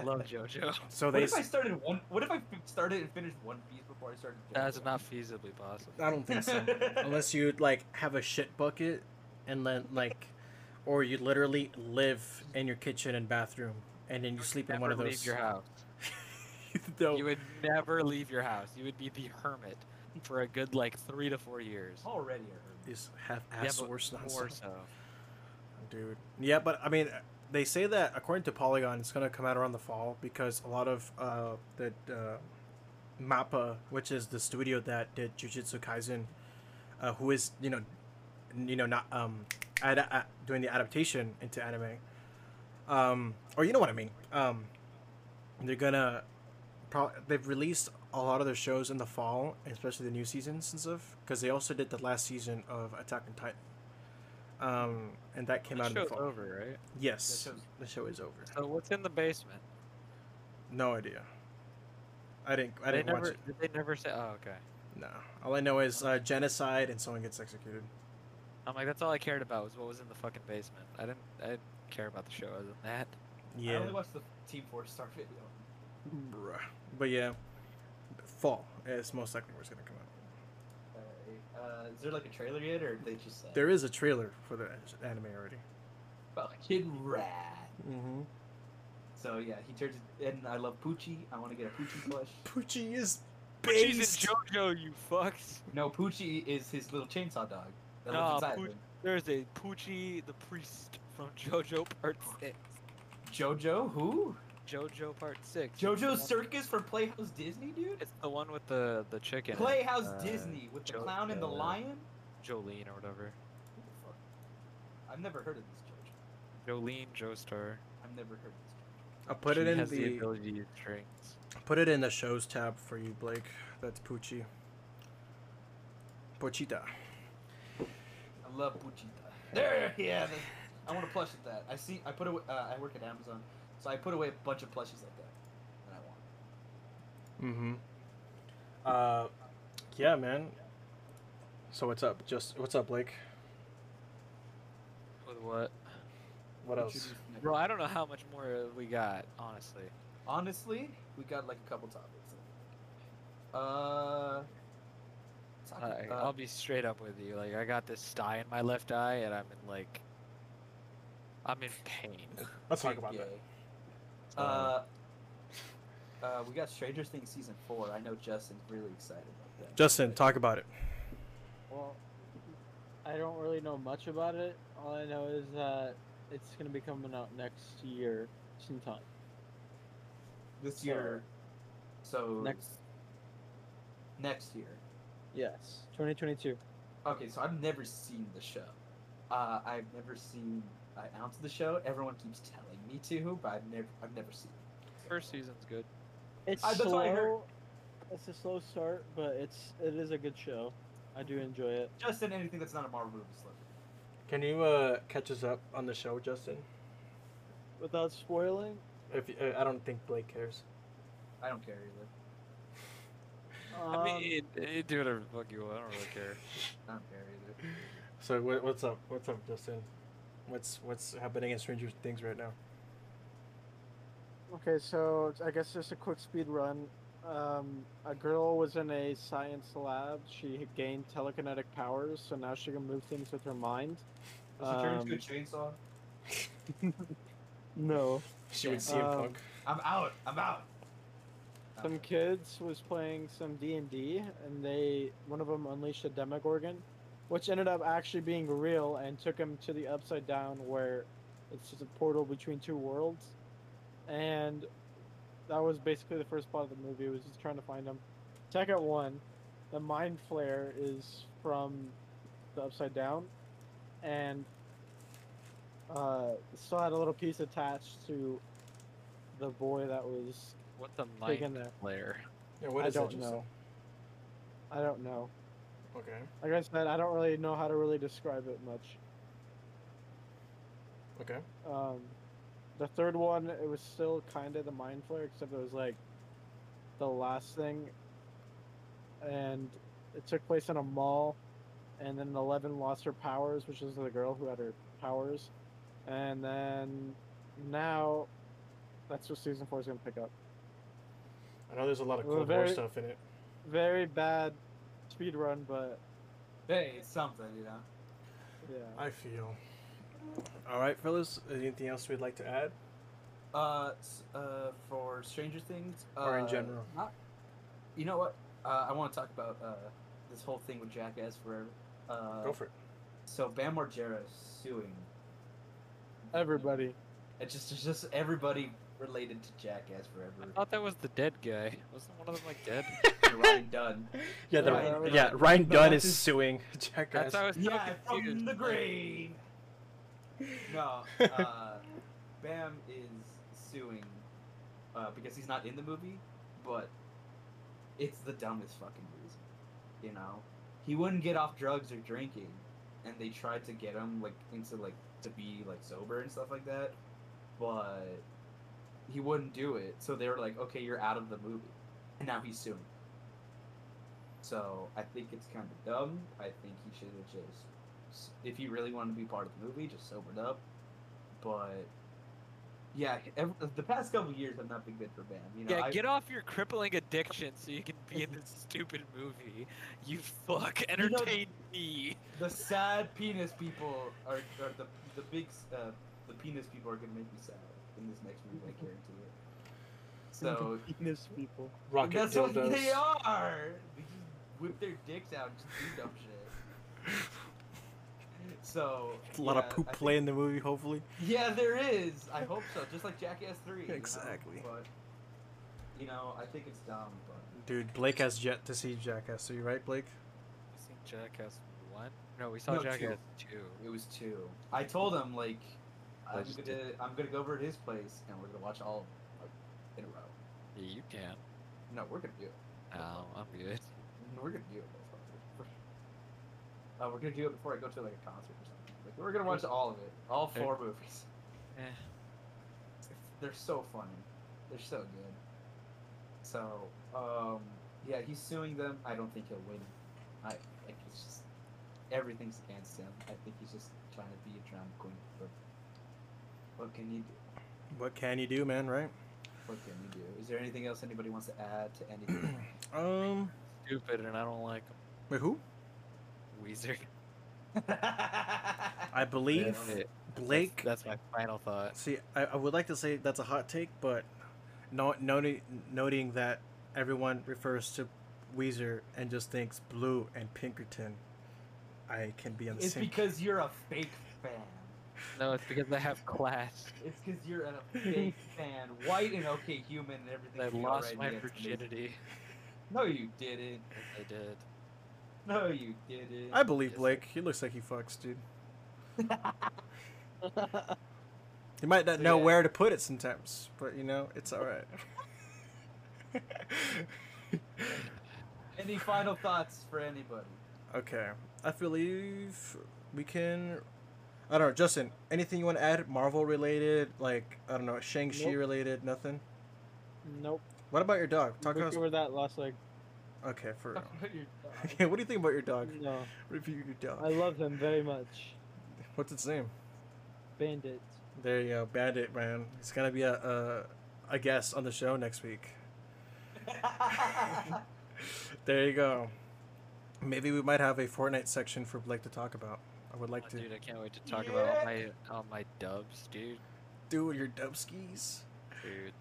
[SPEAKER 1] Love JoJo.
[SPEAKER 3] So
[SPEAKER 4] What
[SPEAKER 3] they.
[SPEAKER 4] if I
[SPEAKER 3] s-
[SPEAKER 4] started one? What if I f- started and finished One Piece before I started?
[SPEAKER 1] That's
[SPEAKER 4] JoJo?
[SPEAKER 1] not feasibly possible.
[SPEAKER 3] I don't think so. Unless you like have a shit bucket, and then like, or you literally live in your kitchen and bathroom, and then you sleep in one of
[SPEAKER 1] Never
[SPEAKER 3] those.
[SPEAKER 1] Leave your house.
[SPEAKER 3] No.
[SPEAKER 1] You would never leave your house. You would be the hermit for a good like three to four years.
[SPEAKER 4] already. I heard.
[SPEAKER 3] These half
[SPEAKER 1] Yeah,
[SPEAKER 3] ass
[SPEAKER 1] but
[SPEAKER 3] source
[SPEAKER 1] More
[SPEAKER 3] nonsense,
[SPEAKER 1] so.
[SPEAKER 3] dude. Yeah, but I mean, they say that according to Polygon, it's gonna come out around the fall because a lot of uh the uh, Mappa, which is the studio that did Jujutsu Kaisen, uh, who is you know, n- you know not um, ad- a- doing the adaptation into anime, um, or you know what I mean. Um, they're gonna, pro- they've released a lot of their shows in the fall, especially the new seasons and stuff, because they also did the last season of Attack on Titan, um, and that came
[SPEAKER 1] The
[SPEAKER 3] out in the
[SPEAKER 1] show's
[SPEAKER 3] fall.
[SPEAKER 1] over, right?
[SPEAKER 3] Yes,
[SPEAKER 4] That show's-
[SPEAKER 3] the show is over.
[SPEAKER 1] So what's in the basement?
[SPEAKER 3] No idea. I didn't. I didn't
[SPEAKER 1] they never.
[SPEAKER 3] watch it.
[SPEAKER 1] Did they never say? Oh, okay.
[SPEAKER 3] No. All I know is uh, genocide and someone gets executed.
[SPEAKER 1] I'm like, that's all I cared about was what was in the fucking basement. I didn't. I didn't care about the show other than that.
[SPEAKER 4] I
[SPEAKER 3] Yeah.
[SPEAKER 4] only watched the Team Four Star video.
[SPEAKER 3] Bruh. But yeah, fall is most likely where it's gonna come out.
[SPEAKER 4] Uh, uh, is there like a trailer yet, or they just said?
[SPEAKER 3] There is a trailer for the an- anime already.
[SPEAKER 4] fucking rad.
[SPEAKER 3] Mm-hmm.
[SPEAKER 4] So yeah, he turns and I love Poochie. I want to get a Poochie plush.
[SPEAKER 3] Poochie is
[SPEAKER 1] She's in
[SPEAKER 3] based.
[SPEAKER 1] JoJo, you fucks.
[SPEAKER 4] No, Poochie is his little chainsaw dog that
[SPEAKER 1] Nah,
[SPEAKER 4] lives inside
[SPEAKER 1] Ah, Pooch-
[SPEAKER 4] him.
[SPEAKER 1] There's a Poochie the Priest from JoJo Part 6.
[SPEAKER 4] JoJo who?
[SPEAKER 1] JoJo Part 6. It's the
[SPEAKER 4] JoJo
[SPEAKER 1] one-
[SPEAKER 4] Circus for Playhouse Disney, dude.
[SPEAKER 1] It's the one with the, the chicken. and,
[SPEAKER 4] Playhouse
[SPEAKER 1] uh,
[SPEAKER 4] Disney with the clown and the
[SPEAKER 1] JoJo.
[SPEAKER 4] lion.
[SPEAKER 1] Jolene or whatever.
[SPEAKER 4] Who the fuck? I've never heard of this JoJo.
[SPEAKER 1] Jolene Joestar.
[SPEAKER 4] I've never heard of this. JoJo.
[SPEAKER 3] I'll put
[SPEAKER 1] she
[SPEAKER 3] it in
[SPEAKER 1] has the
[SPEAKER 3] the
[SPEAKER 1] ability to use strings.
[SPEAKER 3] put it in the shows tab for you, Blake. That's Poochie. Pochita.
[SPEAKER 4] I love Puchita. There, yeah. That's, I want a plush of that. I see. I put away. Uh, I work at Amazon, so I put away a bunch of plushies like that. And I want.
[SPEAKER 3] Mm-hmm. Uh, yeah, man. So what's up? Just what's up, Blake?
[SPEAKER 1] With what?
[SPEAKER 3] What
[SPEAKER 4] What you
[SPEAKER 3] else?
[SPEAKER 4] do next?
[SPEAKER 1] Bro, I don't know how much more we got, honestly.
[SPEAKER 4] Honestly, we got like a couple topics. Uh. talk-
[SPEAKER 1] I,
[SPEAKER 4] uh,
[SPEAKER 1] I'll be straight up with you. Like, I got this sty in my left eye, and I'm in, like. I'm in pain.
[SPEAKER 3] Let's talk
[SPEAKER 4] big
[SPEAKER 3] about that.
[SPEAKER 4] yay.
[SPEAKER 1] So,
[SPEAKER 4] Uh, uh, we got Stranger Things season four. I know Justin's really excited about that.
[SPEAKER 3] Justin, talk about it.
[SPEAKER 2] Well, I don't really know much about it. All I know is that it's gonna be coming out next year sometime.
[SPEAKER 4] this year. So
[SPEAKER 2] Next.
[SPEAKER 4] Next year.
[SPEAKER 2] Yes, 2022.
[SPEAKER 4] Okay, so I've never seen the show. Uh, I've never seen an ounce of the show. Everyone keeps telling me to, but I've never, I've never seen it.
[SPEAKER 1] First season's good.
[SPEAKER 2] It's
[SPEAKER 4] I- that's what I heard.
[SPEAKER 2] slow. It's a slow start, but it's it is a good show. I do enjoy it.
[SPEAKER 4] Just in anything that's not a Marvel movie. Slip.
[SPEAKER 3] Can you uh, catch us up on the show, Justin?
[SPEAKER 2] Without spoiling,
[SPEAKER 3] If you, uh, I don't think Blake cares.
[SPEAKER 4] I don't care either.
[SPEAKER 1] I
[SPEAKER 2] um,
[SPEAKER 4] Um,
[SPEAKER 1] mean, it, it, do whatever the fuck you want. I don't really care.
[SPEAKER 4] I don't care either.
[SPEAKER 3] So what, what's up? What's up, Justin? What's what's happening in Stranger Things right now?
[SPEAKER 2] Okay, so I guess just a quick speed run. Um, a girl was in a science lab. She had gained telekinetic powers, so now she can move things with her mind.
[SPEAKER 4] Does it turn into a
[SPEAKER 2] Um,
[SPEAKER 4] chainsaw?
[SPEAKER 2] No.
[SPEAKER 3] She would
[SPEAKER 4] Yeah.
[SPEAKER 3] see a
[SPEAKER 2] Um,
[SPEAKER 3] punk.
[SPEAKER 4] I'm out. I'm out.
[SPEAKER 2] Some
[SPEAKER 4] Okay.
[SPEAKER 2] kids was playing some D and D, and they one of them unleashed a Demogorgon, which ended up actually being real and took him to the Upside Down, where it's just a portal between two worlds, and that was basically the first part of the movie. Was just trying to find him. Second one, the Mind Flare is from the Upside Down, and uh, still had a little piece attached to the boy that was
[SPEAKER 1] What the
[SPEAKER 2] taken
[SPEAKER 1] mind
[SPEAKER 2] there.
[SPEAKER 1] player?
[SPEAKER 3] Yeah, what
[SPEAKER 2] I
[SPEAKER 3] is that,
[SPEAKER 2] don't
[SPEAKER 3] Justin?
[SPEAKER 2] know. I don't know.
[SPEAKER 3] Okay.
[SPEAKER 2] Like I said, I don't really know how to really describe it much.
[SPEAKER 3] Okay.
[SPEAKER 2] Um, the third one, it was still kind of the mind flare, except it was like the last thing, and it took place in a mall, and then Eleven lost her powers, which is the girl who had her powers, and then now that's what season four is gonna pick up.
[SPEAKER 3] I know there's a lot of
[SPEAKER 2] Well,
[SPEAKER 3] Cold War
[SPEAKER 2] very-
[SPEAKER 3] stuff in it.
[SPEAKER 2] Very bad speed run, but
[SPEAKER 4] Hey, it's something, you know.
[SPEAKER 2] yeah.
[SPEAKER 3] I feel. All right, fellas. Anything else we'd like to add?
[SPEAKER 4] Uh, s- uh, for Stranger Things, uh,
[SPEAKER 3] Or in general.
[SPEAKER 4] not- you know what? Uh, I want to talk about uh, this whole thing with Jackass forever. Uh,
[SPEAKER 3] Go for it.
[SPEAKER 4] So Bam Margera suing
[SPEAKER 2] Everybody.
[SPEAKER 4] It's just, it's just everybody related to Jackass
[SPEAKER 1] I
[SPEAKER 4] forever.
[SPEAKER 1] thought that was the dead guy. Wasn't one of them like dead?
[SPEAKER 4] And Ryan Dunn.
[SPEAKER 2] the-
[SPEAKER 3] Yeah, the,
[SPEAKER 2] Ryan-
[SPEAKER 3] yeah. Ryan
[SPEAKER 4] No,
[SPEAKER 3] Dunn
[SPEAKER 4] that's
[SPEAKER 3] is
[SPEAKER 4] his-
[SPEAKER 3] suing Jackass.
[SPEAKER 1] That's how I was so
[SPEAKER 4] Yeah,
[SPEAKER 1] confused.
[SPEAKER 4] from the grave. No, uh, Bam is suing uh, because he's not in the movie, but it's the dumbest fucking reason. You know, he wouldn't get off drugs or drinking, and they tried to get him like into like to be like sober and stuff like that, but he wouldn't do it. So they were like, "Okay, you're out of the movie," and now he's suing. So I think it's kind of dumb. I think he should have just s- if he really wanted to be part of the movie, just sobered up. But yeah, ev the past couple years have not been good for Bam. You know,
[SPEAKER 1] Yeah,
[SPEAKER 4] I-
[SPEAKER 1] get off your crippling addiction so you can be in this stupid movie. You fuck,
[SPEAKER 4] know-
[SPEAKER 1] entertain me.
[SPEAKER 4] the sad penis people are, are the the big s- uh, the penis people are gonna make me sad in this next movie. I guarantee it. So
[SPEAKER 2] Penis people.
[SPEAKER 3] Rocket
[SPEAKER 4] that's what
[SPEAKER 3] dildos.
[SPEAKER 4] they are. They just whip their dicks out and just do dumb shit. So
[SPEAKER 3] a lot
[SPEAKER 4] yeah,
[SPEAKER 3] of poop
[SPEAKER 4] I think-
[SPEAKER 3] play in the movie, hopefully.
[SPEAKER 4] Yeah, there is. I hope so. Just like Jackass Three. you know?
[SPEAKER 3] Exactly.
[SPEAKER 4] But you know, I think it's dumb. But
[SPEAKER 3] Dude, Blake has yet to see Jackass. Are you right, Blake?
[SPEAKER 1] We seen Jackass one? No, we saw
[SPEAKER 4] No, two.
[SPEAKER 1] Jackass two.
[SPEAKER 4] it was two. I told him like
[SPEAKER 1] I
[SPEAKER 4] I'm
[SPEAKER 1] just
[SPEAKER 4] gonna I'm gonna go over to his place and we're gonna watch all of them, like in a row.
[SPEAKER 1] Yeah, you can.
[SPEAKER 4] No, we're gonna do it.
[SPEAKER 1] No, I'm good.
[SPEAKER 4] We're gonna do it. motherfucker. Uh, we're gonna do it before I go to like a concert or something. Like we're gonna watch all of it, all
[SPEAKER 1] Okay.
[SPEAKER 4] four movies.
[SPEAKER 1] Eh.
[SPEAKER 4] They're so funny. They're so good. So, um, yeah, he's suing them. I don't think he'll win. I like it's just everything's against him. I think he's just trying to be a drama queen. But what can you do?
[SPEAKER 3] What can you do, man? Right?
[SPEAKER 4] What can you do? Is there anything else anybody wants to add to anything?
[SPEAKER 3] Um.
[SPEAKER 1] Stupid, and I don't like
[SPEAKER 3] Wait, who?
[SPEAKER 1] Weezer.
[SPEAKER 3] I believe
[SPEAKER 1] That's it.
[SPEAKER 3] Blake.
[SPEAKER 1] That's, that's my final thought.
[SPEAKER 3] See, I, I would like to say that's a hot take, but not noting noting that everyone refers to Weezer and just thinks Blue and Pinkerton. I can be on the
[SPEAKER 4] it's
[SPEAKER 3] same.
[SPEAKER 4] because you're a fake fan.
[SPEAKER 1] No, it's because I have class.
[SPEAKER 4] It's because you're a big fan, white and okay human and everything.
[SPEAKER 1] I
[SPEAKER 4] you
[SPEAKER 1] lost
[SPEAKER 4] already
[SPEAKER 1] my
[SPEAKER 4] did.
[SPEAKER 1] virginity.
[SPEAKER 4] No, you didn't.
[SPEAKER 1] Yes, I did.
[SPEAKER 4] No, you didn't.
[SPEAKER 3] I believe
[SPEAKER 1] Yes.
[SPEAKER 3] Blake. He looks like he fucks, dude. He might not
[SPEAKER 4] So,
[SPEAKER 3] know
[SPEAKER 4] yeah.
[SPEAKER 3] where to put it sometimes, but you know it's all right.
[SPEAKER 4] Any final thoughts for anybody?
[SPEAKER 3] okay, I believe we can. I don't know, Justin. Anything you want to add? Marvel related, like I don't know, Shang Chi
[SPEAKER 2] Nope.
[SPEAKER 3] related, nothing.
[SPEAKER 2] Nope.
[SPEAKER 3] What about your dog? Talk
[SPEAKER 2] we
[SPEAKER 3] to us.
[SPEAKER 2] covered that last like
[SPEAKER 3] Okay, for real.
[SPEAKER 1] Your dog.
[SPEAKER 3] Okay, what do you think about your dog?
[SPEAKER 2] No,
[SPEAKER 3] Review your dog.
[SPEAKER 2] I love him very much.
[SPEAKER 3] What's its name?
[SPEAKER 2] Bandit.
[SPEAKER 3] There you go, Bandit man. He's gonna be a a, a guest on the show next week. There you go. Maybe we might have a Fortnite section for Blake to talk about. I would like
[SPEAKER 1] Oh,
[SPEAKER 3] to
[SPEAKER 1] dude, I can't wait to talk about all my
[SPEAKER 4] Yeah.
[SPEAKER 1] all my dubs, dude.
[SPEAKER 3] do your dub skis.
[SPEAKER 1] Dude,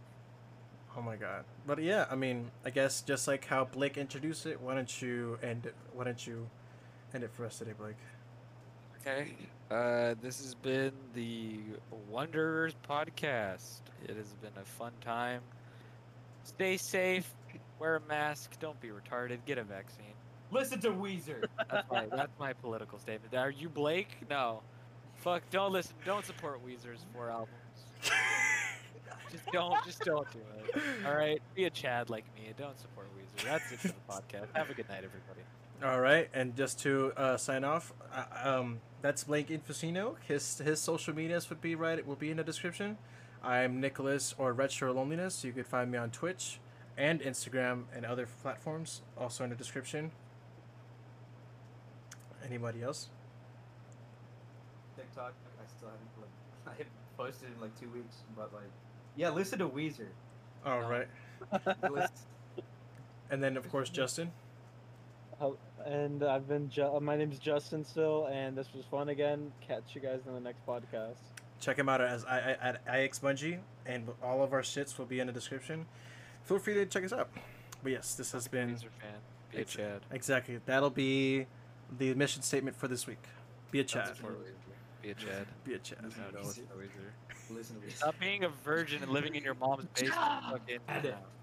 [SPEAKER 3] Oh my god. But yeah, I mean, I guess just like how Blake introduced it, why don't you end it why don't you end it for us today, Blake?
[SPEAKER 1] Okay. Uh, this has been the Wanderers podcast. It has been a fun time. Stay safe. Wear a mask. Don't be retarded. Get a vaccine.
[SPEAKER 4] Listen to Weezer.
[SPEAKER 1] That's my, that's my political statement. Are you Blake? No. Fuck. Don't listen. Don't support Weezer's four albums. Just don't. Just don't do it. All right. Be a Chad like me. and Don't support Weezer. That's it for the podcast. Have a good night, everybody.
[SPEAKER 3] All right, and just to uh, sign off, uh, um, that's Blake Infosino. His his social medias would be right will be in the description. I'm Nicholas or Retro Loneliness. You could find me on Twitch and Instagram and other platforms, also in the description. Anybody else?
[SPEAKER 4] TikTok. I still haven't. put- I haven't posted in like two weeks, but like, yeah, listen to Weezer.
[SPEAKER 3] All right,
[SPEAKER 1] No.
[SPEAKER 4] Listen-
[SPEAKER 3] and then of course Justin.
[SPEAKER 2] Hel- And I've been. Ju- my name's Justin still, and this was fun again. Catch you guys in the next podcast.
[SPEAKER 3] Check him out as I, I, at iXbungee, and all of our shits will be in the description. Feel free to check us out. But yes, this has been.
[SPEAKER 1] Weezer fan. Be a
[SPEAKER 3] Ex-
[SPEAKER 1] Chad.
[SPEAKER 3] Exactly. That'll be the mission statement for this week. Be a
[SPEAKER 1] Don't
[SPEAKER 3] chat.
[SPEAKER 1] support Weezer. Be a Chad.
[SPEAKER 3] Be a chat.
[SPEAKER 1] No, don't listen to Weezer. Uh,
[SPEAKER 4] Listen to Weezer.
[SPEAKER 1] Stop being a virgin and living in your mom's basement. Fucking.
[SPEAKER 4] Edit.
[SPEAKER 1] No.